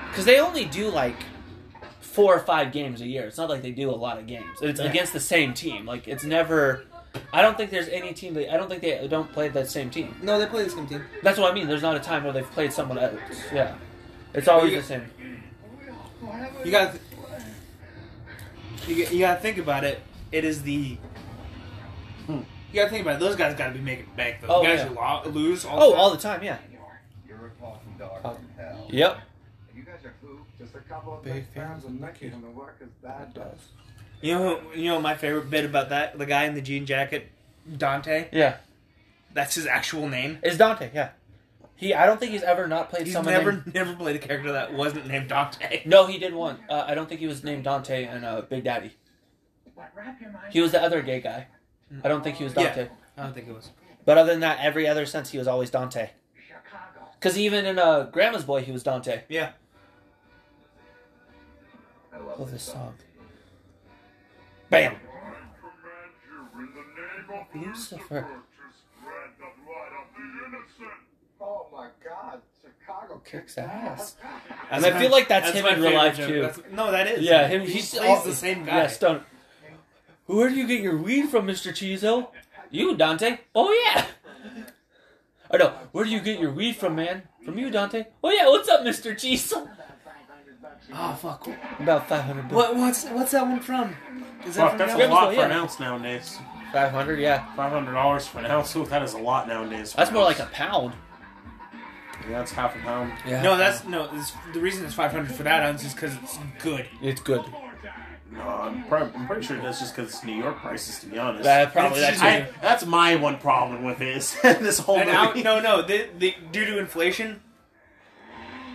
B: because they only do like four or five games a year. It's not like they do a lot of games. It's against the same team. Like it's never. I don't think there's any team. They, I don't think they don't play that same team.
Q: No, they play the same team.
B: That's what I mean. There's not a time where they've played someone else. Yeah, it's always the same.
A: You got to you, got- you got to think about it. It is the you got to think about it. Those guys got to be making bank. Those
B: Hmm. Oh,
A: guys
B: yeah.
A: who lo- lose all
B: Oh,
A: the time.
B: all the time. Yeah.
F: You're a talking dog
B: Oh.
F: from hell.
B: Yep.
F: You guys are who?
P: Just a couple of
Q: Big
P: big fans
Q: fans of
P: and
Q: Nike.
P: Nike and the work is bad.
A: You know, who- you know my favorite bit about that. The guy in the jean jacket, Dante.
B: Yeah.
A: That's his actual name.
B: It's Dante, yeah. He I don't think he's ever not played
A: He's
B: someone
A: never
B: named-
A: never played a character that wasn't named Dante.
B: No, he did one. Uh, I don't think he was named Dante and uh, Big Daddy.
F: What? Wrap your mind.
B: He was the other gay guy. I don't think he was
A: Yeah.
B: Dante.
A: I don't think it was.
B: But other than that, every other sense he was always Dante.
F: Chicago.
B: Cuz even in uh, Grandma's Boy he was Dante.
A: Yeah.
F: I love
B: Love Oh,
F: this
B: this
F: song.
B: song. Bam. Lucifer.
P: Oh my God, Chicago
B: Kicks ass.
A: That's
B: I
A: my-
B: feel like that's him
A: my
B: in real
A: favorite
B: life,
A: joke.
B: too.
A: That's- no, that is.
B: Yeah, him
A: He
B: he's
A: plays
B: all-
A: the same guy.
B: Yeah, Stone. Where do you get your weed from, Mr. Chizo? You, Dante. Oh yeah. Oh no, where do you get your weed from, man? From you, Dante. Oh yeah, what's up, Mr. Chizo?
A: Oh fuck.
B: About 500 bucks.
A: What what's what's that one from? Is that
C: Fuck,
A: from
C: that's
A: the
C: a
A: album?
C: lot for
B: yeah.
C: an ounce nowadays.
B: 500, yeah.
C: Five hundred dollars for an ounce. Ooh, that is a lot nowadays. for
B: That's
C: an
B: more like
C: ounce.
B: a pound.
C: Yeah, that's half a pound.
B: Yeah.
A: No, that's no. It's, the reason it's five hundred for that ounce is because it's good.
B: It's good.
C: No, I'm, prob- I'm pretty sure that's just because it's New York prices, to be honest.
B: That probably
A: It's
B: that's
A: just-
C: I, that's my one problem with it. Is this whole
A: And
C: movie.
A: out, no, no. The, the, due to inflation,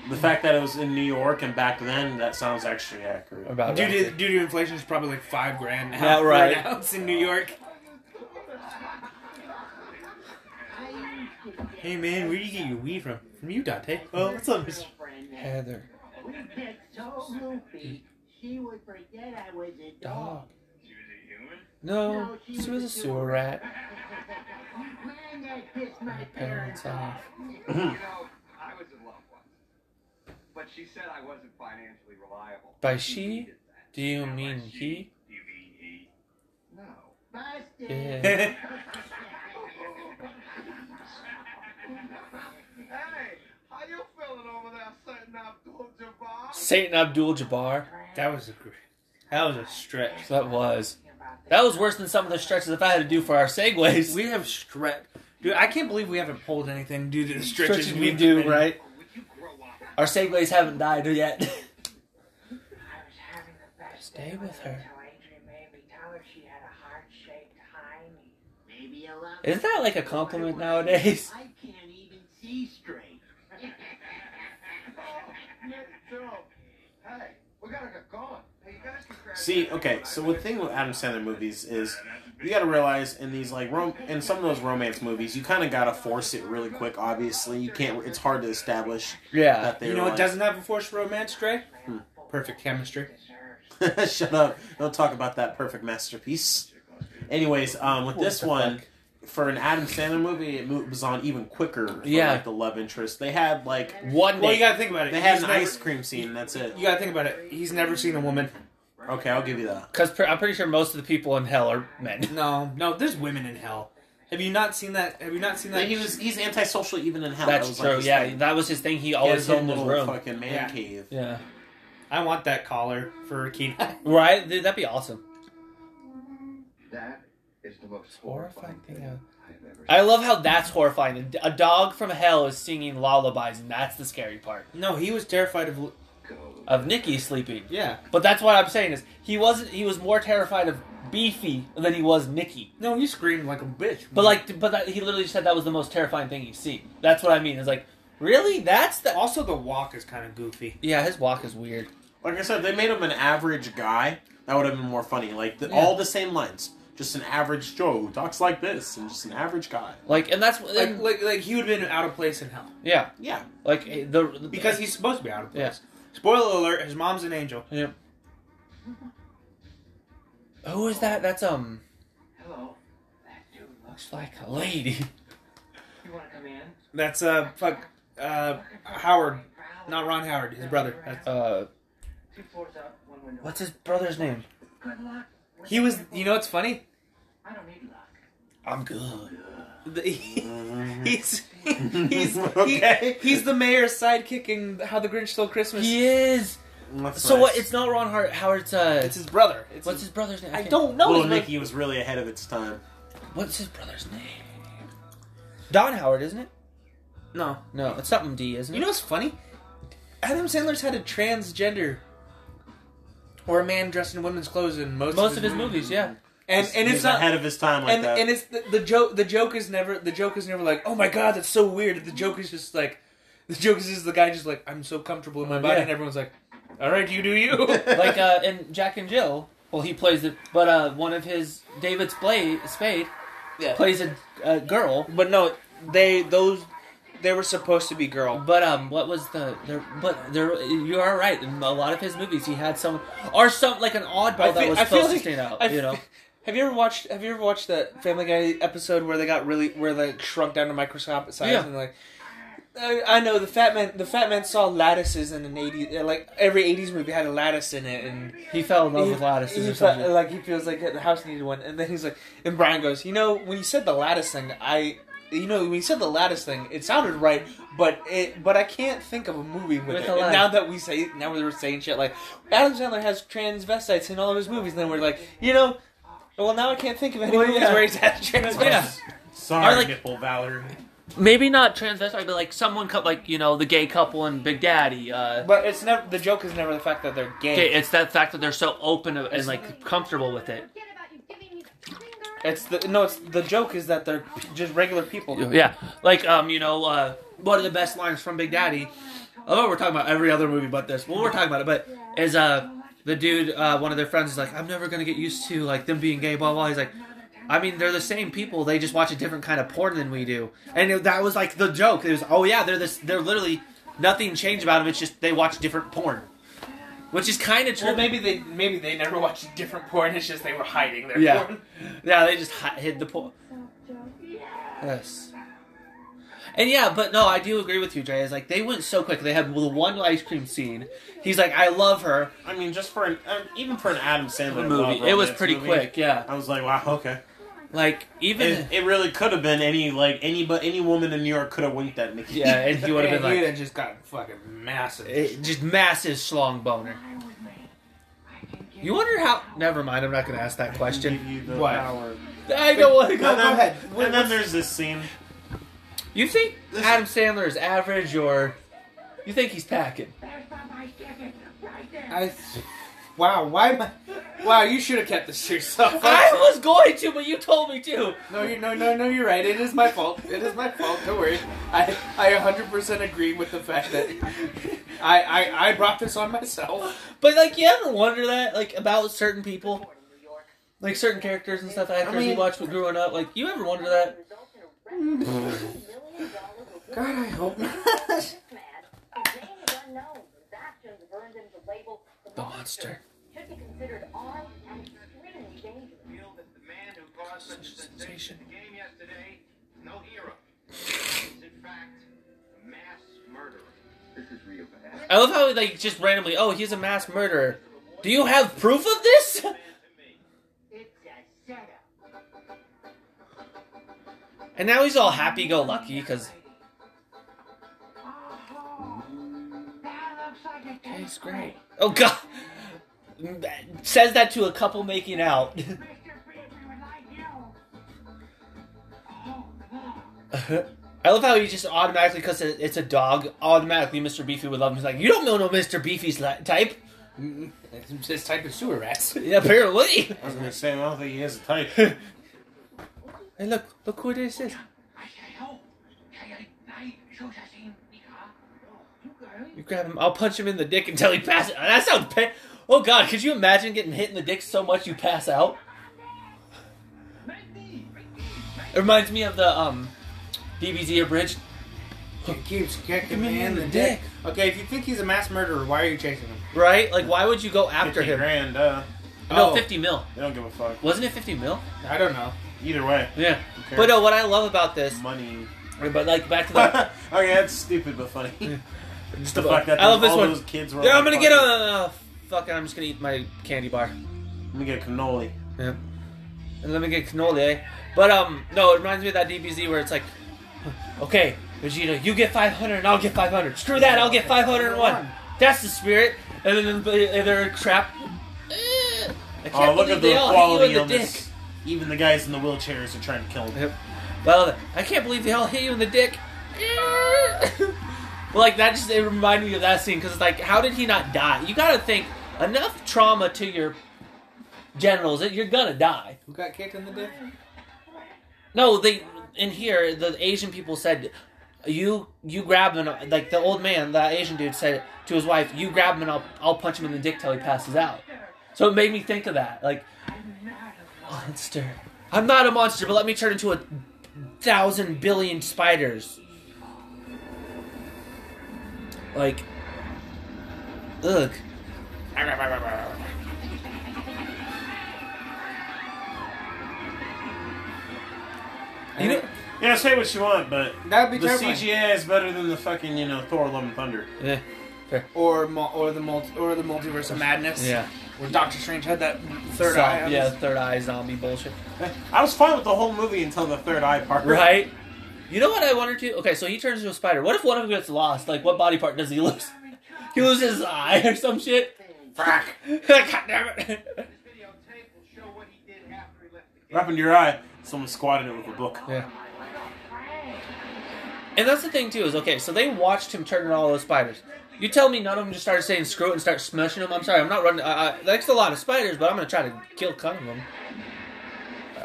C: The fact that it was in New York and back then, that sounds actually accurate.
B: about
A: due
B: right.
A: to due to inflation, it's probably like five grand now
B: Yeah,
A: for
B: right.
A: an ounce in New York. Hey man, where do you get your weed from? From you, Dante. Well, what's up, Mr.
B: Heather.
G: We get so loopy, she would forget I was a
B: Dog.
G: dog.
B: No, she was a sewer rat.
G: Man, that pissed my
B: Parents uh,
G: parents
B: off.
G: off.
F: you know, I was in love once. But she said I wasn't financially reliable.
B: By
F: She
B: she,
F: hated that.
B: do you mean he?
F: Do you mean he? No.
G: Busted.
B: Yeah.
F: Hey, how you feeling over there, sitting Abdul Jabbar?
B: Satan Abdul Jabbar.
A: That was a great. That was a stretch.
B: That was. That was worse than some of the stretches if I had to do for our segues.
A: We have stretch. Dude, I can't believe we haven't pulled anything due to the stretches,
B: stretches we
A: we've
B: do,
A: been-
B: right?
F: Would you grow up?
B: Our segues haven't died yet.
G: I was having the best
B: Stay
G: day
B: with her.
G: Until Adrian made me tell her she had a heart-shaped hiney. Maybe a love.
B: Isn't that like a compliment nowadays?
G: I can't even see straight.
P: Nick, Joe, hey, we gotta get going. Hey, you guys can grab
C: See, okay, so the thing with Adam Sandler movies is you got to realize in these like rom- in some of those romance movies, you kind of got to force it really quick. Obviously, you can't. It's hard to establish
B: Yeah.
C: that they.
A: You
C: were
A: know what
C: like-
A: doesn't have a forced romance, Dre? Perfect chemistry.
C: Shut up! Don't talk about that perfect masterpiece. Anyways,
B: Uh,
C: um, with this one, for an Adam Sandler movie, it moves on even quicker. For,
B: Yeah.
C: like the love interest they had, like
B: One
A: Well, you
B: day.
A: gotta think about it.
C: they had
A: He's
C: an
A: never-
C: ice cream scene. That's it.
A: You gotta think about it. He's never seen a woman.
C: Okay, I'll give you that.
B: Because I'm pretty sure most of the people in hell are men.
A: No, no, there's women in hell. Have you not seen that? Have you not seen that?
C: But he was he's antisocial even in hell. that
B: That's
C: was,
B: true.
C: Like, his
B: yeah,
C: thing.
B: that was his thing. He
C: He had
B: always
C: his
B: owned
C: own
B: his
C: little
B: room.
C: fucking man
A: Yeah.
C: cave.
B: Yeah.
A: I want that collar for Keenan.
B: Right? Dude, that'd be awesome.
F: That is the most
B: Horrifying thing. I've-
F: I've ever
B: I love how that's horrifying. A a dog from hell is singing lullabies, and that's the scary part.
A: No, he was terrified of.
F: seen. Go
B: of Nikki sleeping.
Q: Yeah.
B: But that's what I'm saying is he wasn't. He was more terrified of Beefy than he was Nikki.
Q: No, he screamed like a bitch.
B: But like, but that, he literally said that was the most terrifying thing he's seen. That's what I mean. It's like, really? That's the.
Q: also the walk is kind of goofy.
B: Yeah, his walk is weird.
C: Like I said, they made him an average guy. That would have been more funny. Like the,
B: Yeah.
C: all the same lines, just an average Joe who talks like this, and just an average guy.
B: Like, and that's
Q: Like,
B: and,
Q: like, like he would have been out of place in hell
B: yeah,
C: Yeah,
B: like eh, the the-
Q: because he's supposed to be out of place.
B: yeah.
Q: Spoiler alert: his mom's an angel.
B: Who is that? That's um
F: Hello. That dude looks.
B: looks like a lady.
F: You want to come in?
Q: That's uh, fuck, uh, Howard, not Ron Howard, his brother. That's,
B: Uh,
F: Two floors up, one window.
B: what's his brother's name?
F: Good luck.
Q: he was. You know what's funny?
F: I don't need luck.
B: I'm good.
Q: The-
C: Mm-hmm.
Q: he's he's
C: Okay.
Q: he, he's the mayor's sidekick in How the Grinch Stole Christmas.
B: He is.
C: That's
B: So
C: nice.
B: what? It's not Ron Hart, Howard's. Uh,
Q: It's his brother. It's
B: what's his brother's name?
Q: I
B: can't-
Q: don't know.
C: Little
Q: his brother.
C: Nicky was really ahead of its time.
B: What's his brother's name? Don Howard, isn't it?
Q: No.
B: No, it's something D, isn't it?
Q: You know what's funny? Adam Sandler's had a transgender or a man dressed in women's clothes in most,
B: most of his movies, yeah.
Q: And and
C: He
Q: it's
C: was
Q: not
C: ahead of his time like
Q: and
C: that.
Q: and it's the, the joke the joke is never the joke is never like, "Oh my god, that's so weird." The joke is just like the joke is just the guy just like, "I'm so comfortable in my
B: Uh,
Q: body."
B: Yeah.
Q: And everyone's like, "All right, you do you."
B: Like uh, in Jack and Jill. Well, he plays it, but uh, one of his David Spade, Spade
A: Yeah.
B: plays a, a girl.
A: But no, they those they were supposed to be girl.
B: But um, what was the there? But there, you are right. In a lot of his movies, he had some or some like an oddball that was supposed to stand out.
A: I
B: you know,
A: f- Have you ever watched Have you ever watched that Family Guy episode where they got really where they shrunk down to microscopic size
B: Yeah.
A: and like. I I know the fat man. The fat man saw lattices in an eighty, like every eighties movie had a lattice in it, and
B: he fell in love
A: he-
B: with lattices
A: he
B: or
A: felt
B: something.
A: like he feels like the house needed one, and then he's like, and Brian goes, you know, when you said the lattice thing, I, you know, when you said the lattice thing, it sounded right, but it, but I can't think of a movie with,
B: With
A: it.
B: a
A: And
B: lattice.
A: now that we say, now we're saying shit like Adam Sandler has transvestites in all of his movies, and then we're like, you know, well now I can't think of any
B: Well,
A: movies
B: yeah.
A: where he's had transvestites.
B: yeah,
C: Sorry,
B: Or like-
C: nipple Valerie.
B: maybe not transvestite, but like someone cut like you know the gay couple and Big Daddy. Uh,
A: But it's never the joke is never the fact that they're gay.
B: gay- it's that fact that they're so open and like comfortable with it.
L: Forget about you giving me the finger.
A: It's the no. It's the joke is that they're just regular people.
B: Yeah, like um, you know, uh, one of the best lines from Big Daddy. Although we're talking about every other movie but this, well, we're talking about it, but is uh,
L: Oh,
B: the dude, uh, one of their friends is like, I'm never gonna get used to like them being gay, blah blah. He's like, I mean, they're the same people. They just watch a different kind of porn than we do, and it- that was like the joke. It was, oh yeah, they're this. They're literally nothing changed about them. It's just they watch different porn, which is kind of true.
A: Well, maybe they maybe they never watched different porn. It's just they were hiding their
B: Yeah.
A: porn.
B: Yeah, they just hi- hid the porn. Yes. And yeah, but no, I do agree with you, Jay. It's like they went so quick. They had the one ice cream scene. He's like, I love her.
C: I mean, just for an um, even for an Adam Sandler love
B: movie. It was
C: romance
B: pretty
C: movie,
B: quick. Yeah.
C: I was like, wow, okay.
B: Like even
C: It, it really could have been any like any but any woman in New York could have winked at Nikki.
B: yeah, and he would have
Q: And
B: been
Q: he would
B: like
Q: have just gotten fucking massive.
B: it- just massive schlong boner. You wonder how? Never mind. I'm not gonna ask that question.
C: Give you the
Q: What?
C: power.
B: I don't want to go.
C: and then,
B: Go ahead.
C: And then there's this scene.
B: You think Adam Sandler is average or? You think he's packing?
Q: I, wow, why am I? Wow, you should have kept this to yourself.
B: I was going to, but you told me to.
Q: No, you no no no. You're right. It is my fault. It is my fault. Don't worry. I I 100% agree with the fact that I I, I brought this on myself.
B: But like, you ever wonder that, like, about certain people, like certain characters and stuff, actors
Q: mean-
B: you watched when growing up. Like, you ever wonder that?
Q: God, I hope not.
B: The monster.
L: Should be considered armed and extremely dangerous.
F: Feel that the man who caused such a sensation in the game yesterday is no hero. He's in fact a mass murderer. This is real bad.
B: I love how like just randomly. Oh, he's a mass murderer. Do you have proof of this?
G: It's a setup.
B: And now he's all happy-go-lucky because
R: uh-huh.
G: That looks like it tastes great.
B: oh god, says that to a couple making out.
G: Mr. Bean, we would like you. Oh, look.
B: I love how he just automatically, because it's a dog, automatically Mr. Beefy would love him. He's like, you don't know no Mr. Beefy's li- type.
A: Mm-hmm.
S: His type of sewer rats.
B: Yeah, apparently.
C: I was gonna say I don't think he is a type.
B: Hey, look, look who this is. Oh, You grab him. I'll punch him in the dick until he passes. That sounds. Pa- oh God, could you imagine getting hit in the dick so much you pass out? It reminds me of the um, DBZ abridged.
A: It keeps kicking me in the dick. Okay, if you think he's a mass murderer, why are you chasing him?
B: Right? Like, why would you go after
C: 50
B: him?
C: grand, uh,
B: No,
A: Oh.
B: fifty mil.
C: they don't give a fuck.
B: Wasn't it fifty mil?
A: I don't know.
C: Either way,
B: Yeah.
C: Okay.
B: But no, what I love about this,
C: money.
B: but like back to the.
C: okay, that's stupid but funny. Just the fact that
B: I love this
C: all
B: one.
C: those kids were.
B: Yeah,
C: all
B: I'm gonna get a.
C: fucking-
B: Uh, fuck it, I'm just gonna eat my candy bar.
C: I'm gonna get a cannoli.
B: Yeah. And let me get cannoli, eh? But um, no, it reminds me of that DBZ where it's like, okay, Vegeta, you get 500 and I'll get 500. Screw that, I'll get 501. That's the spirit. And then the- and they're crap. I can't
C: Oh, look
B: believe
C: at
B: they
C: the
B: all hit
C: quality
B: you in
C: on
B: the dick.
C: this. Even the guys in the wheelchairs are trying to kill him.
B: Yep. Well, I can't believe they all hit you in the dick. Well, like that just it reminded me of that scene because it's like, how did he not die? You gotta think enough trauma to your genitals that you're gonna die.
A: Who got kicked in the dick?
B: No, they in here the Asian people said, "You you grab him." and- Like the old man, the Asian dude said to his wife, "You grab him and I'll I'll punch him in the dick till he passes out." So it made me think of that, like monster. I'm not a monster, but let me turn into a thousand billion spiders. Like, ugh. You know,
C: Yeah, say what you want, but
A: That'd be
C: the
A: terrifying.
C: CGI is better than the fucking you know Thor: Love and Thunder.
B: yeah,
A: Or mul- or the multi- or the multiverse of madness.
B: yeah.
A: Where Doctor Strange had that third
B: Zom-
A: eye. on
B: yeah,
A: his-
B: third eye zombie bullshit.
C: I was fine with the whole movie until the third eye part.
B: Right? You know what I wonder too? Okay, so he turns into a spider. What if one of them gets lost? Like, what body part does he lose? He loses his eye or some shit? Fuck! God damn
R: This
B: it!
R: videotape will show what he did after he left the
C: What happened to your eye? Someone squatted it with a book.
B: Yeah. And that's the thing too is okay, so they watched him turn into all those spiders. You tell me none of them just started saying screw it and start smashing them. I'm sorry, I'm not running. I, I, that's a lot of spiders, but I'm gonna try to kill kind of them.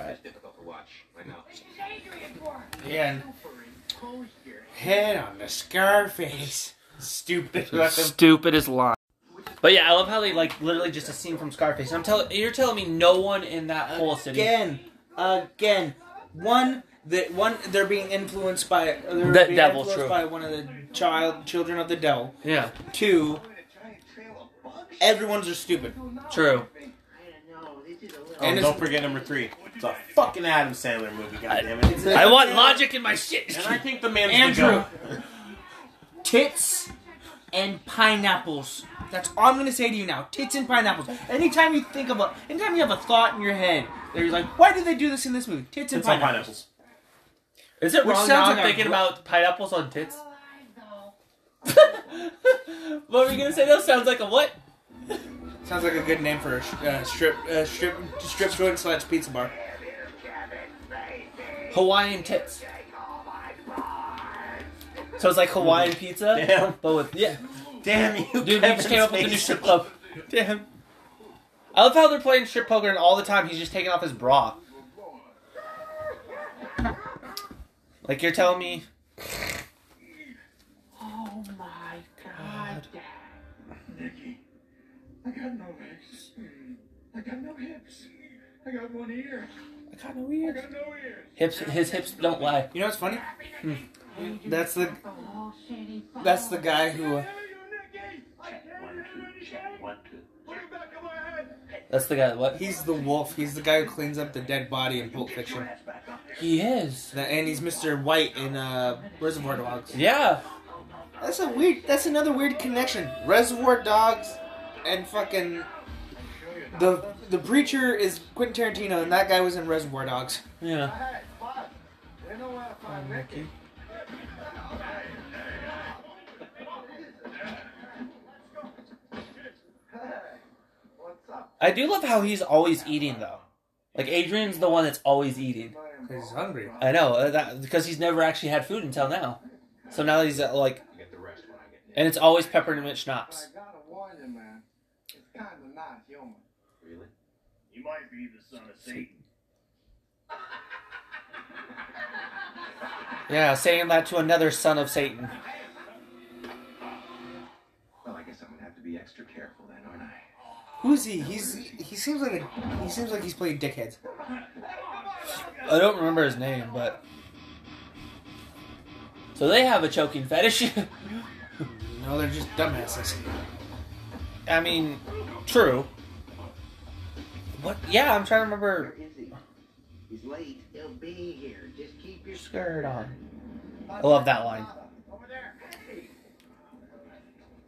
R: It's difficult to watch. I know.
A: Yeah. and- Head on the Scarface. Stupid.
B: Stupidest line. But yeah, I love how they like literally just a scene from Scarface. I'm telling you're telling me no one in that whole city.
S: Again, again, one that one they're being influenced by they're
B: The
S: being
B: devil,
S: influenced
B: true.
S: by one of the child children of the devil.
B: Yeah,
S: Two, everyone's are stupid.
B: true.
C: Oh,
A: And
C: and
A: it's-
C: don't forget number three. It's a fucking Adam Sandler movie. goddammit.
B: I want logic in my shit.
C: And I think the man's
S: Andrew.
C: the goat.
S: Tits and pineapples. That's all I'm gonna say to you now. Tits and pineapples. Anytime you think of a, anytime you have a thought in your head, that you're like, why did they do this in this movie? Tits and
C: It's on
S: pineapples.
C: pineapples.
B: Is it
S: Which
B: wrong now
S: sounds
B: I'm
S: like a
B: thinking
S: gr-
B: about pineapples on tits? what were you gonna say? That sounds like a what?
A: Sounds like a good name for a sh- uh, strip uh, strip strip joint slash pizza bar.
B: Hawaiian tits. So it's like Hawaiian
S: Mm-hmm.
B: pizza,
C: Damn.
B: but with yeah.
C: Damn you,
B: Dude, we
C: Kevin
B: just came up with a new
C: Spacey.
B: strip club. Damn. I love how they're playing strip poker, and all the time he's just taking off his bra. Like you're telling me,
G: Oh my god.
F: Nikki, I got no legs. I got no hips. I got one ear.
B: I got no
F: I
B: ears.
F: got no ears.
B: Hips, his hips don't lie.
A: You know what's funny? That's the
L: Oh,
A: that's the guy who. Uh,
F: Tell you, Nikki, I can't hear anything. Put it back in my head.
B: That's the guy. that What?
A: he's the wolf. He's the guy who cleans up the dead body in Pulp Fiction.
B: He is.
A: The- and he's Mr. White in uh, Reservoir Dogs.
B: Yeah.
A: That's a weird. That's another weird connection. Reservoir Dogs, and fucking the the preacher is Quentin Tarantino, and that guy was in Reservoir Dogs.
B: Yeah.
F: Hey, Bob, they know where to find Nikki.
B: I do love how he's always eating though. Like Adrian's the one that's always eating.
A: He's hungry.
B: I know uh, that because he's never actually had food until now. So now he's uh, like,
T: You get the rest when I get in.
B: and it's always peppermint schnapps.
F: But I gotta warn you, man. It's kind of not human.
T: Really? You might be the son of Satan.
B: Yeah, saying that to another son of Satan.
T: Well, I guess I'm gonna have to be extra careful then, aren't I?
A: Who's he? He's he seems like a, he seems like he's playing dickheads.
B: I don't remember his name, but so they have a choking fetish.
A: No, they're just dumbasses.
B: I mean, true. What? Yeah, I'm trying to remember.
G: Where is he? He's late. He'll be here. Just keep your
B: Skirt on. I love that line.
G: Over there. Hey.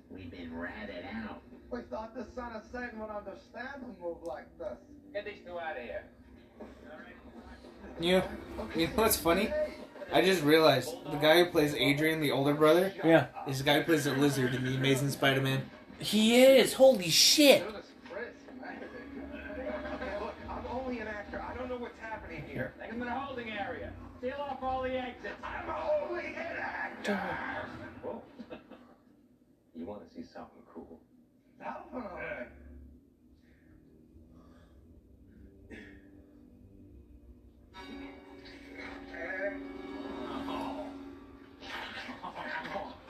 G: We've been ratted out.
F: We thought the son of Satan would understand a move like this.
T: Get these two out of here.
A: You, you know what's funny? I just realized the guy who plays Adrian, the older brother,
B: Yeah,
A: is the guy who plays the lizard in the Amazing Spider-Man.
B: he is. Holy shit!
F: You're the Chris, man. Look, I'm only an actor. I don't know what's happening here.
T: Take them to the holding area. Seal off all the exits.
F: I'm only an actor.
T: Whoa. you want to see something cool?
F: Oh. Definitely.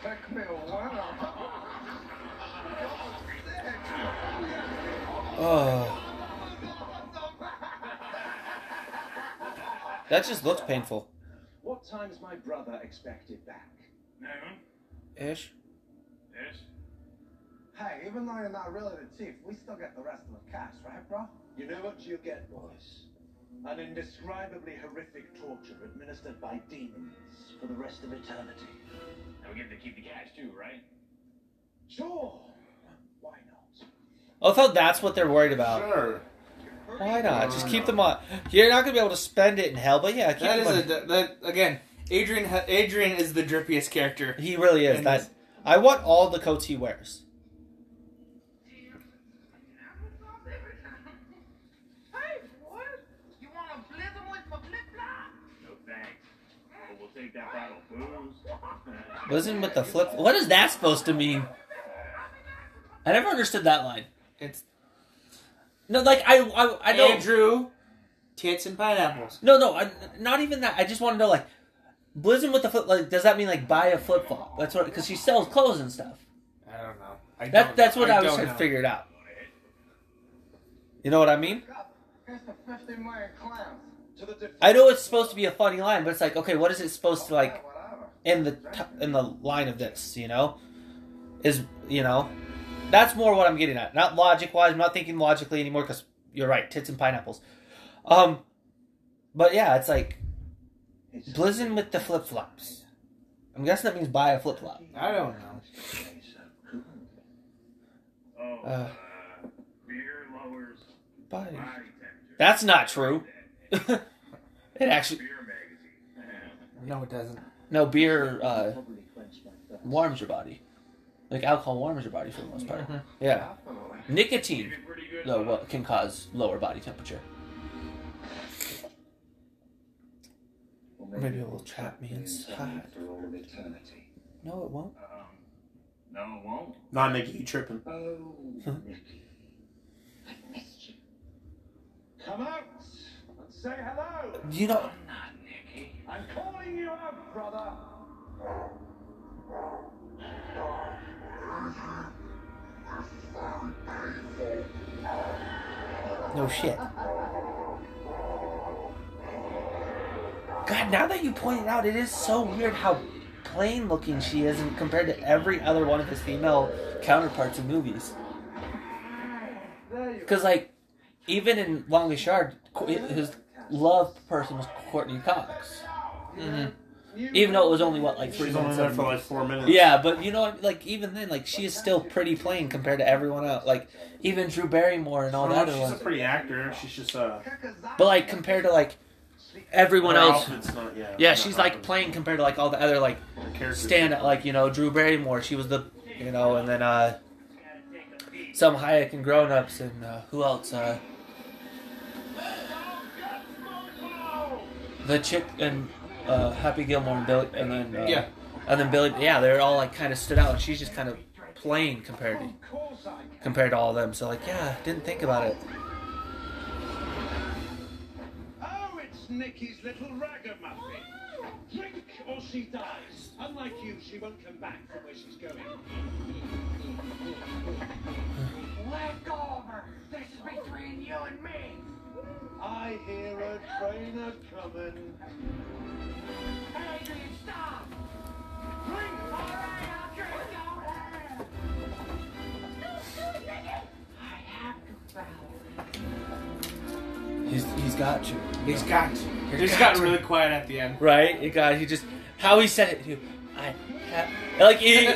F: Pick me one up.
B: Oh. That just looks painful.
T: What time's my brother expected back? Noon.
B: Ish.
T: Yes.
F: Hey, even though you're not really the chief, we still get the rest of the cash, right, bro? You know what you get, boys? An indescribably horrific torture administered by demons for the rest of eternity.
T: And we get to keep the cash too, right?
F: Sure. Why not?
B: I thought that's what they're worried about.
C: Sure.
B: Why not? Just keep them on. You're not gonna be able to spend it in hell, but yeah, keep
A: That
B: them
A: is
B: on.
A: a that again. Adrian ha- Adrian is the drippiest character.
B: He really is.
A: And
B: That I want all the coats he wears.
U: Hey, what? You want a blizzard with my flip flop?
T: No thanks. But we'll take that bottle of booze.
B: Wasn't with the flip. What is that supposed to mean? I never understood that line.
A: It's
B: No, like I, I, I don't.
A: Andrew, tits and pineapples.
B: No, no, I, not even that. I just want to know, like, Blizzard with the flip. Like, does that mean like buy a flip flop? That's what because she sells clothes and stuff.
A: I don't know. I
B: That
A: don't
B: that's
A: know.
B: what I, was
A: don't
B: trying to
A: know.
B: figure it out. You know what I mean?
F: Here's the 50 million clams to the defense.
B: I know it's supposed to be a funny line, but it's like, okay, what is it supposed to like
F: Whatever.
B: in the t- in the line of this? You know, is you know, that's more what I'm getting at. Not logic wise. I'm not thinking logically anymore because you're right. Tits and pineapples. Um, but yeah, it's like
T: It's
B: Blizzard with the flip flops. I'm guessing that means buy a flip flop.
A: I don't know.
T: so cool. Oh,
B: Uh.
T: beer lowers
B: Buy.
T: temperature.
B: That's not true. it actually
T: Beer magazine.
A: No, it doesn't.
B: no beer uh,
G: Probably quench my thirst.
B: warms your body. Like alcohol warms your body for the most part. Yeah.
F: Definitely.
B: Nicotine
T: pretty good.
B: though what can cause lower body temperature.
G: Well,
B: Maybe it will trap me inside.
G: For all of eternity.
B: No, it won't.
T: Um, no, it won't.
C: Not Nicky, you tripping.
G: Oh, Nicky. I missed you.
F: Come out and say hello.
B: You know,
G: I'm not Nicky.
F: I'm calling you out, brother.
B: no shit. God, now that you point it out, it is so weird how plain looking she is and compared to every other one of his female counterparts in movies.
F: There you
B: Because, like, even in Longest Yard, Qu- his love person was Courtney Cox.
F: You
B: Even though it was only, what, like three
C: She's only there
B: minutes?
C: for like four minutes.
B: Yeah, but you know, what like, even then, like, she is still pretty plain compared to everyone else. Like, even Drew Barrymore and all
C: Well,
B: the other
C: she's
B: ones.
C: a pretty actor. She's just uh,
B: But, like, compared to, like, everyone
C: her
B: else.
C: outfit's not- yeah,
B: Yeah,
C: not
B: she's, like,
C: her-
B: plain compared to, like, all the other, like,
C: her character's-
B: stand like, you know, Drew Barrymore. She was the, you know, and then, uh, some Hayek and grown ups, and, uh, who else? Uh, the chick and uh, Happy Gilmore and Billy, and then uh,
A: Yeah.
B: and then Billy, yeah, they're all like kind of stood out. Like she's just kind of plain compared to compared to all of them. So like, yeah, didn't think about it.
F: Oh, it's Nikki's little ragamuffin. Drink or she dies. Unlike you, she won't come back from where she's going.
G: Let go of her. This is between you and me.
F: I hear a train a coming.
G: Hey, do you stop? Drink. All right, I'll drink. Don't. I have to, Val.
B: He's he's got you.
A: He's got. He just got really quiet at the end.
B: Right? It got he just how he said it. He, I ha- like he,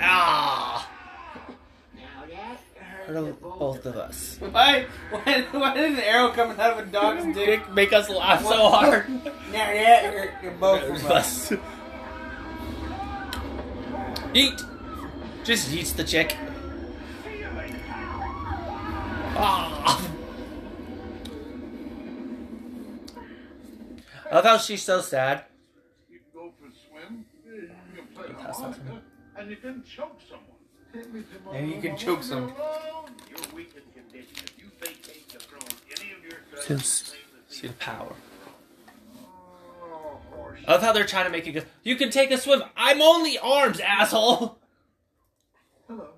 B: ah
G: Now that hurt
B: hurt
G: the
B: both of us.
A: why, why? Why did an arrow coming out of a dog's dick?
B: Dick make us laugh so hard.
A: Yeah, yeah, you're, you're both uh, of us.
B: Us. Eat. Just eats the chick. Ah. I love how she's so sad.
F: You can go for a swim. You can play harmonica, and you can choke someone. Take me to my
A: And you
F: room,
A: can
F: I
A: choke
F: won't be
A: someone.
F: alone. You're weak in condition. If you vacate the throne, any of your
B: She's, she's
F: claim
B: power.
F: Oh, horse.
B: I love how they're trying to make it. go- You can take a swim. I'm only arms, asshole.
F: Hello.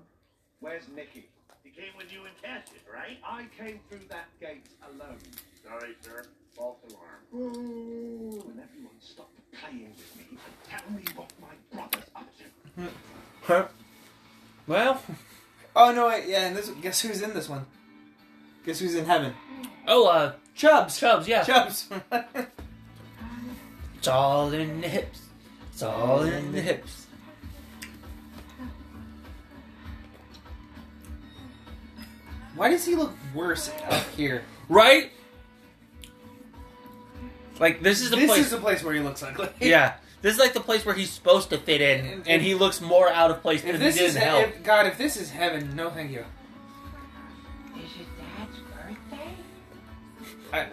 F: Where's Nicky? He came with you and Cassius, right? I came through that gate alone. Sorry, sir. False alarm. Ooh, and everyone stop playing with me and tell me what my brother's up to.
B: Well,
A: Oh no! Wait, yeah, and this. Guess who's in this one? Guess who's in heaven?
B: oh, uh,
A: Chubs.
B: Chubbs, yeah.
A: Chubs.
B: It's all in the hips. It's all in the hips.
A: why does he look worse up here?
B: Right? Like this is the
A: This
B: place.
A: is the place where he looks ugly.
B: yeah, this is like the place where he's supposed to fit in, and he looks more out of place
A: If
B: than he
A: this
B: did
A: is
B: in hell.
A: if, God, if this is heaven, no, thank you.
G: Is your dad's birthday?
A: I,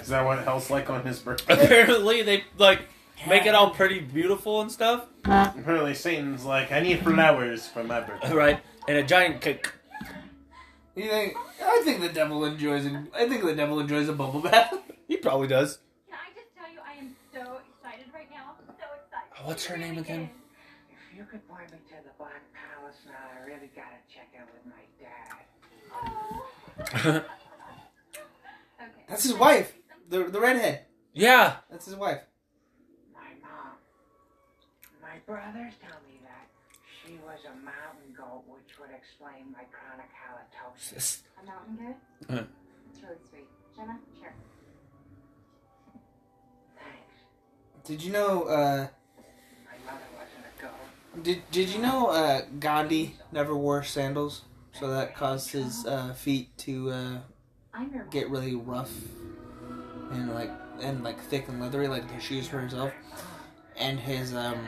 C: Is that what hell's like on his birthday?
B: Apparently, they like make it all pretty beautiful and stuff,
C: Apparently, Satan's like, I need flowers for my birthday.
B: right? And a giant cake.
A: you think? I think the devil enjoys. A, I think the devil enjoys a bubble bath.
B: He probably does.
L: Can I just tell you, I am so excited right now. So excited.
A: Oh,
B: What's her name again?
G: If you could point me to the Black Palace now, I really gotta check out with my dad.
L: Oh. Okay.
A: That's his wife. The the redhead.
B: Yeah,
A: That's his wife.
G: My mom. My brothers tell me that she was a mountain goat, which would explain my chronic halitosis.
B: S-
L: A mountain goat?
B: Uh.
L: It's really sweet. Jenna, sure.
G: Thanks.
A: Did you know? uh
G: My mother wasn't a goat.
A: Did Did you know? uh Gandhi never wore sandals, so that caused his uh, feet to uh,
L: I'm your mom.
A: get really rough and like and like thick and leathery, like the shoes for himself. And his um
G: How come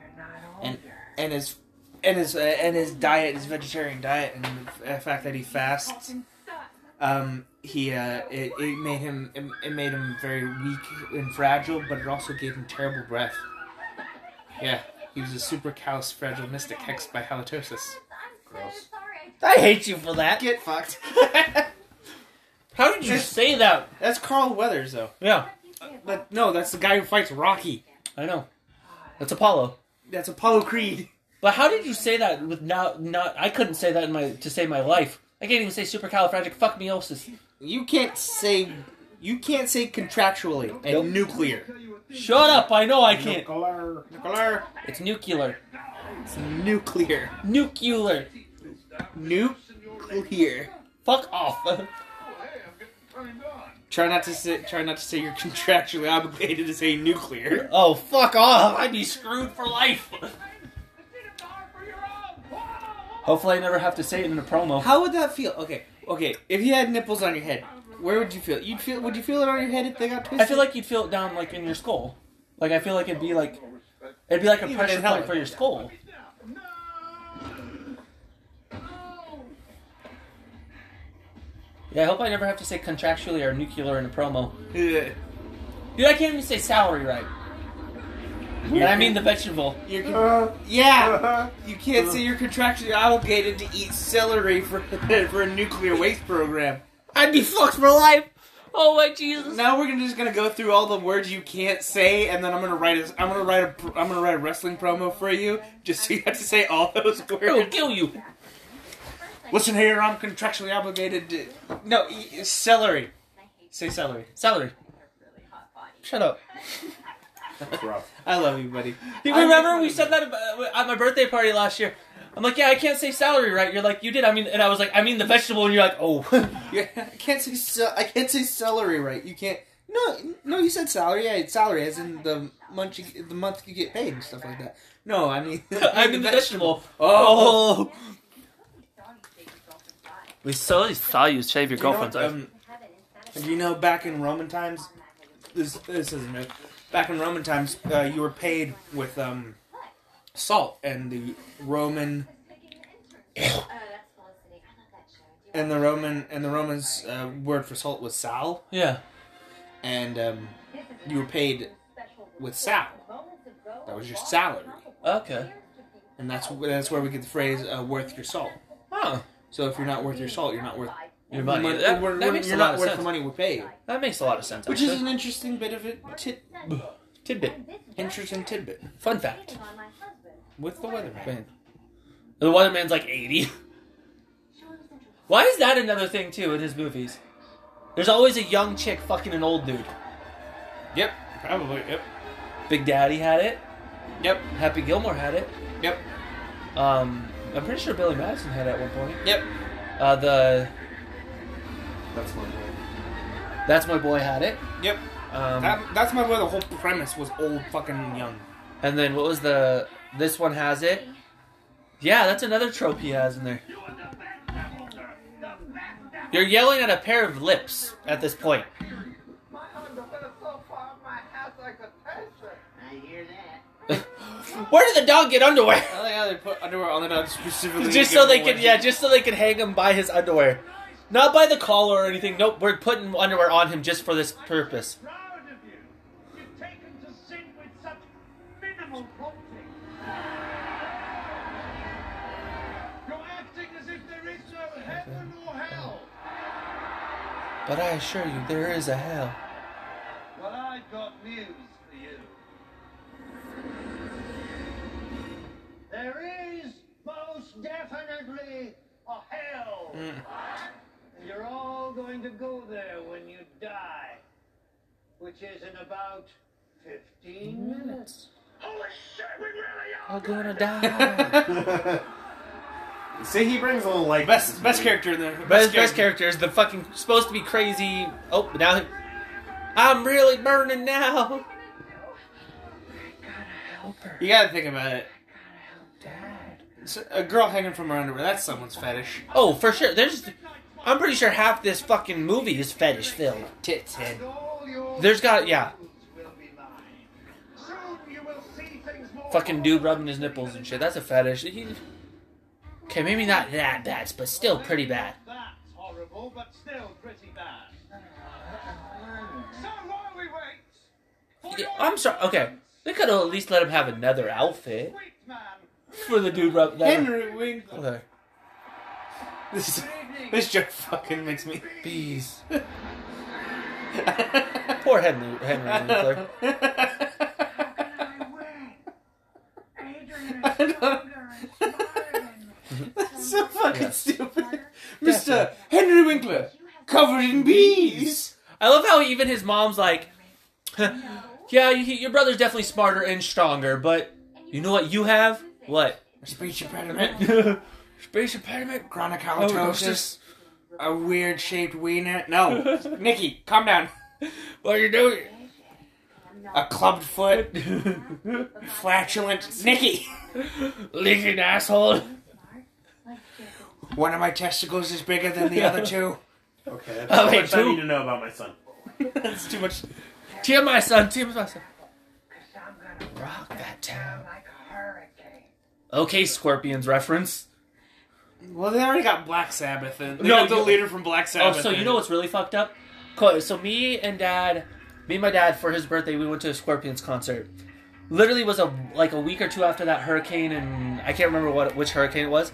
G: you're not
A: And-
G: older?
A: and his and his uh, and his diet, his vegetarian diet, and the f- fact that he fasts.
L: Fucking suck.
A: um, he uh, it, it made him it, it made him very weak and fragile, but it also gave him terrible breath. Yeah, he was a super callous, fragile mystic hexed by halitosis.
L: I'm so sorry. I
B: I hate you for that.
A: Get fucked.
B: How did you say that?
A: that's Carl Weathers, though.
B: Yeah,
A: But no, that's the guy who fights Rocky.
B: I know. That's Apollo.
A: That's Apollo Creed.
B: But how did you say that with not not? I couldn't say that in my to save my life. I can't even say supercalifragilisticexpialidocious.
A: You can't say you can't say contractually and nuclear.
F: Tell you a thing.
B: Shut up! I know I can't.
C: Nuclear.
A: Nuclear.
B: It's nuclear.
A: It's nuclear.
B: Nuclear.
A: Nuclear.
B: Fuck off.
F: Oh, hey, I'm getting turned on.
A: Try not to say. Try not to say you're contractually obligated to say nuclear.
B: oh, fuck off. I'd be screwed for life. Hopefully, I never have to say it in a promo.
A: How would that feel? Okay, okay. If you had nipples on your head, where would you feel? You'd feel. Would you feel it on your head if they got twisted?
B: I feel like you'd feel it down like in your skull. Like I feel like it'd be like it'd be like a
A: Even
B: pressure
A: in hell,
B: point for your skull.
F: No! No!
B: Yeah, I hope I never have to say contractually or nuclear in a promo.
A: Ugh.
B: Dude, I can't even say salary right. And I mean the vegetable.
A: You're con- yeah, you can't say you're contractually obligated to eat celery for for a nuclear waste program. I'd be fucked for life.
B: Oh my Jesus!
A: Now we're gonna, just gonna go through all the words you can't say, and then I'm gonna write a I'm gonna write a pr- I'm gonna write a wrestling promo for you, just so you have to say all those
B: I will
A: words.
B: kill you.
A: Listen here, I'm contractually obligated to. No, e- celery. Say celery.
B: Salary. Shut up.
C: Rough.
A: I love you, buddy.
B: You
A: I
B: remember
A: make
B: we
A: fun
B: said that about- uh, at my birthday party last year? I'm like, yeah, I can't say salary right. You're like, you did. I mean, and I was like, I mean the vegetable, and you're like, oh.
A: Yeah, I can't say ce- I can't say celery right. You can't. No, no, you said salary. Yeah, it's salary as in the month you, the month you get paid and stuff like that. No, I mean
B: I mean the vegetable.
A: Oh,
B: Oh. We so saw you shave your
A: You know what, um, you know, back in Roman times, this this isn't it. Back in Roman times, uh, you were paid with um salt, and the Roman
L: Oh,
A: and the Roman and the Romans uh, word for salt was sal,
B: yeah.
A: and um, you were paid with sal. That was your salary.
B: Okay.
A: and that's that's where we get the phrase uh, "worth your salt."
B: Huh.
A: So if you're not worth your salt, you're not worth
B: Your money.
A: mon-
B: That,
A: we're-
B: that
A: we're-
B: makes a
A: you're
B: lot
A: not
B: of
A: worth
B: sense.
A: the money we pay you.
B: That makes a lot of sense.
A: Which
B: actually.
A: is an interesting bit of a tit,
B: tidbit.
A: interesting tidbit
B: Fun fact.
A: with the weatherman.
B: Man. The weatherman's like 80. Why is that another thing too in his movies? There's always a young chick fucking an old dude.
A: Yep, probably. Yep,
B: Big Daddy had it.
A: yep,
B: Happy Gilmore had it.
A: yep,
B: Um, I'm pretty sure Billy Madison had it at one point.
A: yep.
B: Uh, the
C: That's one way.
B: That's My Boy had it.
A: Yep.
B: Um,
A: That, that's my where the whole premise was old fucking young.
B: and then what was the This one has it. Yeah, that's another trope he has in there. You're yelling at a pair of lips at this point.
V: I hear that.
B: Where did the dog get underwear?
A: I like how Oh, they put underwear on the dog specifically.
B: just so they can yeah just so they can hang him by his underwear not by the collar or anything nope we're putting underwear on him just for this purpose
F: Proud of you. You've taken to sin with such minimal prompting. You're acting as if there is no heaven or hell.
B: but i assure you there is a hell
F: Well, I've got news for you. There is most definitely a hell. And you're all going to go there when you die, which is in about 15 minutes. Holy shit, we really are!
B: i'm gonna die
C: See, he brings a little like
A: Best best character in there.
B: best, best character is the fucking supposed to be crazy oh but now he- i'm really burning now
A: You gotta think about it. So, a girl hanging from her underwear, that's someone's fetish.
B: oh for sure there's i'm pretty sure half this fucking movie is fetish filled
A: Tits head.
F: All your
B: there's got yeah
F: sins will be mine. Soon you will see things more.
B: fucking dude rubbing his nipples and shit. That's a fetish. He... Okay, maybe not that bad, but still pretty bad.
F: That's horrible, but still pretty bad. So while we wait, for
B: Yeah,
F: your
B: I'm sorry. Okay, they could have at least let him have another outfit
F: sweet man,
B: for the dude rub. That
A: Henry Winkler.
B: Okay.
A: This, this joke fucking makes me.
B: Bees. Poor Henry. Henry Winkler.
V: I will. Adrian is stronger and smarter than me.
A: That's so fucking
B: Yes.
A: stupid. Mr. Henry Winkler, covered in bees.
B: I love how even his mom's like, yeah, you, your brother's definitely smarter and stronger, but you know what you have? What?
A: Speech impediment,
B: Space impediment.
A: chronic halitosis, a weird shaped wiener. No, Nikki, calm down.
B: What are you doing?
A: A clubbed foot, flatulent. Nikki,
B: Leaking asshole.
A: one of my testicles is bigger than the other two.
C: Okay,
B: Oh,
C: that's
B: wait,
C: much I
B: two?
C: need to know about my son.
A: That's too much.
B: Tear my son. Tear my son.
V: Cause I'm gonna
B: Rock that town.
V: sound like a hurricane.
B: Okay, Scorpions reference.
A: Well, they already got Black Sabbath. And they
B: No,
A: got the
B: you-
A: leader from Black
B: Oh,
A: Sabbath.
B: so you
A: in.
B: know what's really fucked up? Co- So me and dad, me and my dad for his birthday, we went to a Scorpions concert. Literally was a like a week or two after that hurricane, and I can't remember what which hurricane it was.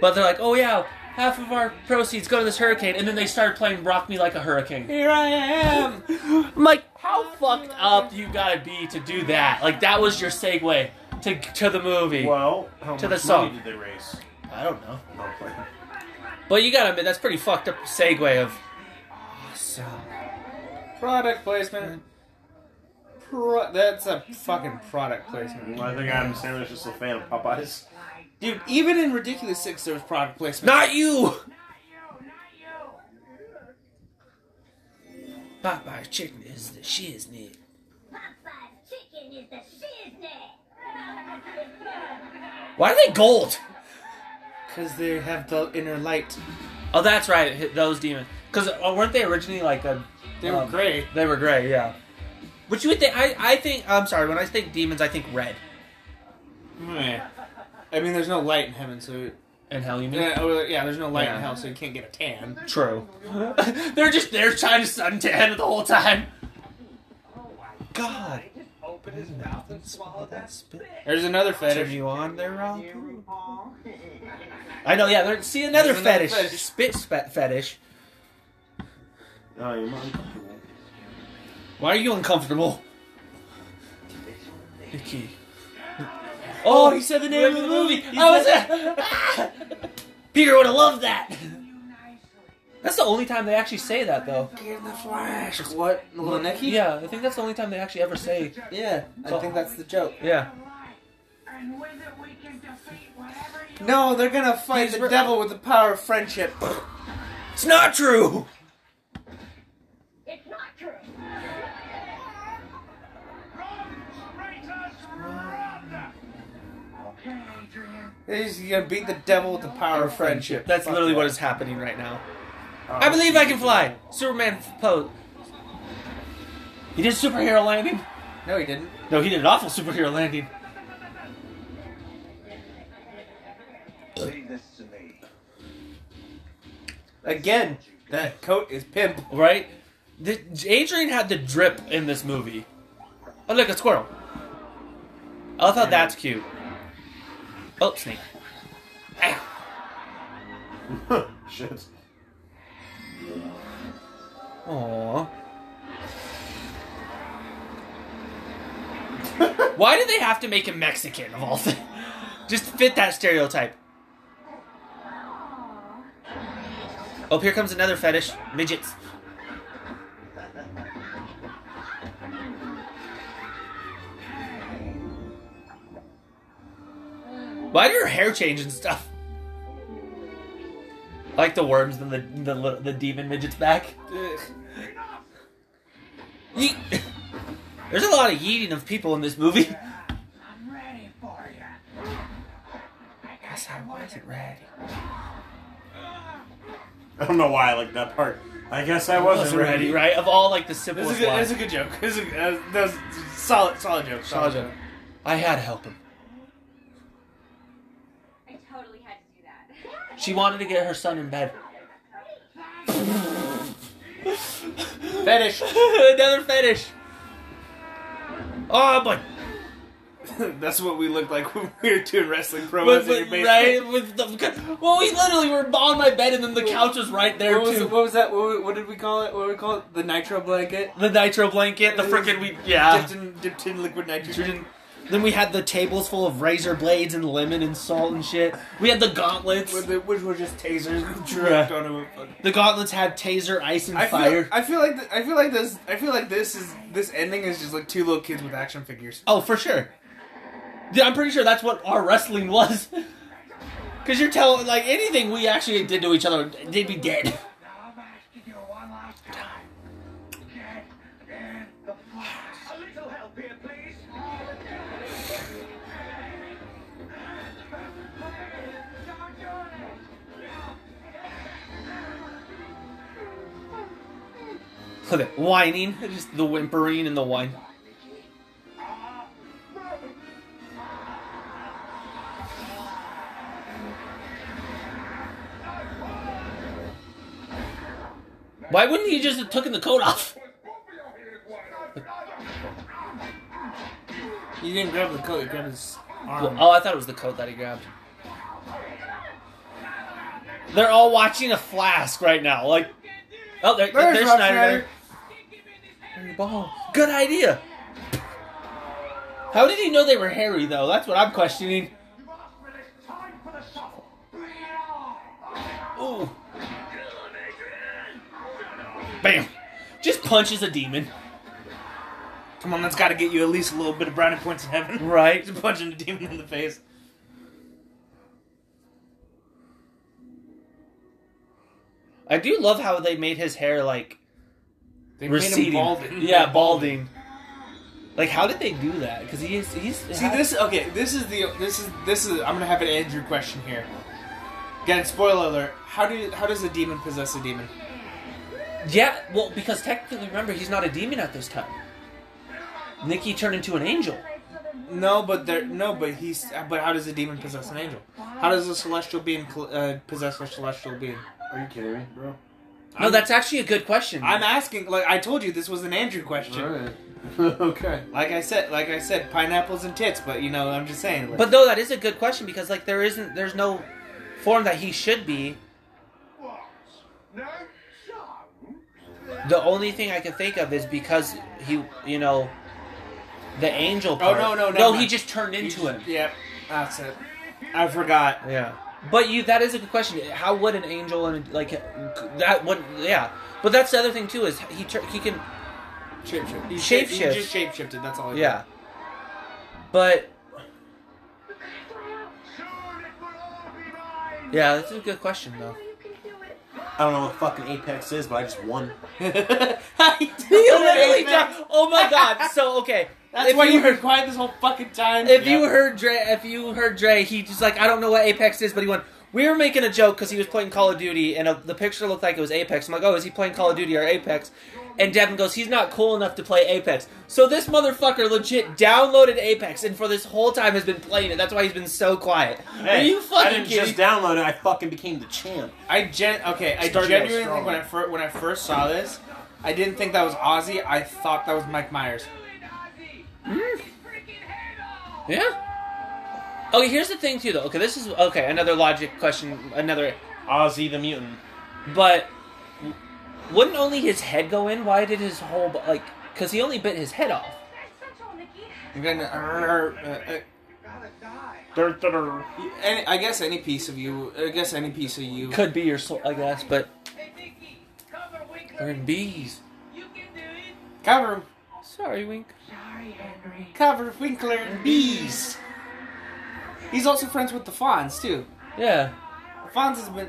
B: But they're like, oh yeah, half of our proceeds go to this hurricane, and then they started playing "Rock Me Like a Hurricane."
A: Here I am.
B: I'm like, how fucked up you gotta be to do that? Like that was your segue to to the movie.
C: Well, how
B: To the
C: much
B: song.
C: money did they raise?
B: I don't know,
C: No, I'm playing.
B: but you gotta admit that's pretty fucked up segue of.
A: Product placement. Pro- that's a fucking product placement.
C: Well, I think Adam Sandler's just a fan of Popeyes.
A: Dude, even in Ridiculous Six, there was product placement.
B: Not you.
F: Not you, not you.
B: Popeye's chicken is the shiz, Nick.
Q: Popeye's chicken is the shiznit.
B: Why are they gold?
A: Because they have the inner light.
B: Oh, that's right. hit Those demons. Because weren't they originally like a?
A: They were
B: um,
A: great.
B: They were gray. Yeah. Which you would think. I, I think. I'm sorry. When I think demons, I think red.
A: Meh. I mean, there's no light in heaven, so it-
B: And hell, you mean?
A: yeah, oh, yeah, there's no light
B: Mm-hmm. Yeah.
A: in hell, so you can't get a tan.
B: True. They're just there trying to suntan the whole time. Oh God.
G: Just open his mouth and swallow that spit.
A: There's another
B: Turn
A: fetish.
B: you on there, Rob?
G: Here we are.
B: I know. Yeah. They're, see another,
A: There's another
B: fetish.
A: fetish.
B: Spit spe- fetish.
C: Oh, you're not uncomfortable.
B: Why are you uncomfortable? Nikki. Oh, he said the name of the movie.
A: Oh,
B: I was. Peter would have loved that. That's the only time they actually say that, though.
A: What? Little Nicky?
B: Yeah, I think that's the only time they actually ever say.
A: Yeah, I think that's the joke.
B: Yeah.
F: And with it, we can defeat whatever you
A: No, they're gonna fight the devil with the power of friendship.
B: It's not true!
Q: It's not true.
F: Run, traitors, run! Okay, Adrian.
A: He's gonna beat the devil with the power of friendship.
B: That's
A: Fuck
B: literally
A: yeah.
B: what is happening right now. I believe I can fly! Superman f- pose. He did superhero landing?
A: No, he didn't.
B: No, he did an awful superhero landing.
G: Leave this to me.
A: Again, that coat is pimp.
B: Right? The, Adrian had the drip in this movie. Oh, look, a squirrel. I love how that's cute. Oh, snake. Ah.
C: Shit.
B: Aww. Why did they have to make him Mexican of all things? Just to fit that stereotype. Oh, here comes another fetish. Midgets. Why did her hair change and stuff? Like the worms and the the, the demon midgets back. Yeet. There's a lot of yeeting of people in this movie.
F: I'm ready for you. I guess I wasn't ready.
C: I don't know why I like that part. I guess I wasn't, ready.
B: right? Of all like the
A: This
B: simplest
A: is, a good, this is
B: lines.
A: a good joke. This is a, uh, that was- that was solid, solid joke. Solid joke.
B: I had to help him.
Q: I totally had to do that.
B: She wanted to get her son in bed.
A: Fetish.
B: Another fetish. Oh boy!
A: That's what we looked like when we were doing wrestling promos in
B: But,
A: your
B: but,
A: basement.
B: right? With the, well, we literally were on my bed, and then the couch was right there
A: What was,
B: too.
A: what was that? What, what did we call it? What did we call it? The nitro blanket?
B: the nitro blanket, the freaking we yeah.
A: Dipped in, dipped in liquid nitrogen.
B: Then we had the tables full of razor blades and lemon and salt and shit. We had the gauntlets.
A: With the- Which were just tasers dropped onto a fucking-
B: The gauntlets had taser, ice, and
A: I feel,
B: fire.
A: I feel like th- I feel like this. I feel like this is this ending is just like two little kids with action figures.
B: Oh, for sure. Dude, I'm pretty sure that's what our wrestling was. Cause you're telling like anything we actually did to each other, they'd be dead.
F: Now I'm asking you one last time. Get in the flash.
G: A little help here, please.
F: Don't do
B: Look at whining, just the whimpering and the whine. Why wouldn't he just have taken the coat off?
A: He didn't grab the coat, he grabbed his arm.
B: Oh, I thought it was the coat that he grabbed. They're all watching a flask right now. Like, oh, there,
A: There's
B: there's,
A: Rob
B: Schneider.
A: Schneider.
B: Harry Ball. Good idea. How did he know they were Harry though? That's what I'm questioning. Ooh. Bam. Just punches a demon.
A: Come on, that's gotta get you at least a little bit of brownie points in heaven.
B: Right.
A: Just punching a demon in the face.
B: I do love how they made his hair like
A: They
B: receding.
A: balding.
B: Yeah, balding. Like, how did they do that? Because he is he's
A: See this? Okay, this is the this is this is. I'm gonna have an Andrew question here. Again, spoiler alert. How do you, how does a demon possess a demon?
B: Yeah, well, because technically, remember, he's not a demon at this time. Nikki turned into an angel.
A: No, but there no, but he's but how does a demon possess an angel? How does a celestial being pl- uh, possess a celestial being?
C: Are you kidding me, bro?
B: No, that's actually a good question.
A: I'm asking. Like I told you, this was an Andrew question.
C: Alright. okay.
A: Like I said, like I said, pineapples and tits. But you know, I'm just saying. Like,
B: but no, that is a good question because like there isn't, there's no form that he should be.
W: What? No song?
B: The only thing I can think of is because he, you know, the angel. Part.
A: Oh, no, no, never
B: no! He
A: mind.
B: just turned into him.
A: Yep, that's it. I forgot.
B: Yeah. But you, that is a good question. How would an angel and a- like that would, yeah. But that's the other thing too is he tur- he can
A: Shapeshift. You
B: Shapeshift.
A: shape- You just shapeshifted. That's all. I did.
B: yeah. But
W: Soon it will all be mine!
B: yeah, that's a good question though.
C: I don't know what fucking Apex is, but I just won.
B: He literally dropped. Oh my god! So okay,
A: That's
B: if
A: why
B: you,
A: you were quiet this whole fucking time.
B: if
C: Yeah.
B: you heard Dre, if you heard Dre, he just like I don't know what Apex is, but he went. We were making a joke because he was playing Call of Duty, and uh the picture looked like it was Apex. I'm like, oh, is he playing Call of Duty or Apex? And Devin goes, he's not cool enough to play Apex. So this motherfucker legit downloaded Apex, and for this whole time has been playing it. That's why he's been so quiet. Are you
C: I
B: fucking
C: didn't
B: kidding?
C: just download it. I fucking became the champ.
A: I gen okay, I
C: Started out
A: genuinely
C: strong.
A: when I fir- when I first saw this, I didn't think that was Ozzy. I thought that was Mike Myers.
B: yeah. Okay, here's the thing too, though. Okay, this is okay. Another logic question. Another
C: Ozzy the mutant.
B: But w- wouldn't only his head go in? Why did his whole bo- like? Because he only bit his head off.
A: And then, uh, uh,
C: Dur, dur, dur.
A: uh, any, I guess any piece of you. I guess any piece of you.
B: Could be your soul, I guess. But
W: Hey, Nikki, cover Winkler.
B: we're in bees.
W: You can do it.
A: Cover,
B: Sorry, Wink.
X: Sorry, Henry.
A: cover Winkler and bees. He's also friends with the Fonz too.
B: Yeah.
A: The Fonz has been.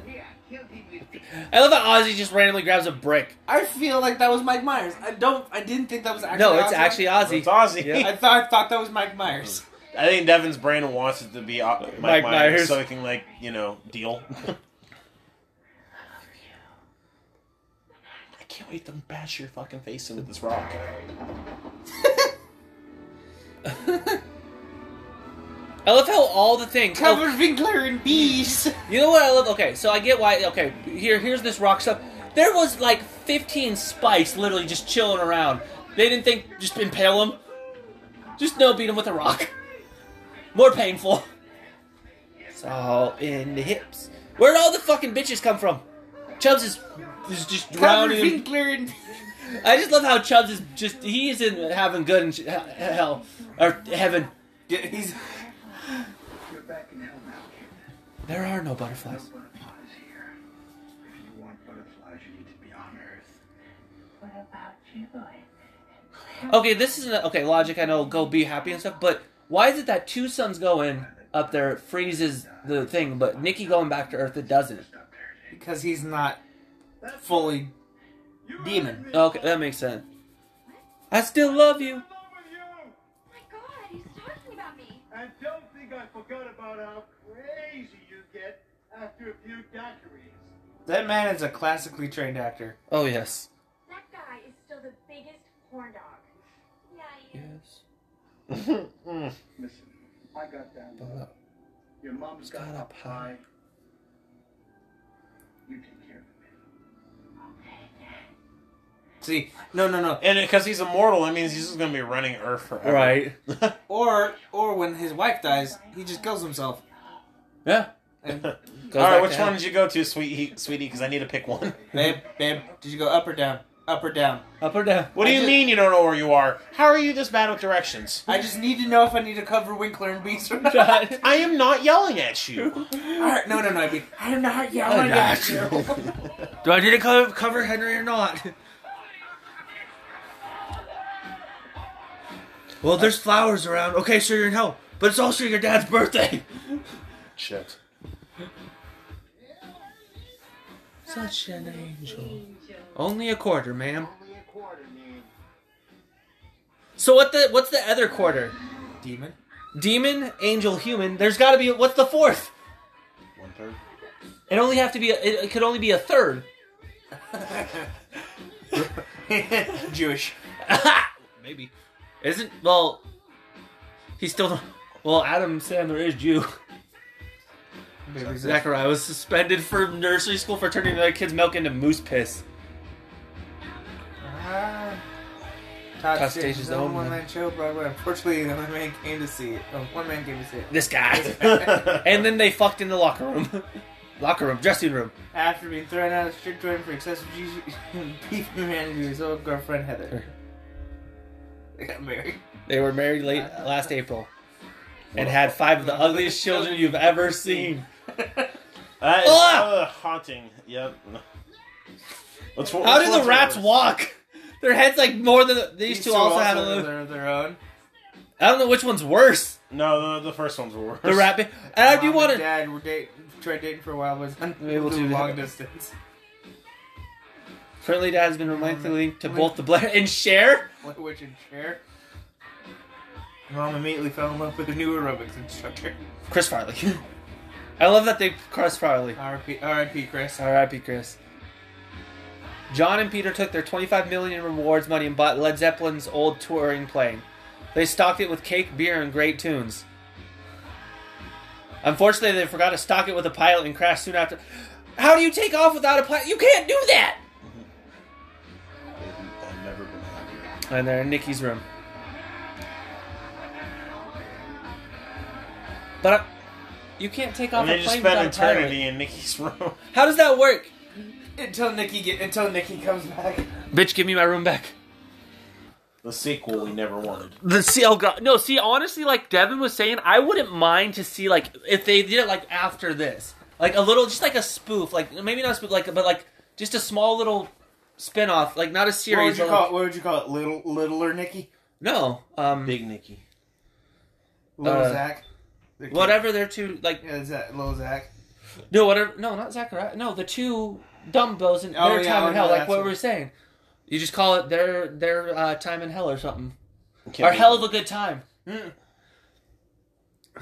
B: I love how Ozzy just randomly grabs a brick.
A: I feel like that was Mike Myers. I don't. I didn't think that was actually.
B: No, it's
A: Ozzy.
B: actually
C: It's
B: Ozzy.
C: Ozzy.
B: Yeah.
A: I thought I thought that was Mike Myers.
C: I think Devin's brain wants it to be uh, Mike,
B: Mike
C: Myers,
B: Myers.
C: so he can like you know deal. I can't wait to bash your fucking face into this rock.
B: I love how all the things. oh,
A: Cover Winkler and bees.
B: You know what I love? Okay, so I get why. Okay, here, here's this rock stuff. There was like 15 spikes literally just chilling around. They didn't think just impale him. Just no, beat him with a rock. More painful. It's all in the hips. Where'd all the fucking bitches come from? Chubbs is, is just
A: Cover
B: drowning. in-
A: Winkler and.
B: I just love how Chubbs is just he's in having good and sh- he- hell or heaven.
A: Yeah, he's
F: You're back in hell now.
B: There are no butterflies.
F: Butterflies here. If you want butterflies, you need to be on Earth.
X: What about you?
L: Oh
B: Okay, this is not okay. Logic, I know, go be happy and stuff, but why is it that two suns go in up there freezes the thing, but Nikki going back to Earth it doesn't?
A: because he's not fully demon.
B: Okay, that makes sense. I still love you.
W: I'm over you.
L: my God, he's talking about me.
W: And don't think I forgot about how crazy you get after a few daiquiris.
A: That man is a classically trained actor.
B: Oh yes,
L: That guy is still the biggest horn dog. Yeah, he
B: yes.
L: is.
F: Listen, I got down low. Your mom's got,
B: got
F: up
B: up
F: high. You take care of the man.
L: Okay.
A: See, no, no, no.
C: And because he's immortal, that means he's just gonna be running Earth forever.
Y: Right.
A: Or, or when his wife dies, he just kills himself.
Y: Yeah.
A: And,
C: All right,
B: back
C: which
B: to
C: one
B: hell.
C: did you go to, sweetie? Sweetie, because I need to pick one.
A: babe, babe, did you go up or down? Up or down?
Y: Up or down?
C: What do
A: I
C: you
A: just-
C: mean you don't know where you are? How are you this bad with directions?
A: I just need to know if I need to cover Winkler and Beast or not.
C: I am not yelling at you.
A: All right, no, no, no. I mean, I'm not yelling at you.
Y: Do I need to cover, cover Henry or not? Well, there's flowers around. Okay, sure, you're in hell. But it's also your dad's birthday.
C: Shit.
Y: Such an angel. Only a quarter, ma'am.
F: Only a quarter, man.
B: So what the what's the other quarter?
A: Demon.
B: Demon, angel, human. There's got to be what's the fourth?
C: One third.
B: It only have to be. it, it could only be a third.
A: Jewish.
B: Maybe. Isn't well. He's still. Well, Adam Sandler is Jew. Zachariah was suspended for nursery school for turning the kid's milk into moose piss.
A: Ah. Todd,
B: Todd
A: Stage is the only one
B: man.
A: man show Broadway. Unfortunately, the one man came to see it. Oh, one man came to see it.
B: This guy. and then they fucked in the locker room. locker room, dressing room.
A: After being thrown out of strip joint for excessive juice, beef humanity with his old girlfriend Heather. They got married.
B: They were married late last April. And had five of the ugliest children you've ever seen.
C: That is
B: Ah!
C: uh, haunting. Yep. Let's,
B: How do the rats walk? Their heads like more than these, two, also, have a
A: have
B: little.
A: their, their own.
B: I don't know which one's worse.
C: No, the, the first one's worse.
B: The rat. Be- and I do
A: Mom
B: want
A: and
B: to.
A: Dad were dating, tried dating for a while, was
B: Able
A: unable
B: to
A: to
B: do
A: long
B: that.
A: distance.
B: Friendly Dad has been romantically to both the Blair and Cher.
A: Blair Witch and Cher. Mom immediately fell in love with a new aerobics instructor.
B: Chris Farley. I love that they Chris Farley.
A: R.I.P. R.I.P. Chris.
B: R.I.P. Chris. John and Peter took their 25 million in rewards money and bought Led Zeppelin's old touring plane. They stocked it with cake, beer, and great tunes. Unfortunately, they forgot to stock it with a pilot and crashed soon after. How do you take off without a pilot? You can't do that.
C: I've never been happier.
B: And they're in Nikki's room. But I, you can't take off
C: And they
B: a
C: just
B: plane
C: spent
B: without a pilot.
C: eternity in Nikki's room.
B: How does that work?
A: Until Nikki get until Nikki comes back.
B: Bitch, give me my room back.
C: The sequel we never wanted.
B: The see, oh god, no. See, honestly, like Devin was saying, I wouldn't mind to see like if they did it like after this, like a little, just like a spoof, like maybe not a spoof, like but like just a small little spin-off, like not a
A: What would
B: series.
A: you
B: but,
A: call
B: like-
A: it? What would you call it? Little littler Nikki?
B: no, um,
C: Big Nikki.
A: Little
B: Uh,
A: Zach? The kid?
B: whatever they're two like
A: Yeah, Zach, little Zach.
B: no, whatever, no, not Zachariah, no, the two dumbbells in
A: Oh,
B: their
A: yeah,
B: time
A: oh,
B: in
A: no,
B: hell, like
A: that's
B: what
A: what-
B: we were saying. You just call it their their uh, time in hell or something.
C: Can't
B: or
C: be-
B: hell of a good time.
A: Oh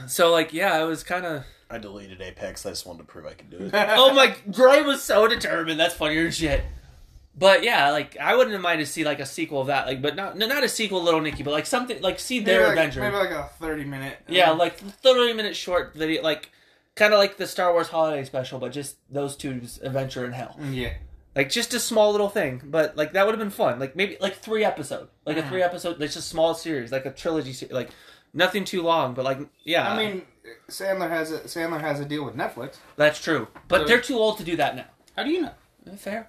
B: So like yeah, it was kind of.
C: I deleted Apex. I just wanted to prove I could do it.
B: oh my, Gray was so determined. That's funnier than shit. But yeah, like I wouldn't mind to see like a sequel of that, like, but not no, not a sequel, Little Nicky, but like something like see their
A: maybe like,
B: adventure.
A: maybe like a uh, thirty minute.
B: yeah, like thirty minute short video, like kind of like the Star Wars Holiday Special, but just those two's adventure in hell,
A: yeah.
B: like just a small little thing. But like that would have been fun, like maybe like three episode, like a three episode, like just a small series, like a trilogy, se- like nothing too long, but like yeah,
A: I mean, Sandler has a Sandler has a deal with Netflix.
B: that's true. But
A: So-
B: they're too old to do that now.
A: How do you know?
B: Eh, Fair.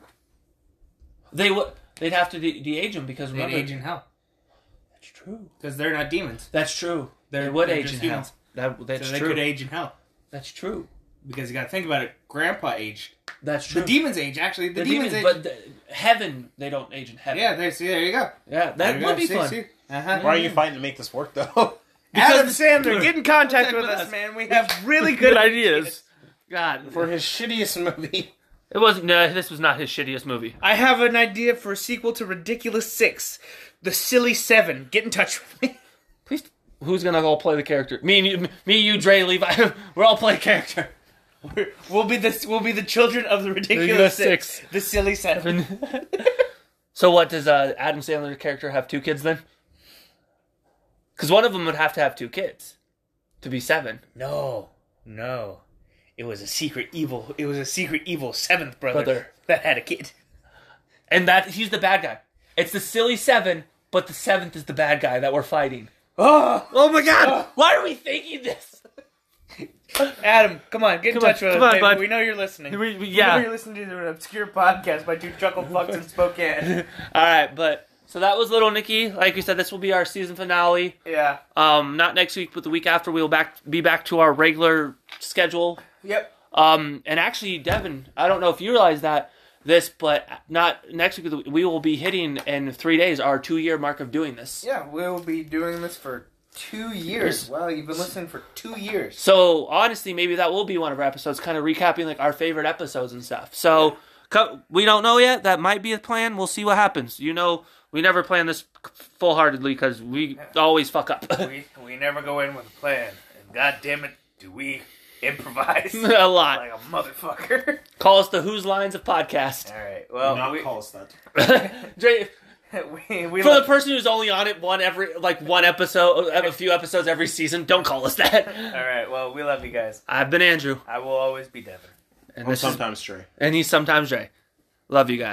B: They would. They'd have to de- de-age them because
A: They
B: remember.
A: age in hell
B: That's true.
A: because they're not demons.
B: That's true. They
A: They're-
B: would
A: they're
B: age in
A: just
B: hell.
A: humans.
B: That, that's
A: so they
B: true.
A: could age in hell
B: That's true.
A: because you got to think about it. Grandpa aged.
B: That's true.
A: The demons age actually. The,
B: The
A: demons,
B: demons,
A: age.
B: but the, heaven they don't age in heaven.
A: yeah, there. See, there you go.
B: yeah,
A: There
B: that
A: you
B: would
A: go.
B: be
A: See,
B: fun.
A: see? Uh-huh.
C: Why are you fighting to make this work though?
A: Adam
B: Because-
A: Sandler, get in contact
B: Contact
A: with
B: with
A: us,
B: us.
A: man. We have really good ideas.
B: God,
C: For his shittiest movie.
B: it wasn't. No, this was not his shittiest movie.
A: I have an idea for a sequel to Ridiculous Six, The Silly Seven. Get in touch with me.
B: Please, who's gonna all play the character? Me and you, me, you, Dre, Levi. We're all playing character.
A: We'll be the we'll be the children of the
B: Ridiculous
A: Ridiculous Six,
B: Six.
A: The Silly Seven.
B: so what does uh, Adam Sandler's character have two kids then? Because one of them would have to have two kids to be seven.
A: No, no. It was a secret evil. It was a secret evil seventh brother,
B: Brother.
A: that had a kid.
B: and that he's the bad guy. It's the silly seven, but the seventh is the bad guy that we're fighting.
A: Oh,
B: Oh my god! Why are we thinking this?
A: Adam, come on, get in
B: Come on,
A: touch with
B: come
A: us. baby.
B: on, bud.
A: We know you're listening.
B: We-
A: We
B: we-
A: know
B: yeah.
A: you're listening to an obscure podcast by two chuckle fucks in Spokane.
B: All right, but so that was Little Nikki. Like we said, this will be our season finale.
A: yeah.
B: Um, not next week, but the week after, we'll back be back to our regular schedule.
A: Yep.
B: Um, and actually, Devin, I don't know if you realize that this, but not next week. We will be hitting in three days our two year mark of doing this.
A: Yeah, we'll be doing this for two years. Wow, you've been listening for two years.
B: So honestly, maybe that will be one of our episodes, kind of recapping like our favorite episodes and stuff. So co- we don't know yet. That might be a plan. We'll see what happens. You know, we never plan this full heartedly because we always fuck up.
A: we we never go in with a plan, and god damn it, do we improvise
B: a lot.
A: like a motherfucker.
B: Call us the Who's Lines of podcast.
A: All right.
C: Do
A: Well,
C: not
A: we,
C: call us that.
B: Dre-
A: we, we
B: For the
A: love,
B: person who's only on it one every like one episode, a few episodes every season, don't call us that.
A: all right. Well, we love you guys.
B: I've been Andrew,
A: I will always be Devin.
B: and
C: I'm
B: this is,
C: sometimes Trey.
B: and he's sometimes Dre. Love you guys.